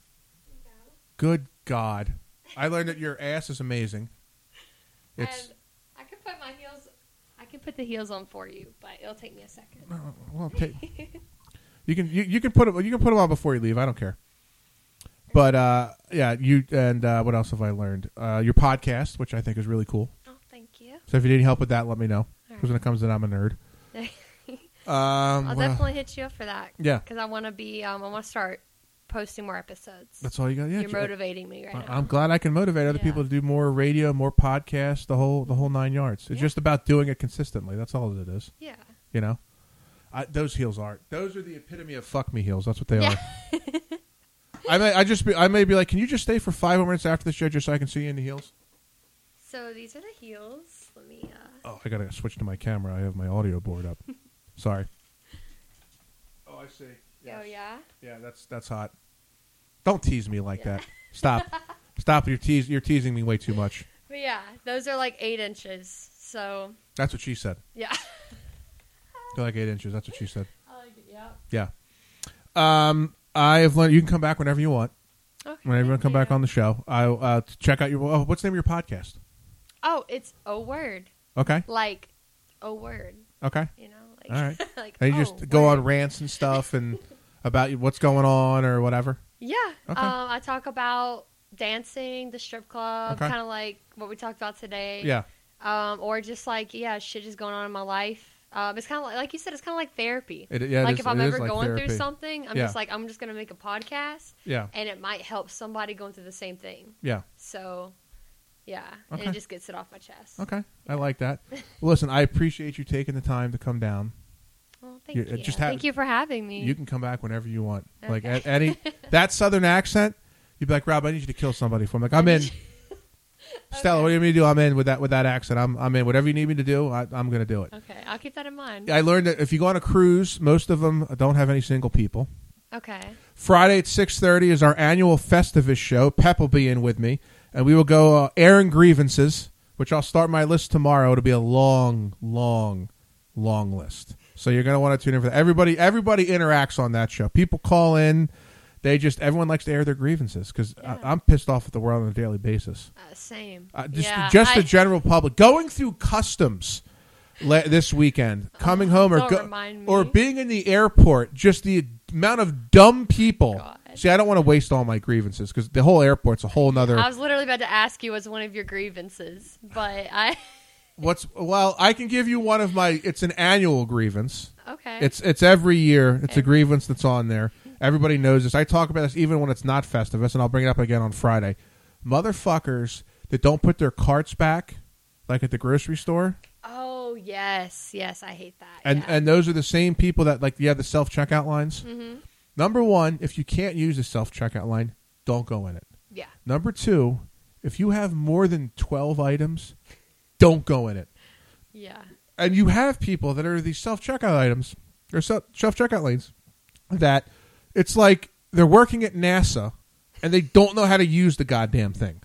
Speaker 5: Good God. I learned that your ass is amazing. It's
Speaker 6: and I can put my heels. I can put the heels on for you, but it'll take me a second.
Speaker 5: well, ta- you can you, you can put it you can put them on before you leave. I don't care. But uh, yeah, you and uh, what else have I learned? Uh, your podcast, which I think is really cool.
Speaker 6: Oh, thank you.
Speaker 5: So if you need any help with that, let me know. Because when
Speaker 6: Alright.
Speaker 5: it comes to that, I'm a nerd. Um,
Speaker 6: I'll
Speaker 5: what-
Speaker 6: definitely hit you up for that.
Speaker 5: Yeah.
Speaker 6: because I want to be. Um, I want to start posting more episodes.
Speaker 5: that's all you got. Yeah,
Speaker 6: You're
Speaker 5: ju-
Speaker 6: motivating me right now.
Speaker 5: I'm glad I can motivate other
Speaker 6: Yeah.
Speaker 5: people to do more radio, more podcasts, the whole the whole nine yards. It's
Speaker 6: Yeah.
Speaker 5: just about doing it consistently. That's all it is.
Speaker 6: yeah.
Speaker 5: You know, I, those heels aren't. Those are the epitome of fuck me heels. That's what they
Speaker 6: Yeah.
Speaker 5: are. I may I just be, I may be like, can you just stay for five more minutes after the show just so I can see you in the heels?
Speaker 6: So these are the heels. Let me. Uh,
Speaker 5: Oh, I gotta switch to my camera. I have my audio board up. Sorry. Oh, I see.
Speaker 6: Oh yeah.
Speaker 5: Yeah, that's that's hot. Don't tease me like
Speaker 6: Yeah.
Speaker 5: that. Stop. Stop. You're teas You're teasing me way too much.
Speaker 6: But yeah, those are like eight inches. So
Speaker 5: That's what she said.
Speaker 6: yeah.
Speaker 5: They're like eight inches. That's what she said.
Speaker 6: I like it. Yeah.
Speaker 5: Yeah. Um, I have learned. You can come back whenever you want.
Speaker 6: Okay.
Speaker 5: Whenever you want to come back on the show, I uh, to check out your. Oh, what's the name of your podcast?
Speaker 6: Oh, it's a word.
Speaker 5: Okay.
Speaker 6: Like a word.
Speaker 5: Okay.
Speaker 6: You know. Like,
Speaker 5: All right.
Speaker 6: like.
Speaker 5: And you
Speaker 6: oh,
Speaker 5: just go
Speaker 6: word.
Speaker 5: on rants and stuff and about what's going on or whatever.
Speaker 6: Yeah.
Speaker 5: Okay.
Speaker 6: Um, I talk about dancing, the strip club,
Speaker 5: Okay.
Speaker 6: kind of like what we talked about today.
Speaker 5: Yeah.
Speaker 6: Um, or just like yeah, shit just going on in my life. Um, it's kind of like, like you said, it's kind of like therapy.
Speaker 5: It, yeah. it
Speaker 6: like
Speaker 5: is-
Speaker 6: if I'm
Speaker 5: it is
Speaker 6: ever
Speaker 5: like
Speaker 6: going
Speaker 5: therapy.
Speaker 6: through something, I'm
Speaker 5: Yeah.
Speaker 6: just like I'm just gonna make a podcast,
Speaker 5: Yeah.
Speaker 6: and it might help somebody going through the same thing.
Speaker 5: Yeah.
Speaker 6: So, yeah, and
Speaker 5: Okay.
Speaker 6: it just gets it off my chest.
Speaker 5: Okay. I like that. Well, listen, I appreciate you taking the time to come down.
Speaker 6: Well, thank
Speaker 5: You-
Speaker 6: you.
Speaker 5: it just ha-
Speaker 6: thank you for having me.
Speaker 5: You can come back whenever you want. Like
Speaker 6: Okay.
Speaker 5: at any that southern accent, you'd be like, Rob, I need you to kill somebody for me. Like I'm in. Stella, what do you mean to do? I'm in with that with that accent. I'm I'm in. Whatever you need me to do, I, I'm going to do it.
Speaker 6: okay, I'll keep that in mind.
Speaker 5: I learned that if you go on a cruise, most of them don't have any single people.
Speaker 6: Okay.
Speaker 5: Friday at six thirty is our annual Festivus show. Pep will be in with me, and we will go uh, airing grievances, which I'll start my list tomorrow. It'll be a long, long, long list. So you're going to want to tune in for that. Everybody, everybody interacts on that show. People call in. They just everyone likes to air their grievances because
Speaker 6: Yeah.
Speaker 5: I'm pissed off at the world on a daily basis.
Speaker 6: Uh, same.
Speaker 5: Uh, just
Speaker 6: yeah,
Speaker 5: just
Speaker 6: I-
Speaker 5: the general public going through customs le- this weekend, coming home or
Speaker 6: Oh, don't remind me.
Speaker 5: or being in the airport. Just the amount of dumb people.
Speaker 6: God.
Speaker 5: See, I don't want to waste all my grievances because the whole airport's a whole nother.
Speaker 6: I was literally about to ask you what's one of your grievances, but I.
Speaker 5: What's well, I can give you one of my. It's an annual grievance.
Speaker 6: Okay.
Speaker 5: It's it's every year. It's a
Speaker 6: Okay.
Speaker 5: grievance that's on there. Everybody knows this. I talk about this even when it's not Festivus, and I'll bring it up again on Friday. Motherfuckers that don't put their carts back, like at the grocery store.
Speaker 6: oh yes, yes, I hate that.
Speaker 5: and
Speaker 6: yeah.
Speaker 5: and those are the same people that like you have the self checkout lines. Number one, if you can't use a self checkout line, don't go in it.
Speaker 6: yeah,
Speaker 5: Number two, if you have more than twelve items, don't go in it.
Speaker 6: yeah,
Speaker 5: And you have people that are these self checkout items or self checkout lanes that it's like they're working at NASA and they don't know how to use the goddamn thing.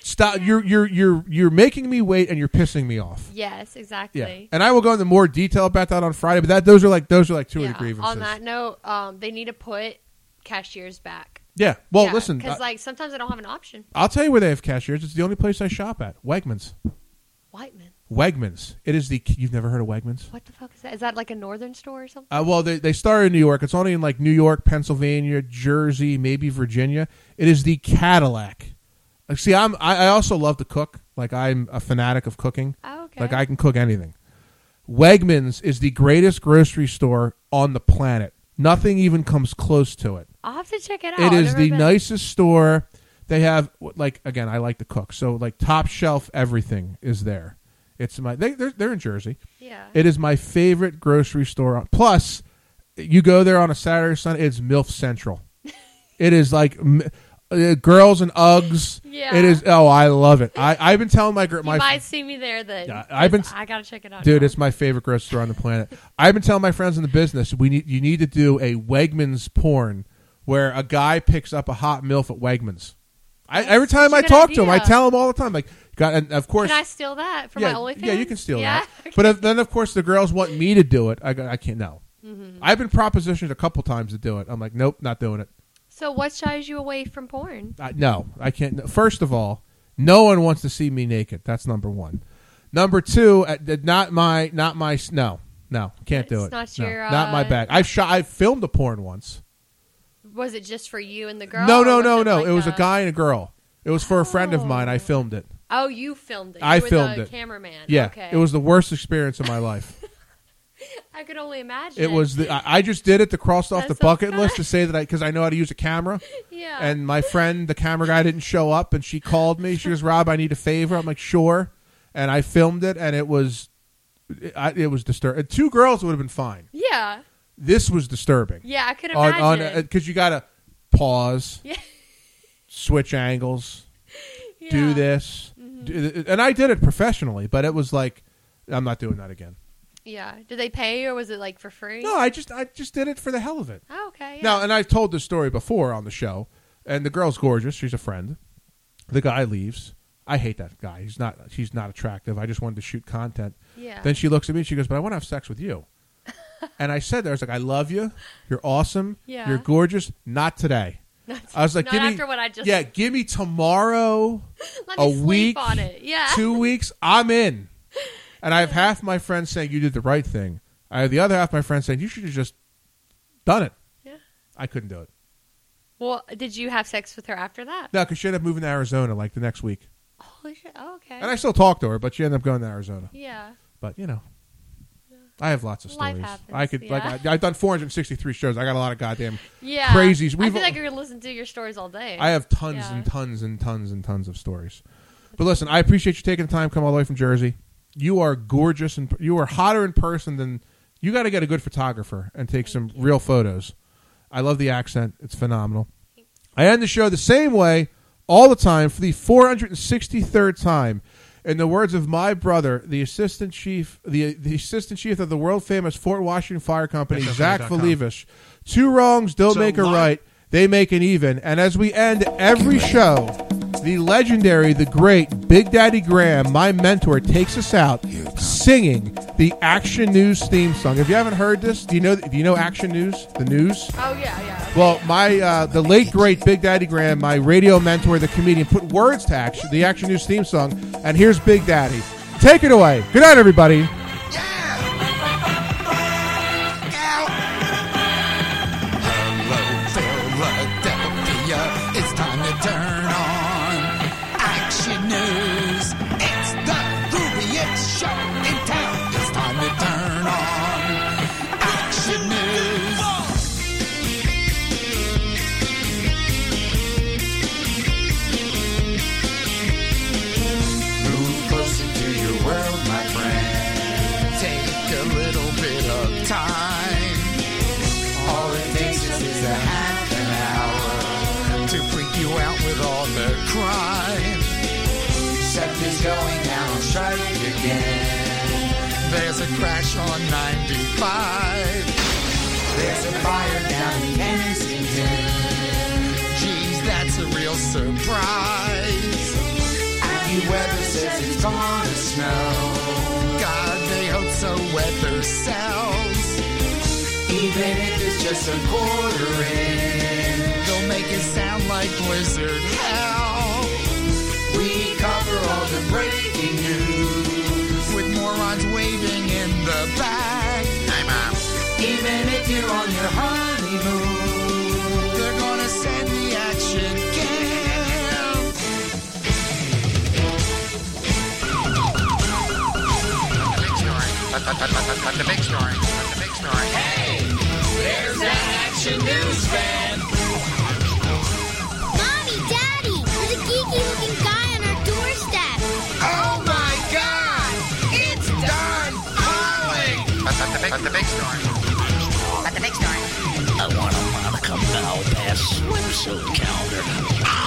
Speaker 5: Stop! You're you're you're you're making me wait, and you're pissing me off.
Speaker 6: Yes, exactly.
Speaker 5: Yeah, and I will go into more detail about that on Friday. But that those are like those are like two of
Speaker 6: Yeah,
Speaker 5: the grievances.
Speaker 6: On that note, um, they need to put cashiers back.
Speaker 5: yeah. Well, listen, uh, I,
Speaker 6: because like sometimes I don't have an option.
Speaker 5: I'll tell you where they have cashiers. It's the only place I shop at. Wegmans.
Speaker 6: White man,
Speaker 5: Wegmans. It is the you've never heard of Wegmans?
Speaker 6: what the fuck is that? Is that like a northern store or something?
Speaker 5: Uh, well, they, they started in New York. It's only in like New York, Pennsylvania, Jersey, maybe Virginia. It is the Cadillac. Like, see, I'm I, I also love to cook. Like I'm a fanatic of cooking.
Speaker 6: Oh, okay.
Speaker 5: Like I can cook anything. Wegmans is the greatest grocery store on the planet. Nothing even comes close to it.
Speaker 6: I'll have to check it out.
Speaker 5: It
Speaker 6: I've
Speaker 5: is
Speaker 6: never
Speaker 5: the
Speaker 6: been.
Speaker 5: nicest store. They have like again, I like to cook, so like top shelf everything is there. It's my they they're, they're in Jersey.
Speaker 6: Yeah.
Speaker 5: It is my favorite grocery store. Plus, you go there on a Saturday or Sunday, it's MILF Central. it is like m- uh, girls and Uggs.
Speaker 6: Yeah.
Speaker 5: It is. Oh, I love it. I, I've been telling my girl,
Speaker 6: You
Speaker 5: my
Speaker 6: might see me there then.
Speaker 5: Yeah, I've been-
Speaker 6: 'cause I gotta check it out,
Speaker 5: dude,
Speaker 6: now.
Speaker 5: it's my favorite grocery store on the planet. I've been telling my friends in the business, we need you need to do a Wegmans porn where a guy picks up a hot MILF at Wegmans. I, every
Speaker 6: such
Speaker 5: time
Speaker 6: a
Speaker 5: I
Speaker 6: good
Speaker 5: talk to him, I
Speaker 6: idea.
Speaker 5: tell him all the time, like, God, and of course,
Speaker 6: Can I steal that from
Speaker 5: yeah,
Speaker 6: my OnlyFans?
Speaker 5: Yeah, you can steal
Speaker 6: yeah?
Speaker 5: that. But if, then, of course, the girls want me to do it. I, go- I can't. No,
Speaker 6: Mm-hmm.
Speaker 5: I've been propositioned a couple times to do it. I'm like, nope, not doing it.
Speaker 6: so what shies you away from porn?
Speaker 5: I, no, I can't. no. First of all, no one wants to see me naked. That's number one. Number two, uh, th- not my, not my. s- No, no, can't do
Speaker 6: It's
Speaker 5: it.
Speaker 6: not
Speaker 5: No,
Speaker 6: your,
Speaker 5: not my
Speaker 6: uh,
Speaker 5: bag. I've shot. I filmed a porn once.
Speaker 6: Was it just for you and the girl?
Speaker 5: no,
Speaker 6: or
Speaker 5: no,
Speaker 6: was
Speaker 5: no, no.
Speaker 6: like
Speaker 5: it was a guy and a girl. It was for a friend of mine. I filmed it.
Speaker 6: Oh, you filmed it.
Speaker 5: I
Speaker 6: You were
Speaker 5: filmed
Speaker 6: the
Speaker 5: it.
Speaker 6: Cameraman.
Speaker 5: Yeah,
Speaker 6: Okay.
Speaker 5: it was the worst experience of my life.
Speaker 6: I could only imagine.
Speaker 5: It was the I I just did it to cross off
Speaker 6: That's
Speaker 5: the
Speaker 6: so
Speaker 5: bucket
Speaker 6: funny.
Speaker 5: list to say that I because I know how to use a camera.
Speaker 6: Yeah.
Speaker 5: And my friend, the camera guy, didn't show up, and she called me. She goes, "Rob, I need a favor." I'm like, "Sure," and I filmed it, and it was, it, I, it was disturbing. Two girls would have been fine.
Speaker 6: Yeah.
Speaker 5: This was disturbing.
Speaker 6: Yeah, I could
Speaker 5: On
Speaker 6: imagine.
Speaker 5: on because you gotta pause,
Speaker 6: Yeah.
Speaker 5: switch angles, do
Speaker 6: Yeah. Mm-hmm.
Speaker 5: this, do th- and I did it professionally, but it was like, I'm not doing that again.
Speaker 6: Yeah. Did they pay or was it like for free?
Speaker 5: No, I just I just did it for the hell of it.
Speaker 6: Oh, okay. Yeah.
Speaker 5: Now, and I've told this story before on the show, and the girl's gorgeous. She's a friend. The guy leaves. I hate that guy. He's not. He's not attractive. I just wanted to shoot content.
Speaker 6: Yeah.
Speaker 5: Then she looks at me and she goes, "But I want to have sex with you." and I said, "There, I was like, I love you. You're awesome.
Speaker 6: Yeah.
Speaker 5: You're gorgeous. Not today." I was like,
Speaker 6: not
Speaker 5: "Give me
Speaker 6: after what I just-
Speaker 5: yeah, give me tomorrow,
Speaker 6: Let me
Speaker 5: a
Speaker 6: sleep
Speaker 5: week,
Speaker 6: on it. Yeah.
Speaker 5: two weeks. I'm in." And I have half my friends saying you did the right thing. I have the other half of my friends saying you should have just done it.
Speaker 6: Yeah.
Speaker 5: I couldn't do it.
Speaker 6: Well, did you have sex with her after that?
Speaker 5: No, because she ended up moving to Arizona like the next week,
Speaker 6: Holy shit. Oh, okay.
Speaker 5: and I still talk to her, but she ended up going to Arizona.
Speaker 6: yeah.
Speaker 5: But you know, I have lots of
Speaker 6: Life
Speaker 5: stories.
Speaker 6: happens,
Speaker 5: I could
Speaker 6: yeah.
Speaker 5: like I, I've done 463 shows. I got a lot of goddamn.
Speaker 6: Yeah.
Speaker 5: Crazies.
Speaker 6: I
Speaker 5: We've-
Speaker 6: feel like I could listen to your stories all day.
Speaker 5: I have tons
Speaker 6: Yeah.
Speaker 5: and tons and tons and tons of stories. But listen, I appreciate you taking the time to come all the way from Jersey. You are gorgeous and you are hotter in person than you got to get a good photographer and take some real photos. I love the accent. It's phenomenal. I end the show the same way all the time for the 463rd time. In the words of my brother, the assistant chief, the, the assistant chief of the world famous Fort Washington Fire Company,
Speaker 1: Yes,
Speaker 5: Zach
Speaker 1: definitely.com.
Speaker 5: Valivas, two wrongs don't
Speaker 1: So
Speaker 5: make a
Speaker 1: my-
Speaker 5: right, they make an even. And as we end every show, the legendary, the great Big Daddy Graham, my mentor, takes us out singing the Action News theme song. If you haven't heard this, do you know? Do you know Action News? The news.
Speaker 6: oh, yeah, yeah.
Speaker 5: Well, my uh, the late great Big Daddy Graham, my radio mentor, the comedian, put words to action, the Action News theme song, and here's Big Daddy. Take it away. Good night, everybody.
Speaker 2: Hello, Philadelphia. It's time to turn on Action News. It's the Rubiet show in town. It's time to turn on Action News. Move closer to your world, my friend. Take a little bit of time. All it takes is a half an hour to freak you out with all the crime. Seth is going out on strike again. There's a crash on 95. There's a fire down in Kensington. Jeez, that's a real surprise. The weather says it's gonna snow. God, they hope so. Weather sells. Even if it's just a quarter in, they'll make it sound like blizzard hell. We cover all the breaking news with morons waving in the back. I'm up. Even if you're on your honeymoon, they're gonna send the action camp.
Speaker 9: Mommy, Daddy, there's a geeky looking guy on our doorstep.
Speaker 2: Oh my god! It's Don Pollock!
Speaker 10: I want a Monica Valdez swimsuit calendar.